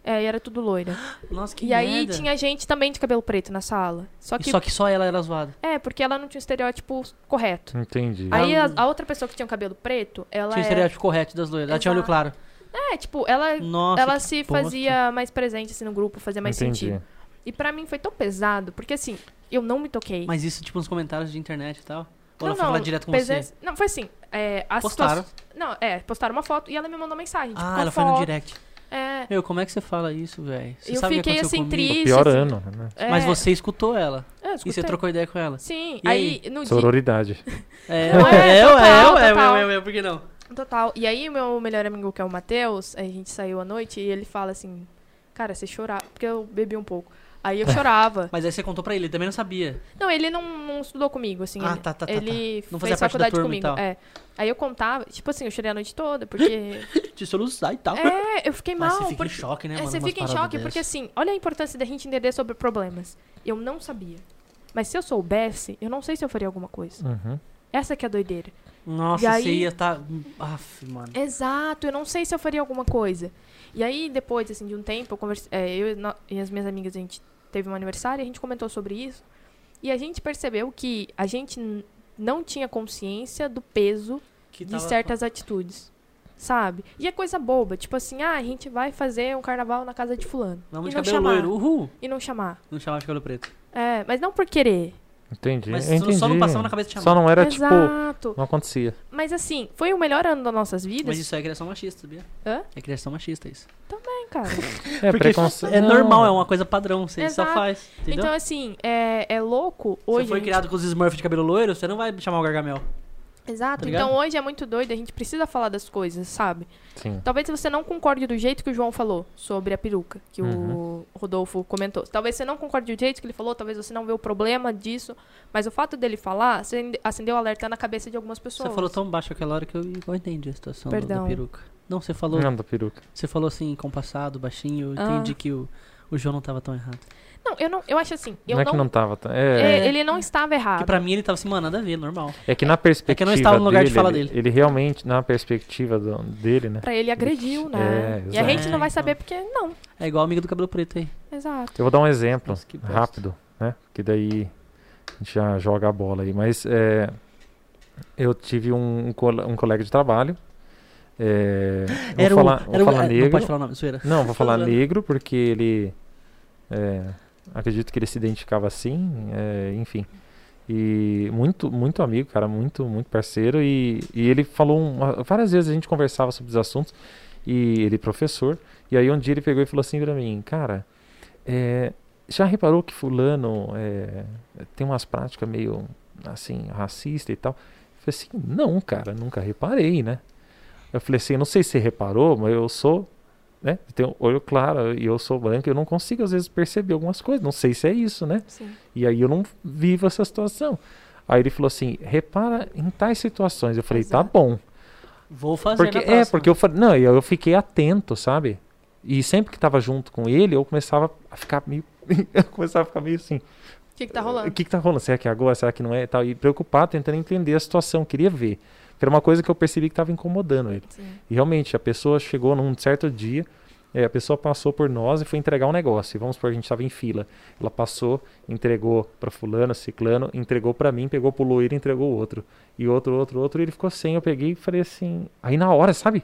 É, e era tudo loira.
Nossa, que
e
merda.
aí tinha gente também de cabelo preto na sala. Só
E
que,
Só que só ela era zoada.
É, porque ela não tinha o estereótipo correto.
Entendi.
Aí a, a outra pessoa que tinha o cabelo preto,
Ah. Tinha
ela
o
era-
estereótipo correto das loiras. Ela tinha olho
Exato.
claro.
É, tipo, ela
Nossa.
ela
que
se
bosta.
fazia mais presente assim no grupo, fazia mais sentido. E pra mim foi tão pesado, porque assim, eu não me toquei.
Mas isso, tipo, nos comentários de internet e tal. Ou ela
assim. não,
foi
não,
falar direto com
presen-
você?
Não, foi assim, é, a
Postaram.
situa- Não, é, postaram uma foto e ela me mandou mensagem, tipo,
Ah,
com
ela foi
foto.
no direct.
É,
Meu, como é que você fala isso, velho? Você
Eu
sabe o que
fiquei,
aconteceu
assim,
comigo?
triste.
Pior
Isso,
ano, né?
é,
Mas você escutou ela.
é,
E
eu
você
escutei.
trocou ideia com ela.
Sim,
E
aí, no dia
Sororidade.
É,
Não, é,
<laughs> é,
total,
é, é,
total.
é, é, é, por que não?
Total. E aí, o meu melhor amigo, que é o Matheus, a gente saiu à noite e ele fala assim: Cara, você chorava. Porque eu bebi um pouco. Aí
<laughs>
eu chorava.
Mas aí você contou pra ele, ele também não sabia.
Não, ele não, não estudou comigo, assim.
Ah,
ele,
tá, tá, tá,
Ele
Não fazia
fez
parte da
faculdade
turma então. e
comigo.
tal.
É. Aí eu contava, tipo assim, eu chorei a noite
<laughs>
toda, porque.
Te soluçar e tal.
é, eu fiquei mal.
Mas você fica
porque...
em choque, né,
É,
mano?
você
umas
fica em
paradas
choque, porque
dessas.
assim, olha a importância da gente entender sobre problemas. Eu não sabia. Mas se eu soubesse, eu não sei se eu faria alguma coisa.
Uhum.
Essa que é a doideira.
Nossa,
E aí- É,
você ia estar... Aff, mano.
Exato, eu não sei se eu faria alguma coisa. E aí, depois, assim, de um tempo, eu, converse... é, eu e no- e as minhas amigas, a gente teve um aniversário, a gente comentou sobre isso. E a gente percebeu que a gente n- não tinha consciência do peso
Que
de
tava-
certas atitudes, sabe? E é coisa boba, tipo assim, ah, a gente vai fazer um carnaval na casa de fulano.
Vamos
e
de
não
cabelo
chamar.
loiro, uhul.
E não chamar.
Não chamava de cabelo preto.
É, mas não por querer.
Entendi.
Mas
eu
só- só não
entendi.
passava na cabeça de
Só não era tipo.
Exato.
Não acontecia.
Mas assim, foi o melhor ano das nossas vidas.
Mas isso é criação machista, sabia?
Hã?
É criação machista isso. <laughs>
Ai, cara.
É,
Porque
preconce...
É
Não.
normal, é uma coisa padrão, você só
Exato.
faz. Entendeu?
então, assim, é, é louco
Se
hoje.
você foi
a gente-
criado com os Smurfs de cabelo loiro, você não vai chamar o Gargamel.
Exato.
tá ligado?
então hoje é muito doido, a gente precisa falar das coisas, sabe?
Sim.
Talvez você não concorde do jeito que o João falou sobre a peruca, que
Uhum.
o Rodolfo comentou. Talvez você não concorde do jeito que ele falou, talvez você não vê o problema disso, mas o fato dele falar acende- acendeu alerta na cabeça de algumas pessoas.
Você falou tão baixo aquela hora que eu eu entendi a situação do- da
Perdão.
peruca. Não, você falou,
Não, da peruca.
você falou assim, compassado, baixinho, eu
Ah.
entendi que o, o João não tava tão errado.
Não, eu não, eu acho assim, eu
não é
não,
que não tava. tá- É,
é, ele não estava errado.
Porque pra mim ele tava assim, mano, nada a ver, normal.
é que na perspectiva.
que eu não estava no lugar de
dele,
fala
ele-
dele.
Ele realmente, na perspectiva do- dele, né?
Pra ele agrediu, né?
É,
e a
exato.
gente não
É,
vai
então.
saber porque não.
É igual o amigo do cabelo preto aí.
Exato.
Eu vou dar um exemplo
Nossa, que bosta.
rápido, né? Que daí a gente já joga a bola aí. Mas é, eu tive um, um cole- um colega de trabalho. É, eu vou falar, vou falar
ah, Não
negro.
pode falar o nome, zoeira.
Não, vou falar
zoando.
negro porque ele. é, acredito que ele se identificava assim, é, enfim. E muito, muito amigo, cara, muito, muito parceiro. E, e ele falou um, uma- várias vezes, a gente conversava sobre os assuntos. E ele, é professor. E aí um dia ele pegou e falou assim pra mim: Cara, é, já reparou que Fulano é, tem umas práticas meio assim, racista e tal? Eu falei assim: Não, cara, nunca reparei, né? Eu falei assim: Não sei se você reparou, mas eu sou né? Eu tenho olho claro e eu sou branco, eu não consigo às vezes perceber algumas coisas, não sei se é isso, né?
Sim.
E aí eu não vivo essa situação. Aí ele falou assim: "Repara em tais situações". Eu falei: "Tá
Exato.
bom".
Vou fazer
Porque
na
é,
próxima.
porque eu falei, não, eu, eu fiquei atento, sabe? E sempre que tava junto com ele, eu começava a ficar meio <laughs> eu começava a ficar meio assim,
O que, que tá
o
rolando?
que, que tá rolando? Será que é agora? Será que não é? E tal. E preocupado, tentando entender a situação, queria ver. Porque era uma coisa que eu percebi que estava incomodando ele.
Sim.
E realmente, a pessoa chegou num certo dia, é, a pessoa passou por nós e foi entregar um negócio. E vamos supor, a gente estava em fila. Ela passou, entregou para fulano, ciclano, entregou para mim, pegou pro loiro, e entregou o outro. E outro, outro, outro, e ele ficou sem. Eu peguei e falei assim... Aí na hora, sabe?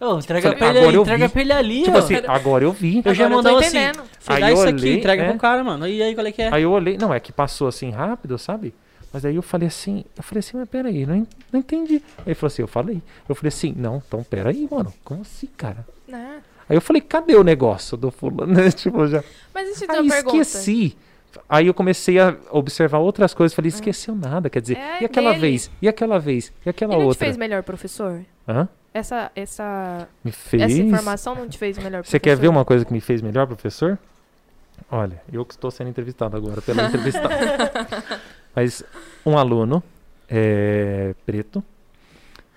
Ô, entrega
Falei,
pra ele
agora
ali,
eu
entrega
vi.
pra ele ali,
tipo
ó.
assim, agora eu vi.
Eu já
Agora eu tô
mandava assim,
entendendo.
você
Aí
dá
eu
isso aqui,
olhei,
entrega
né?
pro cara, mano. E aí, qual é que é?
Aí eu olhei, não, é que passou assim rápido, sabe? Mas aí eu falei assim, eu falei assim, mas peraí, não, en- não entendi. Aí ele falou assim, eu falei. Eu falei assim, não, então peraí, mano, como assim, cara?
Né?
Aí eu falei, cadê o negócio do fulano? <laughs> né? tipo, eu já.
Mas deixa eu te
Aí
fazer uma pergunta.
esqueci. Aí eu comecei a observar outras coisas, falei, esqueceu nada, quer dizer,
Ah. É
e aquela
dele.
vez, e aquela vez, e aquela
Ele não te
outra.
fez melhor professor?
Hã?
Essa, essa,
Me fez.
essa informação não te fez melhor
Você
professor?
quer ver uma coisa que me fez melhor, professor? Olha, eu que estou sendo entrevistado agora
<laughs>
pelo entrevistado. Mas um aluno é, preto,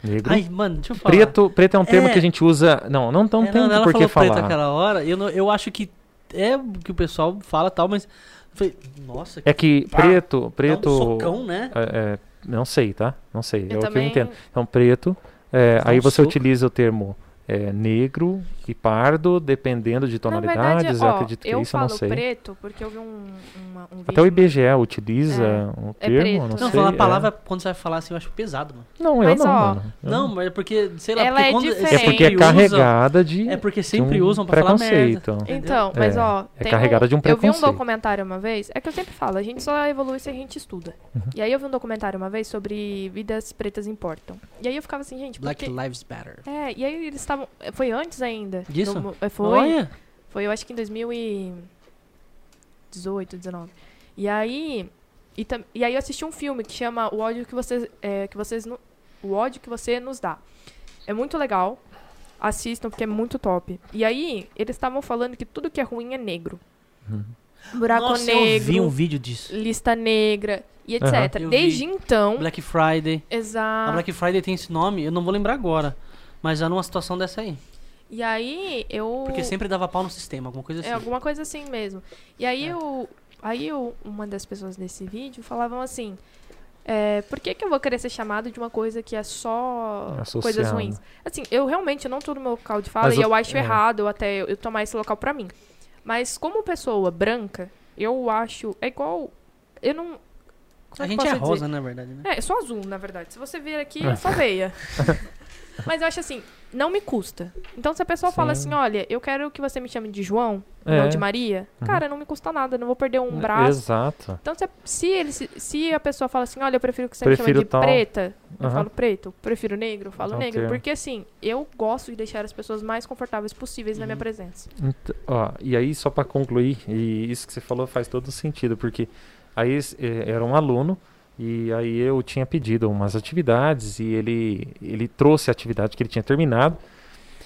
negro.
Ai, mano, deixa eu falar.
preto, preto é um termo
É.
que a gente usa. Não, não tão
É,
tanto
ela
por que
falou preto
falar.
aquela hora, eu, não- eu acho que é o que o pessoal fala e tal, mas... Foi, nossa,
É que preto, preto.
Ah, Dá um socão, né?
é, é, não sei, tá? Não sei. é
Eu
o que eu
também-
entendo. Então, preto. é,
Dá
aí
um
você
soco.
utiliza o termo é, negro e pardo, dependendo de
Na
tonalidades.
verdade, ó,
eu acredito que
eu
isso eu não
falo
sei.
preto porque eu vi um, uma, um vídeo.
Até o IBGE utiliza
É.
o
É
termo,
preto,
não
né?
sei.
Não, falar
é.
a palavra, quando você vai falar assim, eu acho pesado, mano.
Não, eu
Mas,
não,
ó,
mano. Eu
Não, mas é porque, sei lá,
Ela
porque
é
quando...
diferente.
É porque é
sempre usam-
carregada de,
É
de
porque
um
sempre usam pra falar merda.
preconceito.
Então, mas
É,
ó,
é
tem
carregada
um,
de um
Eu vi um
preconceito.
documentário uma vez, é que eu sempre falo, a gente só evolui se a gente estuda.
Uhum.
E aí eu vi um documentário uma vez sobre vidas pretas importam. E aí eu ficava assim, gente, por
Black
que...
Lives Matter.
É, e aí eles estavam. é, Foi antes ainda.
Disso?
Do mo- é, Foi.
Olha,
Foi, eu acho que em 2018, 19. E aí. E, tam- e aí eu assisti um filme que chama O ódio que vocês. é, que vocês nu- o ódio que você nos dá. É muito legal. Assistam, porque é muito top. E aí, eles estavam falando que tudo que é ruim é negro. Buraco
nossa, eu
negro,
vi um vídeo disso.
lista negra e etc.
Aham.
Eu
Desde
vi.
então.
Black Friday. A
Exato.
Black Friday tem esse nome, eu não vou lembrar agora. Mas já numa situação dessa aí.
E aí, eu.
Porque sempre dava pau no sistema, alguma coisa assim.
É alguma coisa assim mesmo. E aí
É.
eu, aí eu, uma das pessoas desse vídeo falavam assim, é, por que, que eu vou querer ser chamado de uma coisa que é só
Associado.
coisas ruins? Assim, eu realmente não tô no meu local de
né?"
fala
Mas
e
o-
eu acho
é.
errado eu até eu, eu tomar esse local pra mim. Mas como pessoa branca, eu acho é igual, eu não. como
A
é que
gente é
posso dizer?
rosa, na verdade, né?
É. <laughs>
É, eu sou azul, na verdade. Se você vir aqui, eu sou veia. Mas eu acho assim, não me custa. Então, se a pessoa fala
Sim.
assim, olha, eu quero que você me chame de João,
É.
não de Maria, cara, não me custa nada, não vou perder um braço.
Exato.
Então, se, a- se, ele, se, se a pessoa fala assim, olha, eu prefiro que você me
Prefiro
chame de
tal.
preta, eu
Aham.
falo preto. Prefiro negro, eu falo
Tal
negro.
termo.
Porque, assim, eu gosto de deixar as pessoas mais confortáveis possíveis na minha
Uhum.
presença.
Ent- ó, e aí, só para concluir, e isso que você falou faz todo sentido, porque aí es- eh, era um aluno e aí eu tinha pedido umas atividades e ele, ele trouxe a atividade que ele tinha terminado.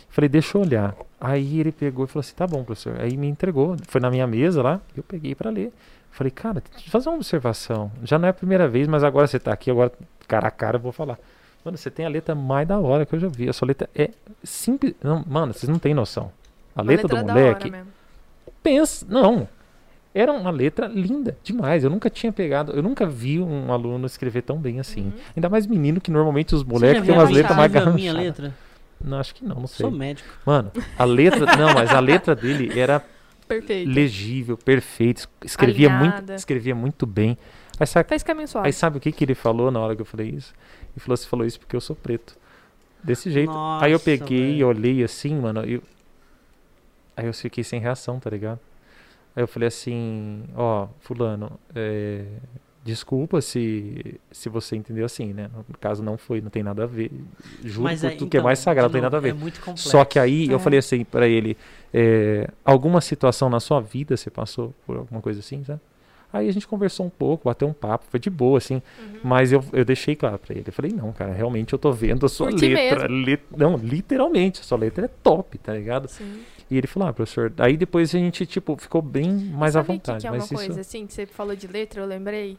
Falei, deixa eu olhar. Aí ele pegou e falou assim: tá bom, professor. Aí me entregou, foi na minha mesa lá, eu peguei para ler. Falei, cara, deixa eu fazer uma observação. Já não é a primeira vez, mas agora você tá aqui, agora cara a cara eu vou falar. Mano, você tem a letra mais da hora que eu já vi. A sua letra é simples. Não, mano, vocês não têm noção. A
Uma
letra, do
é da
moleque
hora mesmo.
pensa. Não. Era uma letra linda demais. Eu nunca tinha pegado, eu nunca vi um aluno escrever tão bem assim.
Uhum.
Ainda mais menino, que normalmente os
Uhum. Você já
moleques
viu
têm
a
umas
minha-
letras mais
já viu a minha
garranchadas.
letra?
Não, acho que não, não sei.
Sou médico.
Mano, a letra. Não, mas a letra dele
<laughs>
era
Perfeito.
legível, perfeita. es- Escrevia muito,
Alinhada.
escrevia muito bem. Aí sabe,
Fez caminho suave.
aí sabe o que, que ele falou na hora que eu falei isso? Ele falou: você falou isso porque eu sou preto. Desse jeito. Aí eu
Nossa,
peguei e
velho.
olhei assim, mano. Eu... Aí eu fiquei sem reação, tá ligado? Aí eu falei assim: Ó, Fulano, é, desculpa se, se você entendeu assim, né? No caso, não foi, não tem nada a ver. Juro
Mas
por
aí,
tudo que é
então,
mais sagrado, não
de
tem
novo,
nada a ver.
É muito complexo.
Só que aí eu
É.
falei assim pra ele: é, alguma situação na sua vida você passou por alguma coisa assim, sabe? Aí a gente conversou um pouco, bateu um papo, foi de boa, assim.
Uhum.
Mas eu, eu deixei claro pra ele. Eu falei, não, cara, realmente eu tô vendo a sua
Por ti
letra. le- Não, literalmente, a sua letra é top, tá ligado?
Sim.
E ele falou, ah, professor. Aí depois a gente, tipo, ficou bem mais à
Sabe o que
vontade.
que é uma
mas isso.
coisa assim, que você falou de letra, eu lembrei.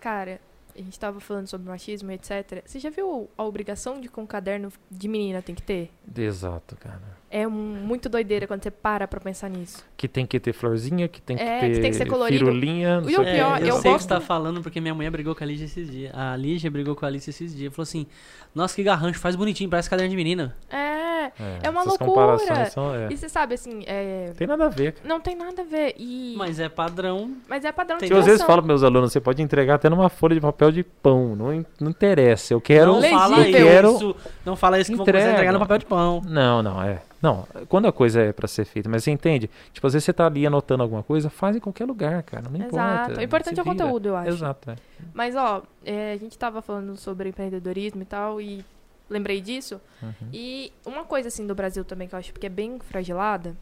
Cara, a gente tava falando sobre machismo, etc. Você já viu a obrigação de que um caderno de menina tem que ter?
Exato, cara.
É um- muito doideira quando você para pra pensar nisso.
Que tem que ter florzinha, que tem que
É,
ter
que tem que ser colorido.
firulinha. não
E
sei assim."
o
que.
pior,
é, eu,
eu
sei o que
gosto-
você tá falando, porque minha mulher brigou com a Lígia esses dias. A Lígia brigou com a Alice esses dias. Falou assim: Nossa, que garrancho, faz bonitinho, parece caderno de menina.
É. é uma
essas
loucura.
comparações são- é.
E você sabe, assim, é...
Tem nada a ver, cara.
não tem nada a ver. E... Mas,
Mas é padrão.
é padrão de
Tem-
Que eu às
criação.
vezes falo para meus alunos, você pode entregar até numa folha de papel de pão, não, in- não interessa. Eu quero,
não fala
eu quero.
isso. Não fala isso que vão começar a
Entrega.
entregar no papel de pão.
Não, não é. Não, quando a coisa é para ser feita, mas você entende? Tipo, às vezes você tá ali anotando alguma coisa, faz em qualquer lugar, cara, não importa.
Exato. O importante
se
é o
vira.
conteúdo, eu acho.
Exato, é.
Mas, ó, é, a gente tava falando sobre empreendedorismo e tal, e lembrei disso.
Uhum.
E uma coisa, assim, do Brasil também, que eu acho que é bem fragilada,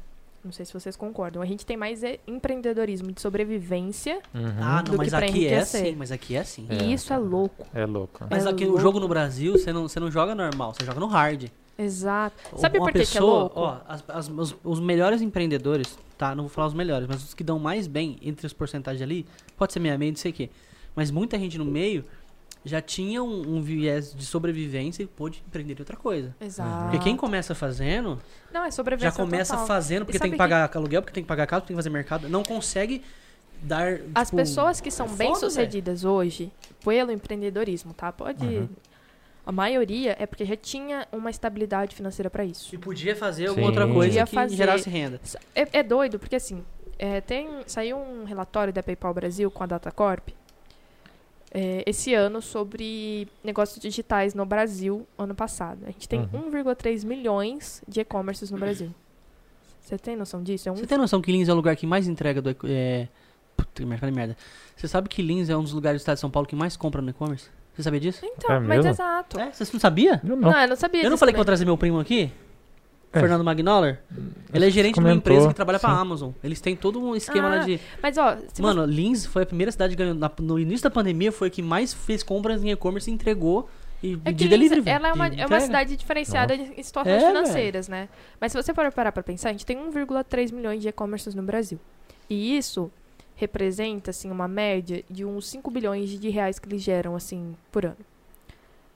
não sei se vocês concordam, a gente tem mais é, empreendedorismo de sobrevivência,
Uhum.
Ah,
Do
não,
que
mas
pra
aqui é
enriquecer.
assim. Mas aqui é assim.
É,
e isso é louco.
É louco. né?
Mas
É
aqui o
louco.
jogo no Brasil, você não, você não joga normal, você joga no hard.
Exato. Sabe
uma
por que que é
pessoa,
louco?
Ó, as- as- os, os melhores empreendedores, tá? Não vou falar os melhores, mas os que dão mais bem entre as porcentagens ali, pode ser meia-meia, não sei o quê. Mas muita gente no meio já tinha um, um viés de sobrevivência e pôde empreender em outra coisa.
Exato.
Porque quem começa fazendo,
Não, é
já
Ah. sobrevivência
começa
total.
fazendo porque
E
tem que
sabe que-
pagar aluguel, porque tem que pagar casa, porque tem que fazer mercado. Não consegue dar.
As
tipo,
pessoas que são
foda,
bem-sucedidas hoje, pelo empreendedorismo, tá? Pode...
Uhum.
A maioria é porque já tinha uma estabilidade financeira pra isso.
E podia fazer alguma
Sim.
outra coisa
Podia
que
fazer.
gerasse renda.
É, é doido, porque assim, é, tem, saiu um relatório da PayPal Brasil com a Datacorp é, esse ano sobre negócios digitais no Brasil, ano passado. A gente tem
Uhum.
1,3 milhões de e-commerces no Brasil. Você tem noção disso? É um...
Você tem noção que Lins é o lugar que mais entrega do. e- É... Puta, merda, falei merda. Você sabe que Lins é um dos lugares do estado de São Paulo que mais compra no e-commerce? Você sabia disso?
Então,
É
mas
mesmo?
exato.
É? Você não sabia?
Eu não.
Não, eu não sabia
Eu não
disso
falei que eu vou
também.
trazer meu primo aqui?
É.
Fernando Magnoller? Ele é
você
gerente de uma
comentou,
empresa que trabalha pra
sim.
Amazon. Eles têm todo um esquema
Ah,
lá de.
Mas ó, se
Mano, Lins foi a primeira cidade que ganhou. na- No início da pandemia foi a que mais fez compras em e-commerce e entregou. E
É que
de delivery.
Lins, ela é uma,
de
é uma
entrega.
cidade diferenciada em situações
É,
financeiras, né? Mas se você for parar pra pensar, a gente tem 1,3 milhões de e-commerces no Brasil. E isso representa, assim, uma média de uns 5 bilhões de reais que eles geram, assim, por ano.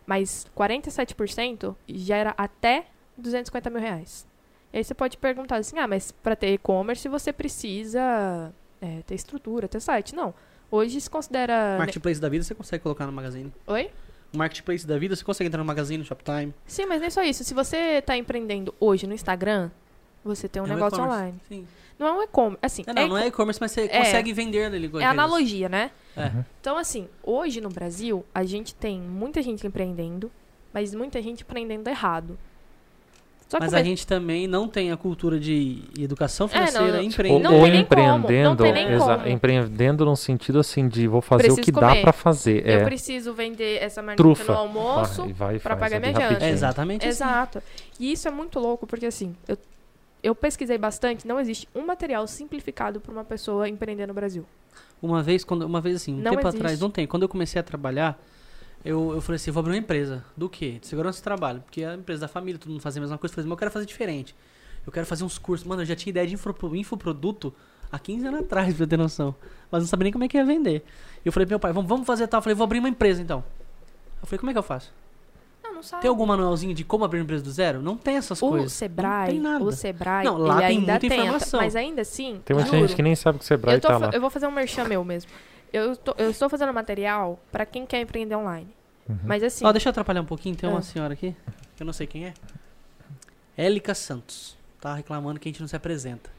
Mas 47% gera até 250 mil reais. E aí você pode perguntar assim, ah, mas pra ter e-commerce você precisa é, ter estrutura, ter site. Não. Hoje se considera...
Marketplace da vida você consegue colocar no Magazine.
Oi?
Marketplace da vida você consegue entrar no Magazine, no Shoptime.
Sim, mas nem só isso. Se você tá empreendendo hoje no Instagram, você tem um
É um
negócio
e-commerce.
online.
Sim.
Não é um e-commerce. Assim,
É, não, não é e-commerce, mas você consegue vender nele.
é analogia, né?
É. Uhum.
Então, assim, hoje no Brasil, a gente tem muita gente empreendendo, mas muita gente empreendendo errado. Só que
Mas
o
a
mes-
gente também não tem a cultura de educação financeira,
não,
Ou,
empreender.
Não
ou
tem nem como, não
empreendendo,
tem nem
exa-
como.
empreendendo num sentido assim de vou fazer o
Preciso
que dá
comer.
pra fazer.
Eu
É,
preciso vender essa marmita
trufa.
no almoço.
Vai, vai e
pra
faz
pagar
ali
minha janta.
rapidinho.
É exatamente assim.
Exato. E isso é muito louco, porque assim, eu, eu pesquisei bastante, não existe um material simplificado pra uma pessoa empreender no Brasil.
Uma vez, quando, uma vez assim, um
Não
tempo
existe.
atrás, não tem. Quando eu comecei a trabalhar, eu, eu falei assim, vou abrir uma empresa. Do quê? De segurança do trabalho. Porque é a empresa da família, todo mundo fazia a mesma coisa. Eu falei assim, mas eu quero fazer diferente. Eu quero fazer uns cursos. Mano, eu já tinha ideia de infopro- infoproduto há 15 anos atrás, pra ter noção. Mas não sabia nem como é que ia vender. E eu falei pro meu pai, vamos, vamos fazer tal. Eu falei, vou abrir uma empresa então. Eu falei, como é que eu faço?
Não, não sabe.
Tem algum manualzinho de como abrir uma empresa do zero? Não tem essas
o
coisas. Não
Sebrae,
tem nada.
o Sebrae,
Não, lá
ele
tem
ainda
muita
tenta,
informação.
mas ainda assim,
Tem muita
juro,
gente que nem sabe que o Sebrae
eu, tô
tá
fa-
lá.
eu vou fazer um merchan meu mesmo. Eu, tô- eu estou fazendo material pra quem quer empreender online.
Uhum.
Mas assim,
Ó, deixa eu atrapalhar um pouquinho, tem uma
Ah.
senhora aqui, que eu não sei quem é. Élica Santos. Tá reclamando que a gente não se apresenta.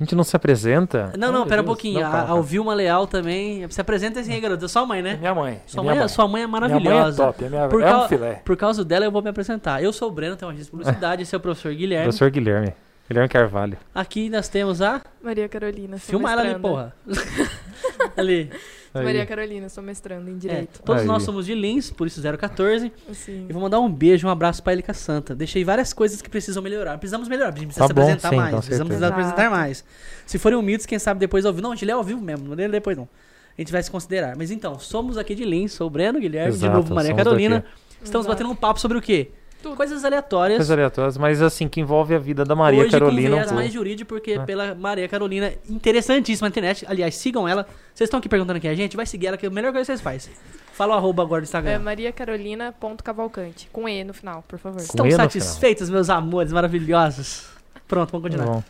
A gente não se apresenta?
Não, não,
Meu
pera um
Deus.
pouquinho.
Não, tá.
a,
calma,
a
calma.
Vilma Leal também. Se apresenta assim aí, garoto. Sua mãe,
Uhum.
né?
Minha mãe.
Sua
minha
mãe,
mãe.
sua mãe é maravilhosa.
Minha mãe é top, é, minha,
Por
é
causa-
um filé.
Por causa dela, eu vou me apresentar. Eu sou o Breno, tenho uma agência de publicidade. Esse é o professor Guilherme.
Professor Guilherme. Guilherme Carvalho.
Aqui nós temos a.
Maria Carolina, sou
Filma ela é ali,
mestranda.
porra. <laughs> ali.
Aí.
Maria Carolina, sou mestrando em
É,
<laughs> direito.
todos
Aí.
nós somos de Lins, por isso 014.
Assim.
E vou mandar um beijo, um abraço pra Elica Santa. Deixei várias coisas que precisam melhorar. Precisamos melhorar, a gente precisa
Tá
se
bom,
apresentar
sim,
mais.
com
Precisamos
certeza.
se apresentar
Exato.
mais. Se forem humildes, quem sabe depois ouvir. Não, a gente é ao vivo mesmo, não é depois não. A gente vai se considerar. Mas então, somos aqui de Lins, sou o Breno, Guilherme,
Exato,
de novo Maria
somos
Carolina.
daqui.
Estamos
Exato.
batendo um papo sobre o quê?
Tudo.
Coisas aleatórias.
Coisas aleatórias, mas assim, que envolve a vida da Maria
Hoje
Carolina.
com viés
um
mais
pouco.
jurídico, porque
É.
pela Maria Carolina, interessantíssima na internet. Aliás, sigam ela. Vocês estão aqui perguntando quem é a gente, vai seguir ela, que é a melhor coisa que vocês fazem. Fala o arroba agora do Instagram.
É Maria Carolina.cavalcante, com E no final, por favor.
Com-
Estão
E no
satisfeitos, meus amores maravilhosos? Pronto, vamos continuar.
Bom,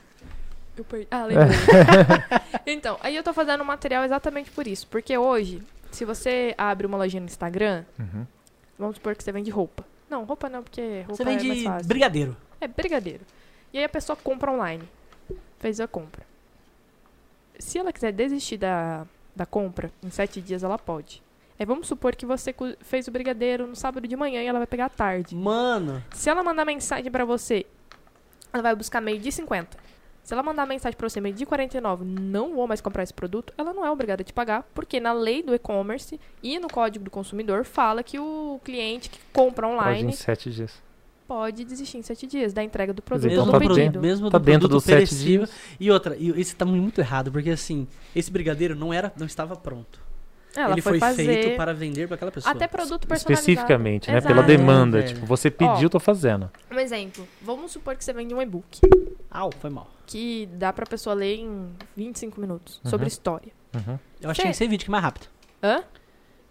Eu perdi. Ah,
<laughs>
lembrei. então, aí eu tô fazendo um material exatamente por isso. Porque hoje, se você abre uma lojinha no Instagram,
Uhum.
vamos supor que você vende roupa. Não, roupa não, porque roupa
Você
é mais
vende
fácil.
brigadeiro.
É brigadeiro. E aí a pessoa compra online. Fez a compra. Se ela quiser desistir da, da compra, em sete dias ela pode. Aí vamos supor que você co- fez o brigadeiro no sábado de manhã e ela vai pegar à tarde.
Mano,
Se ela mandar mensagem pra você, ela vai buscar meio de 50. Se ela mandar mensagem pra você meio de 49, não vou mais comprar esse produto, ela não é obrigada a te pagar, porque na lei do e-commerce e no código do consumidor fala que o cliente que compra
pode em
online
sete dias.
pode desistir em 7 dias da entrega do
dizer,
produto
então
mesmo
ou
tá dentro- tá
do, produto, mesmo
do pedido.
do
dentro
produto
dos sete
perecível. E outra, e esse tá muito errado, porque assim, esse brigadeiro não era, não estava pronto.
Ela
Ele
foi,
foi
fazer
feito para vender para aquela pessoa.
até produto personalizado.
Especificamente, né?
Exato.
Pela demanda.
É, velho.
tipo, você pediu,
Ó.
tô fazendo.
Um exemplo, vamos supor que você vende um e-book
Au, foi mal.
que dá pra pessoa ler em 25 minutos sobre história.
Uhum.
Eu achei que esse vídeo que é mais rápido.
Hã?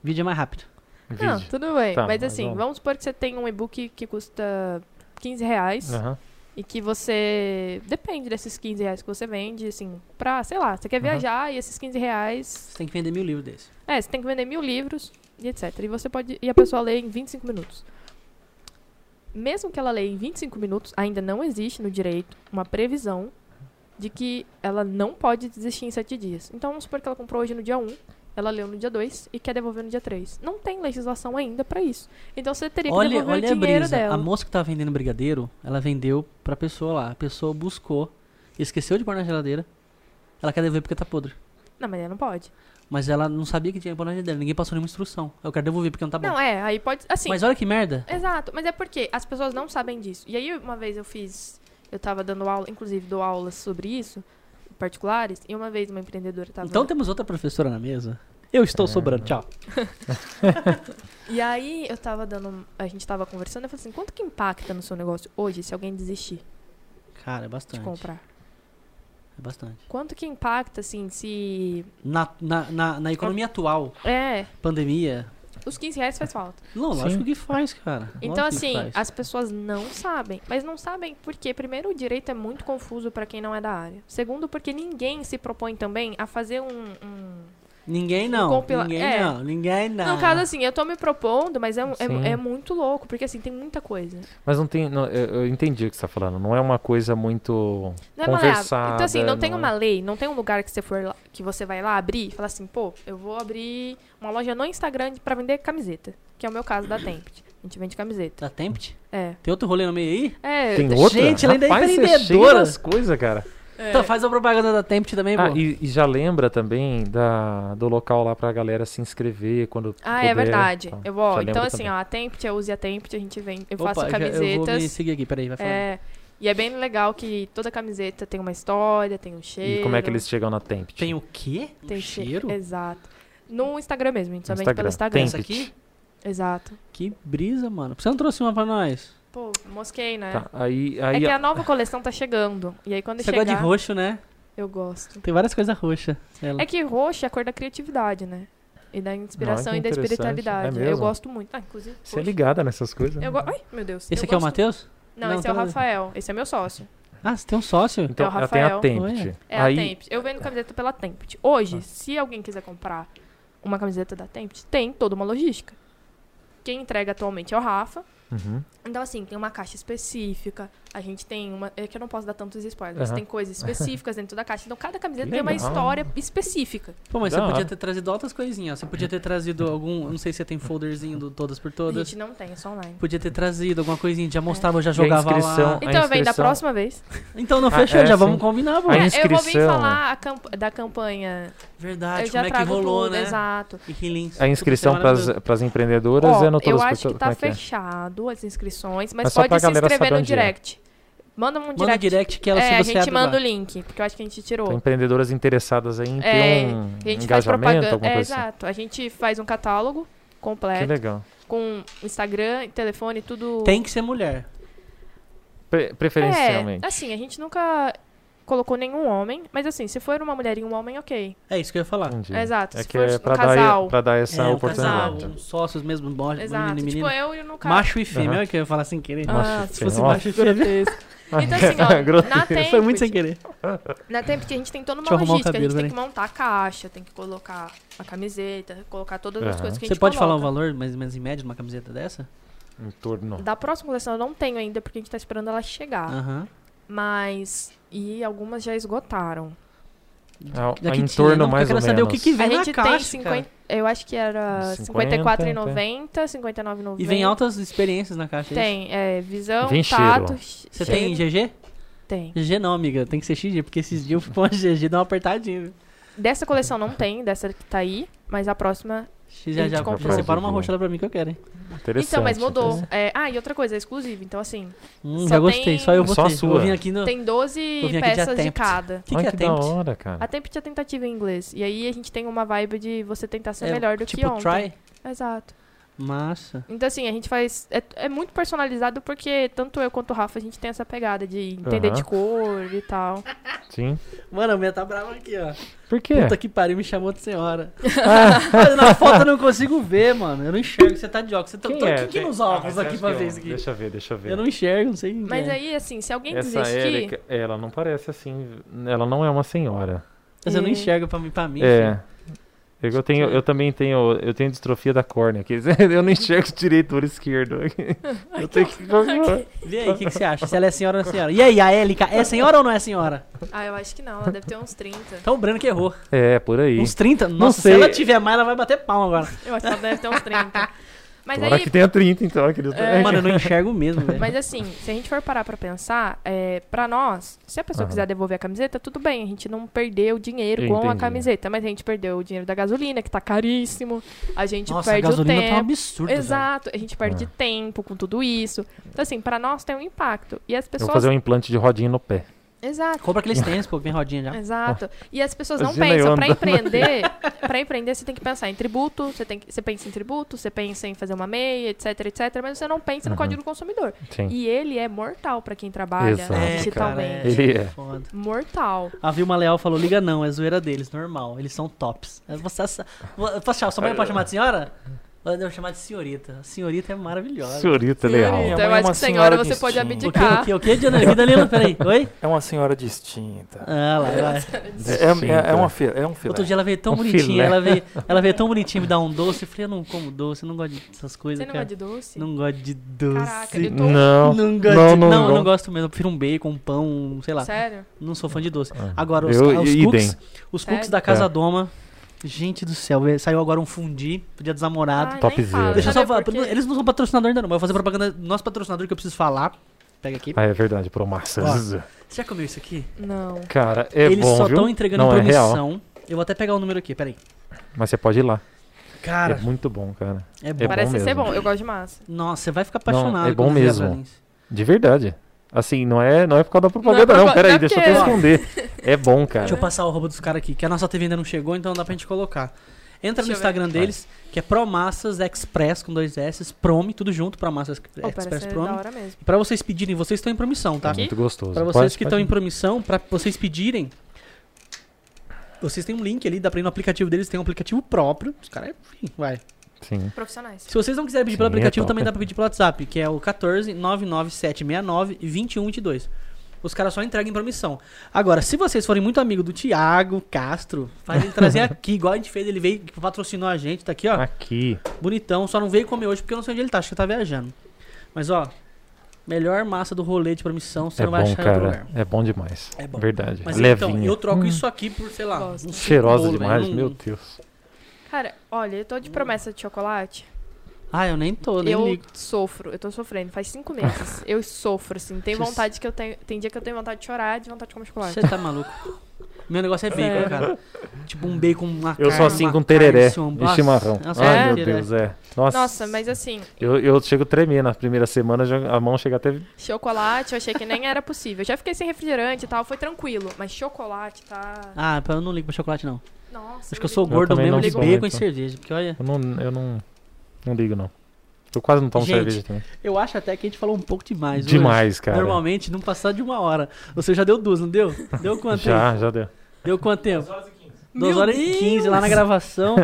Vídeo é mais rápido.
Não,
Vídeo.
tudo bem.
Tá,
mas
mas
assim,
vamos.
vamos... supor que você tem um e-book que custa 15 reais
Aham.
e que você. Depende desses 15 reais que você vende, assim, pra, sei lá, você quer
Aham.
viajar e esses 15 reais.
Você tem que vender mil livros desse.
É, você tem que vender mil livros e etc. E você pode. E a pessoa lê em 25 minutos. Mesmo que ela leia em 25 minutos, ainda não existe no direito uma previsão de que ela não pode desistir em 7 dias. Então vamos supor que ela comprou hoje no dia 1, ela leu no dia 2 e quer devolver no dia 3. Não tem legislação ainda pra isso. Então você teria que
Olha,
devolver
olha
o
a
dinheiro
brisa.
dela.
A moça que tava vendendo brigadeiro, ela vendeu pra pessoa lá. A pessoa buscou, esqueceu de pôr na geladeira. Ela quer devolver porque tá podre.
Não, mas ela não pode.
Tá Mas ela não sabia que tinha que pôr na geladeira. Ninguém passou nenhuma instrução. Eu quero devolver porque não tá bom.
Não, é, aí pode. Assim,
Mas olha que merda.
Exato, mas é porque as pessoas não sabem disso. E aí, uma vez eu fiz, eu tava dando aula, inclusive dou aulas sobre isso, particulares, e uma vez uma empreendedora tava.
Então temos outra professora na mesa. É. Eu estou sobrando, tchau.
E aí eu tava dando. A gente tava conversando, eu falei assim, quanto que impacta no seu negócio hoje se alguém desistir
Cara, é
de
bastante.
comprar?
É bastante.
Quanto que impacta, assim, se.
Na, na, na, na economia atual,
É,
pandemia.
os 15 reais faz falta.
Não,
Sim.
lógico que faz, cara.
Então,
Lógico que
assim,
faz.
as pessoas não sabem. Mas não sabem porque, primeiro, o direito é muito confuso pra quem não é da área. Segundo, porque ninguém se propõe também a fazer um- um
Ninguém não.
compila-
Ninguém
é.
não. Ninguém não.
No caso, assim, eu tô me propondo, mas é, um- é-
Sim.
é muito louco, porque assim, tem muita coisa.
Mas não tem. não, eu eu entendi o que você tá falando. Não é uma coisa muito
Não é maleável.
conversada.
Então, assim, não, tem
é-
uma lei, não tem um lugar que você for lá- que você vai lá abrir e falar assim, pô, eu vou abrir uma loja no Instagram de- pra vender camiseta, que é o meu caso da Tempt. gente vende camiseta.
Da Tá Tempt?
É.
Tem outro rolê no meio aí?
É,
Tem outra?
gente, ela ainda é
Rapaz, você é
empreendedora.
cheia das coisas, cara.
é.
Então faz a propaganda da Tempt também,
Ah,
pô.
e, e já lembra também da, do local lá pra galera se inscrever quando
Ah,
puder,
é verdade.
tá.
Eu,
Já
ó,
lembra
então, assim,
também.
ó, a Tempt, eu use a Tempt, a gente vende. Eu
Opa,
faço
já- Eu vou me
camisetas.
seguir aqui, peraí, vai falar.
é, e é bem legal que toda camiseta tem uma história, tem um cheiro.
E como é que eles chegam na Tempt?
Tem o quê?
tem é.
um cheiro?
Exato. No Instagram mesmo, a gente só vende pelo Instagram.
Tem
Essa aqui?
Exato.
Que brisa, mano. Por que Você não trouxe uma pra nós?
Pô, mosquei, né?
Tá, aí,
É
aí,
que a nova coleção tá chegando. E aí quando
Você
chegar,
gosta de roxo, Hum. né?
eu gosto.
Tem várias coisas roxas.
É que roxo é a cor da criatividade, né? E da inspiração
que
e da
interessante. É
espiritualidade. eu
mesmo?
gosto muito. Ah, inclusive.
você é
roxo.
ligada nessas coisas. né?
Eu go... Ai, meu Deus.
Esse
Eu
aqui é o
gosto-
Matheus?
Não,
Não,
esse é o
tá-
Rafael. Esse é meu sócio.
Ah, você tem um sócio?
Então,
É o
ela tem a
Rafael.
Tempt.
É
aí,
a Tempt. Eu vendo camiseta pela Tempt. Hoje, se alguém quiser comprar uma camiseta da Tempt, tem toda uma logística. Quem entrega atualmente é o Rafa.
Uhum.
Então, assim, tem uma caixa específica. A gente tem uma. É que eu não posso dar tantos spoilers, mas
Aham.
tem
<laughs>
coisas específicas dentro da caixa. Então, cada camiseta
Que
tem uma
legal.
história específica.
Pô, mas
Da
você podia
hora.
ter trazido outras coisinhas. Você podia ter trazido algum. Não sei se você tem folderzinho do Todas por
A
Todas.
gente É. não tem, é só online.
Podia ter trazido alguma coisinha. Já mostrava, já jogava lá.
inscrição-
Então, eu venho da
inscrição-
próxima vez.
Então não
Ah,
fechou,
é,
já
sim.
vamos combinar, pô.
A
É, eu vou vir
inscrição- né?
falar a camp- da campanha.
Verdade,
eu já
como é que
trago
rolou,
tudo,
né?
exato.
E que links,
A
tudo
inscrição
isso é maravilhoso.
para as empreendedoras
Ó,
é no
eu
todas
acho que tá
como é que é?
fechado as inscrições, mas
Mas só pra
pode se
galera
inscrever
saber
no
onde é.
direct. Manda um
Manda um
direct.
direct que ela
é,
se
a
você
gente
abre
manda
lá.
o link, porque eu acho que a gente tirou.
Tem empreendedoras interessadas aí em ter
É,
um
a gente faz
engajamento,
propaganda.
alguma
É,
coisa assim.
exato. A gente faz um catálogo
Que
completo,
legal.
com Instagram, telefone, tudo.
Tem que ser mulher.
Pre- preferencialmente.
É, assim, a gente nunca colocou nenhum homem, mas assim, se for uma mulher e um homem, ok.
É isso que eu ia falar.
Entendi.
Exato,
É
se
que
for
é
um
pra
casal.
dar, pra dar essa
é, um casal,
oportunidade.
um sócios mesmo, bo-
Exato.
menino e
Tipo,
menina.
eu e no caso.
Macho e fêmea,
Aham.
é que eu ia falar sem querer.
Ah,
Macho
se
e
Se fosse
fêmea,
macho e fêmea.
Então,
<laughs>
assim, ó, na Tempt,
Foi muito sem querer.
na Tempt, a gente tem toda uma
Deixa eu arrumar o
logística. a
cabelo,
gente
peraí.
tem que montar a caixa, tem que colocar a camiseta, colocar todas as
Aham.
coisas que a gente
Você pode falar um
coloca.
valor, mais ou menos em média, de uma camiseta dessa?
Em torno.
Da próxima coleção eu não tenho ainda, porque a gente tá esperando ela chegar.
Aham.
Mas. E algumas já esgotaram.
Ah,
Já que
em
tinha,
torno
não, porque
mais
eu
ou
quero saber o que
menos.
que vem
a
na
gente tem
caixa,
50. Eu acho que era
50,
54,90, 59,90.
E vem altas experiências na caixa. é isso?
Tem, é, visão,
Vem
tato.
cheiro.
che-
Você tem
cheiro.
GG?
Tem.
GG não, amiga. Tem que ser XG, porque esses dias eu fui com a GG dá uma apertadinha. viu?
Dessa coleção não tem, dessa que tá aí, mas a próxima.
X já
Gente,
já,
comprou.
já separa uma roxa lá pra mim que eu quero, hein?
Interessante.
Então, mas mudou.
interessante.
É, ah, e outra coisa, é exclusiva. Então, assim,
Hum,
Só
já gostei,
tem-
só eu vou
Só a
ter.
sua.
Eu vim aqui no...
tem
Vou
12
vir aqui de
peças de
Attempt.
cada.
O que,
Olha
que é
que, da
Tempt?
hora, cara.
A Tempt é tentativa em inglês. E aí a gente tem uma vibe de você tentar ser é melhor do
tipo
que ontem.
try?
Exato.
Massa.
Então, assim, a gente faz. É, é muito personalizado porque tanto eu quanto o Rafa a gente tem essa pegada de entender
Aham.
de cor e tal.
Sim.
Mano, a minha tá brava aqui, ó.
Por quê?
Puta que pariu, me chamou de
<laughs>
senhora. Mas na foto eu não consigo ver, mano. Eu não enxergo, você tá de óculos. Você tá...
Quem
tô-
é?
Quem que
Tem-
nos
Ah, mas
óculos aqui
acho
pra
que
ver
eu-
isso aqui?
Deixa eu ver, deixa eu ver.
Eu não enxergo, não sei quem
Mas
é.
aí, assim, se alguém
Essa
desistir.
Érica, ela não parece assim. Ela não é uma senhora.
Mas eu não
É.
enxergo pra mim, pra mim.
É. Eu, eu tenho, eu também tenho, eu tenho distrofia da córnea, que <laughs> eu não enxergo direito o olho esquerdo. Eu tenho que
filho. Vê aí, o que, que você acha? Se ela é senhora ou não é senhora. E aí, a Élica, é senhora ou não é senhora?
Ah, eu acho que não, ela deve ter uns 30.
Então o Breno que errou.
É, por aí.
Uns 30? Nossa,
sei.
se ela tiver mais, ela vai bater palma agora.
Eu acho que ela deve ter uns 30. Mas
Tomara
aí,
que tenha 30, então, aquele
É.
Mano, eu não enxergo mesmo, velho.
Mas assim, se a gente for parar pra pensar, é, pra nós, se a pessoa
Aham.
quiser devolver a camiseta, tudo bem. A gente não perdeu o dinheiro
Eu
com a
entendi.
camiseta, mas a gente perdeu o dinheiro da gasolina, que tá caríssimo. A gente
Nossa, a
perde o
gasolina
tempo.
tá um
né?
absurdo. velho.
Exato, a gente perde
É.
tempo com tudo isso. Então, assim, pra nós tem um impacto. E as
Eu vou
pessoas.
fazer um implante de rodinha no pé.
Exato.
Compra aqueles tênis, pô, que vem rodinha já.
Exato. E as pessoas não
Tá? Imagina eu
pensam. Pra
andando.
empreender, para empreender, você tem que pensar em tributo, você, tem que, você pensa em tributo, você pensa em fazer uma meia, etc, etc. Mas você não pensa no
Uhum.
código do consumidor.
Sim.
E ele é mortal pra quem trabalha
Exato, cara.
digitalmente.
Ele é.
foda.
Mortal.
A Vilma Leal falou, liga não, é zoeira deles, normal, eles são tops. Eu Você, essa- eu posso chamar, sua mãe pode chamar de senhora? Eu devo chamar de senhorita. A senhorita é maravilhosa.
Senhorita leal.
Então, eu
mãe é
acho
uma
que senhora
senhora
você pode
distinta.
O que, o
abdicar.
que, o que, Diana? Me dá ali, não, peraí. Oi?
É uma senhora distinta.
Ah,
<laughs>
lá, lá.
É, é, é uma filha, é um filé.
Outro dia ela veio tão
Um
bonitinha,
filé. <laughs>
ela veio, ela veio tão bonitinha me dar um doce. Eu falei, eu não como doce, eu não gosto dessas coisas,
Você não
cara.
gosta de doce?
Não gosto de doce.
Caraca, eu tô-
Não,
Não gosto
não, não,
de... não, eu
não.
não gosto mesmo. Eu prefiro um bacon, um pão, um, sei lá.
Sério?
Não sou fã de doce.
Ah,
Agora, os,
eu-
os
idem.
cookies, os
Sério?
cookies da Casa
É.
Doma, Gente do céu, velho, saiu agora um fundi do Dia dos Namorados.
Ai, nem
Topzera.
fala,
Deixa eu
sabe
só falar,
por quê?
eles não são patrocinador ainda não, mas eu vou fazer propaganda do nosso patrocinador que eu preciso falar. Pega aqui.
Ah, é verdade, promessas.
Você já comeu isso aqui?
Não.
Cara, é
eles
bom,
só
viu?
estão entregando
Não,
em
é real,
promoção. eu vou até pegar o número aqui, peraí.
mas você pode ir lá.
Cara,
é muito bom, cara.
é, bom.
bom
Parece ser
mesmo.
bom, eu gosto de massa.
Nossa, você vai ficar
Não,
apaixonado.
é bom
quando vier
mesmo.
pra Valença.
De verdade. Assim, não é, não é por causa da propaganda,
Não é
não.
propa-
Peraí,
não é
deixa eu
porque-
até esconder. É bom, cara.
Deixa eu passar o arroba dos caras aqui, que a nossa TV ainda não chegou, então não dá pra gente colocar. Entra
Deixa
no
eu
Instagram
ver.
deles, que é Promassas Express com dois S, Promi, tudo junto, Promassas
Pô,
Express
parece ser da
Promi.
hora mesmo.
E pra vocês pedirem, vocês estão em promissão, tá?
É muito gostoso.
Pra vocês
Pode-
que
pode
estão em
ir.
promissão, pra vocês pedirem, vocês têm um link ali, dá pra ir no aplicativo deles, tem um aplicativo próprio. Os caras, enfim, vai.
Sim.
Profissionais.
Se vocês não quiserem pedir pelo
Sim, é
aplicativo,
top.
também dá pra pedir pelo WhatsApp, que é o 14 99769 2122. Os caras só entregam em promissão. Agora, se vocês forem muito amigo do Thiago Castro, faz ele
<laughs>
trazer aqui, igual a gente fez, ele veio, que patrocinou a gente, tá aqui, ó,
Aqui.
bonitão. Só não veio comer hoje porque eu não sei onde ele tá, acho que ele tá viajando. Mas, ó, melhor massa do rolê de promissão, você
é
não vai
bom,
achar em outro
cara.
lugar.
É bom demais.
É bom.
Verdade.
Mas
Levinho.
então, eu troco
Hum,
isso aqui por, sei lá,
Gosto.
um
Cheirosa
bolo,
demais,
velho, um-
meu Deus.
Cara, olha, eu tô de promessa de chocolate.
Ah, eu nem tô, nem
Eu
ligo.
sofro, eu tô sofrendo. Faz cinco
<laughs>
meses. eu sofro, assim. Tem
Vocês-
vontade que eu tenho. Tem dia que eu tenho vontade de chorar de vontade de comer chocolate.
Você tá maluco? Meu negócio é bacon,
Sério.
cara. Tipo um bacon, uma
Eu sou
carne,
assim
uma
com tereré
carne, um-
e
Nossa,
chimarrão.
nossa,
Ai,
é.
meu Deus, é. Nossa,
Nossa, mas assim,
eu, eu chego tremer na primeira semana, já- a mão chega até...
chocolate eu achei que nem era possível. Já fiquei sem refrigerante e tal, foi tranquilo. Mas chocolate tá.
Ah, eu não ligo pra chocolate, não.
Nossa.
Acho que eu sou
Eu
gordo
também
mesmo
não
de
sou tipo, então.
bacon
muito.
e cerveja. Porque olha.
Eu não, eu não, não ligo, não. Eu quase não tomo
Gente,
cerveja também.
Eu acho até que a gente falou um pouco demais. hoje.
Demais, cara.
Normalmente não passar de uma hora. Você já deu duas, não deu? Deu quanto tempo?
Já, já deu.
Deu quanto tempo?
Meu
2 horas e
Deus!
15 lá na gravação.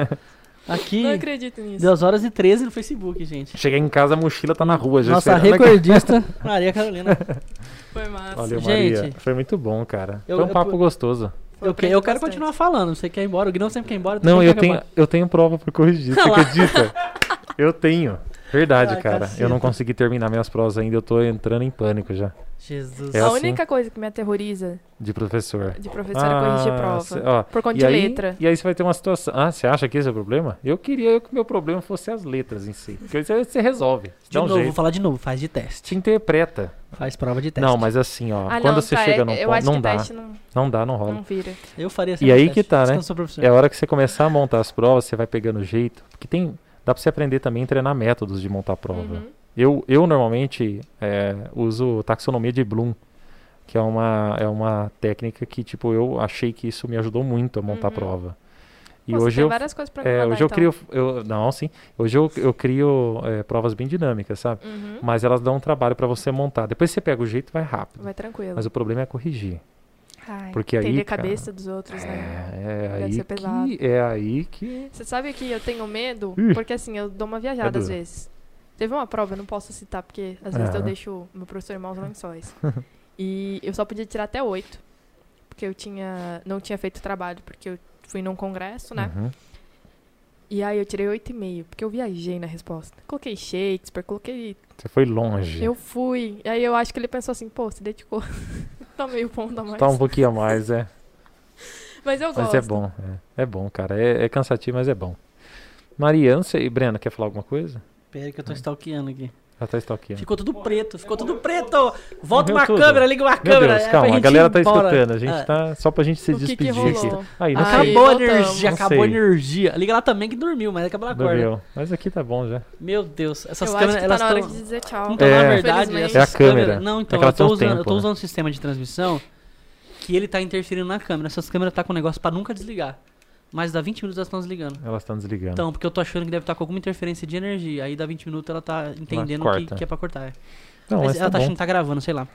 Aqui,
Não acredito nisso.
2 horas e 13 no Facebook, gente.
Cheguei em casa, a mochila tá na rua. Já
Nossa
esperando.
recordista, Maria Carolina.
Foi massa.
Valeu,
Gente.
Maria. Foi muito bom, cara.
Eu-
Foi um
eu-
papo gostoso.
Eu, que-
aprendi
eu quero
bastante.
continuar falando. Você quer ir embora? O Guilherme sempre quer ir embora.
Não,
sempre
eu
quer
tenho,
acabar.
eu tenho prova pra corrigir, você
Ah lá. <laughs>
acredita? Eu tenho. Verdade,
Ah,
cara. Eu não
caceta.
consegui terminar minhas provas ainda, eu tô entrando em pânico já.
Jesus.
É
a
assim.
única coisa que me aterroriza
De professor.
de professora é corrigir prova.
Ah, cê- ó,
por conta
e
de
aí,
letra.
E aí você vai ter uma situação. Ah, você acha que esse é o problema? Eu queria que o meu problema fosse as letras em si. Porque você, você resolve. Você
De
dá um
novo, vou
jeito.
falar de novo. Faz de teste.
Te interpreta.
Faz prova de teste.
Não, mas assim, ó.
Ah,
quando
não,
você
tá,
chega
é-
num
eu
ponto,
acho
não
que
dá.
teste não,
Não dá, não rola.
não vira.
Eu faria
E
de
aí
teste.
que tá,
Isso
né?
eu sou professor.
É a hora que você começar a montar as provas, você vai pegando o jeito. Porque tem. Dá pra você aprender também a treinar métodos de montar prova.
Uhum.
Eu, eu normalmente é, uso taxonomia de Bloom, que é uma, é uma técnica que, tipo, eu achei que isso me ajudou muito a montar a
Uhum.
prova. E
Pô, você
hoje
tem
eu.
várias coisas pra me
é,
mandar,
hoje eu
então.
crio. Eu, não, sim. Hoje eu, eu crio é, provas bem dinâmicas, sabe?
Uhum.
Mas elas dão um trabalho pra você montar. Depois você pega o jeito e vai rápido.
Vai tranquilo.
Mas o problema é corrigir.
Ai,
porque aí,
entender a
cara,
cabeça dos outros, né?
É, é
Deve
aí
ser pesado.
que. É aí que.
Você sabe que eu tenho medo,
Ih.
porque assim, eu dou uma viajada
É
às
duro.
vezes. Teve uma prova, eu não posso citar, porque às vezes eu
Aham.
deixo meu professor irmão os
<laughs>
lençóis. e eu só podia tirar até oito, porque eu tinha não tinha feito trabalho, porque eu fui num congresso, né?
Uhum.
E aí eu tirei oito e meio, porque eu viajei na resposta. Coloquei Shakespeare, coloquei...
Você foi longe.
Eu fui. E aí eu acho que ele pensou assim, pô, se dedicou. <laughs> tá meio ponto a mais.
Tá um pouquinho a mais,
<laughs>
é.
Mas eu gosto.
Mas é bom, é, É bom, cara. É, é cansativo, mas é bom. Maria, eu não sei. Breno, quer falar alguma coisa?
Pera que eu tô stalkeando aqui.
Já tá stalkeando.
Ficou tudo preto, ficou tudo preto. Volta
Morreu
uma
tudo.
câmera, liga uma
Meu
câmera.
Deus,
é pra
calma, a
gente
galera
ir
tá
embora.
escutando. A gente
Ah,
tá. Só pra gente se
O que que
despedir
rolou?
aqui. Aí, não
Ai,
sei.
Acabou a
voltamos.
energia,
Não
acabou a
sei.
energia. Liga lá também que dormiu, mas acabou ela acorda.
Dormiu. Mas aqui tá bom já.
Meu Deus, essas
eu
câmeras,
acho que tá
elas
na hora
tão-
de dizer tchau.
Então, na
É.
verdade,
Infelizmente.
essas
É a câmera.
câmeras- Não, então,
É que ela
eu tô,
tem um
usando, eu
tempo,
tô
né?
usando um sistema de transmissão que ele tá interferindo na câmera. Essas câmeras tá com um negócio pra nunca desligar. Mas dá 20 minutos elas estão desligando.
Elas estão desligando.
Então, porque eu tô achando que deve estar com alguma interferência de energia. Aí dá 20 minutos ela tá entendendo
Ela
que,
corta.
que é pra cortar. é.
não,
mas
mas
ela
tá
tá achando
bom.
que tá gravando, sei lá.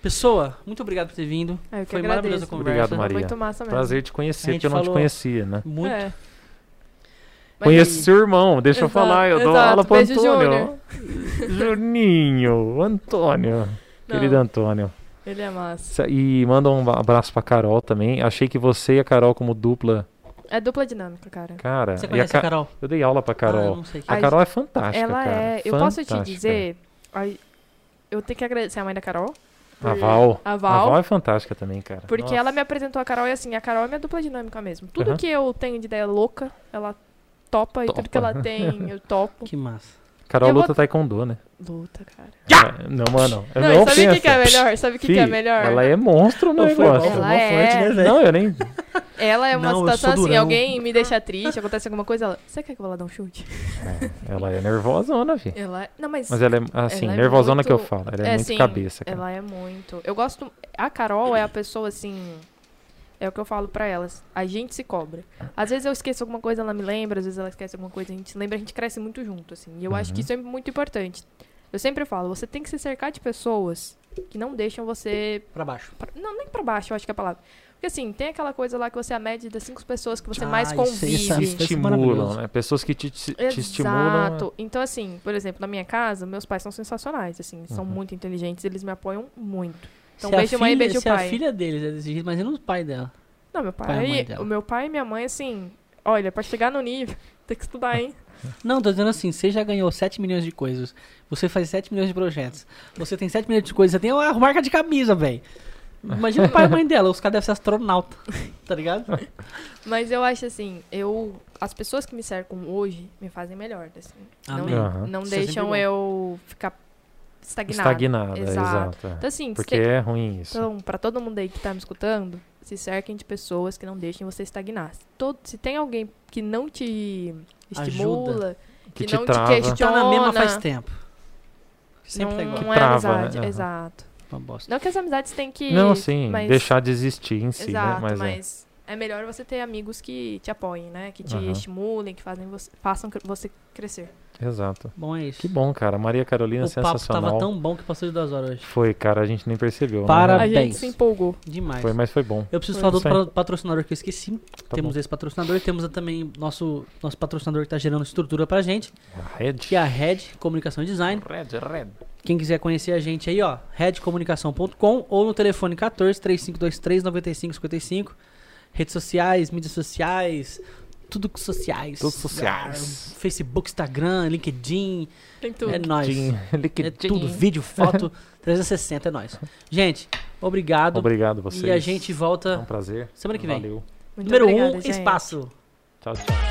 Pessoa, muito obrigado por ter vindo.
Ah,
É,
eu que
Foi maravilhosa a
agradeço.
conversa.
Obrigado, Maria.
Muito massa mesmo.
Prazer te
A
conhecer,
gente
porque eu não te
falou-
conhecia, né?
Muito.
É. Mas
Conheço
aí-
seu irmão, deixa eu
Exato,
falar. Eu dou
exato.
aula pro
Beijo,
Antônio.
Júnior.
Juninho, Antônio.
Não,
Querido Antônio.
Ele é massa.
Sa- E manda um ba- abraço pra Carol também. Achei que você e a Carol como dupla.
É dupla dinâmica, cara.
Cara,
Você
e
conhece
Ca-
a Carol?
eu dei aula pra
Ah, eu
Carol.
não sei.
a
Ai,
Carol é fantástica,
Ela
cara.
é. Eu posso te
Fantástica.
dizer. ai, Eu tenho que agradecer a mãe da Carol.
A Val.
a
A
Val.
Val é fantástica também, cara.
Porque
Nossa.
ela me apresentou a Carol e assim, a Carol é minha dupla dinâmica mesmo. Tudo
Aham.
que eu tenho de ideia louca, ela topa, e tudo
Topa.
que ela tem,
<laughs>
eu topo.
Que massa.
Carol
Eu vou-
luta taekwondo, né?
Luta, cara.
É, Não, mano. É
Não, e sabe o que,
ofensa.
que é melhor? Sabe o que, que é
Fi,
melhor?
Ela é monstro no
Pô, foi bom,
negócio.
foi bom,
Ela é.
forte, né, velho?
Não, eu nem.
Ela é uma
Não, eu
situação
sou
assim,
durão.
alguém me deixa triste, acontece alguma coisa, ela. Você quer que eu vá lá dar um chute?
Ela é nervosona, fi.
Ela é. Não, mas.
Mas ela é, assim,
Ela é
nervosona que eu
muito-
falo. Ela
é,
é, muito
sim,
cabeça, cara.
Ela é muito. Eu gosto. A Carol é a pessoa assim. É o que eu falo pra elas. A gente se cobra. Às vezes eu esqueço alguma coisa, ela me lembra, às vezes ela esquece alguma coisa, a gente se lembra, a gente cresce muito junto, assim. E eu acho que
Uhum.
isso é muito importante. Eu sempre falo, você tem que se cercar de pessoas que não deixam você.
Pra baixo.
pra- não, nem pra baixo, eu acho que é a palavra. Porque assim, tem aquela coisa lá que você é a média das cinco pessoas que você
Ah,
mais
isso aí,
convive.
isso aí, isso
Te
Deve ser
estimulam,
maravilhoso.
né? Pessoas que te, te- te
Exato.
estimulam. a-
Então, assim, por exemplo, na minha casa, meus pais são sensacionais, assim, são
Uhum.
muito inteligentes, eles me apoiam muito. Então,
Se é a
beijo mãe,
filha-
beijo
se
pai.
a filha deles é desse jeito, mas não o pai dela.
Não, meu
Pai e mãe
pai,
dela.
o meu pai e minha mãe, assim, olha, pra chegar no nível, <laughs> tem que estudar, hein?
Não, tô dizendo assim, você já ganhou 7 milhões de coisas, você faz 7 milhões de projetos, você tem 7 milhões de coisas, você tem uma marca de camisa, velho. Imagina o pai e a mãe dela, os caras devem ser astronauta, <laughs> tá ligado?
Mas eu acho assim, eu. As pessoas que me cercam hoje me fazem melhor, assim. Não,
Amém.
Aham.
não
Isso é
deixam
sempre bom.
eu ficar estagnada.
Estagnada,
Exato.
exato. é.
Então, assim,
Porque
se-
é ruim isso.
Então, pra todo mundo aí que tá me escutando, se cerquem de pessoas que não deixem você estagnar. Se, todo- se tem alguém que não te estimula,
que
não
te
te
trava.
questiona,
Tá na mesma faz tempo. Sempre
não,
tá igual.
não é
trava,
amizade.
né? Aham.
Exato.
Uma bosta.
Não que as amizades têm que.
Não, sim,
mas-
deixar de existir em si,
Exato,
né? Mas,
mas,
é.
é. melhor você ter amigos que te apoiem, né? Que te
Aham.
estimulem, que fazem você, façam cre- você crescer.
Exato.
Bom, é isso.
Que bom, cara. Maria Carolina,
o papo
sensacional.
tava tão bom que passou de duas horas hoje.
Foi, cara, a gente nem percebeu. né?
Para-
A gente
Parabéns.
se empolgou.
Demais.
Foi, mas foi bom.
Eu preciso
Foi
falar do
isso
outro pa- patrocinador que eu esqueci.
Tá
temos esse patrocinador e temos também nosso, nosso patrocinador que tá gerando estrutura pra gente,
bom. Red.
que é a Red Comunicação e Design.
Red, red.
Quem quiser conhecer a gente aí, ó, redcomunicação.com ou no telefone 14 3523 9555. Redes sociais, mídias sociais, tudo com sociais.
Tudo sociais.
Ah, Facebook, Instagram, LinkedIn,
Tem tudo.
é nóis.
<laughs>
É
LinkedIn.
tudo, vídeo, <laughs> foto, 360, é nóis. Gente, obrigado.
Obrigado vocês.
E a gente
É um
volta
prazer.
semana que vem.
Valeu.
Muito
Número 1,
obrigada,
um,
gente.
espaço.
Tchau, tchau.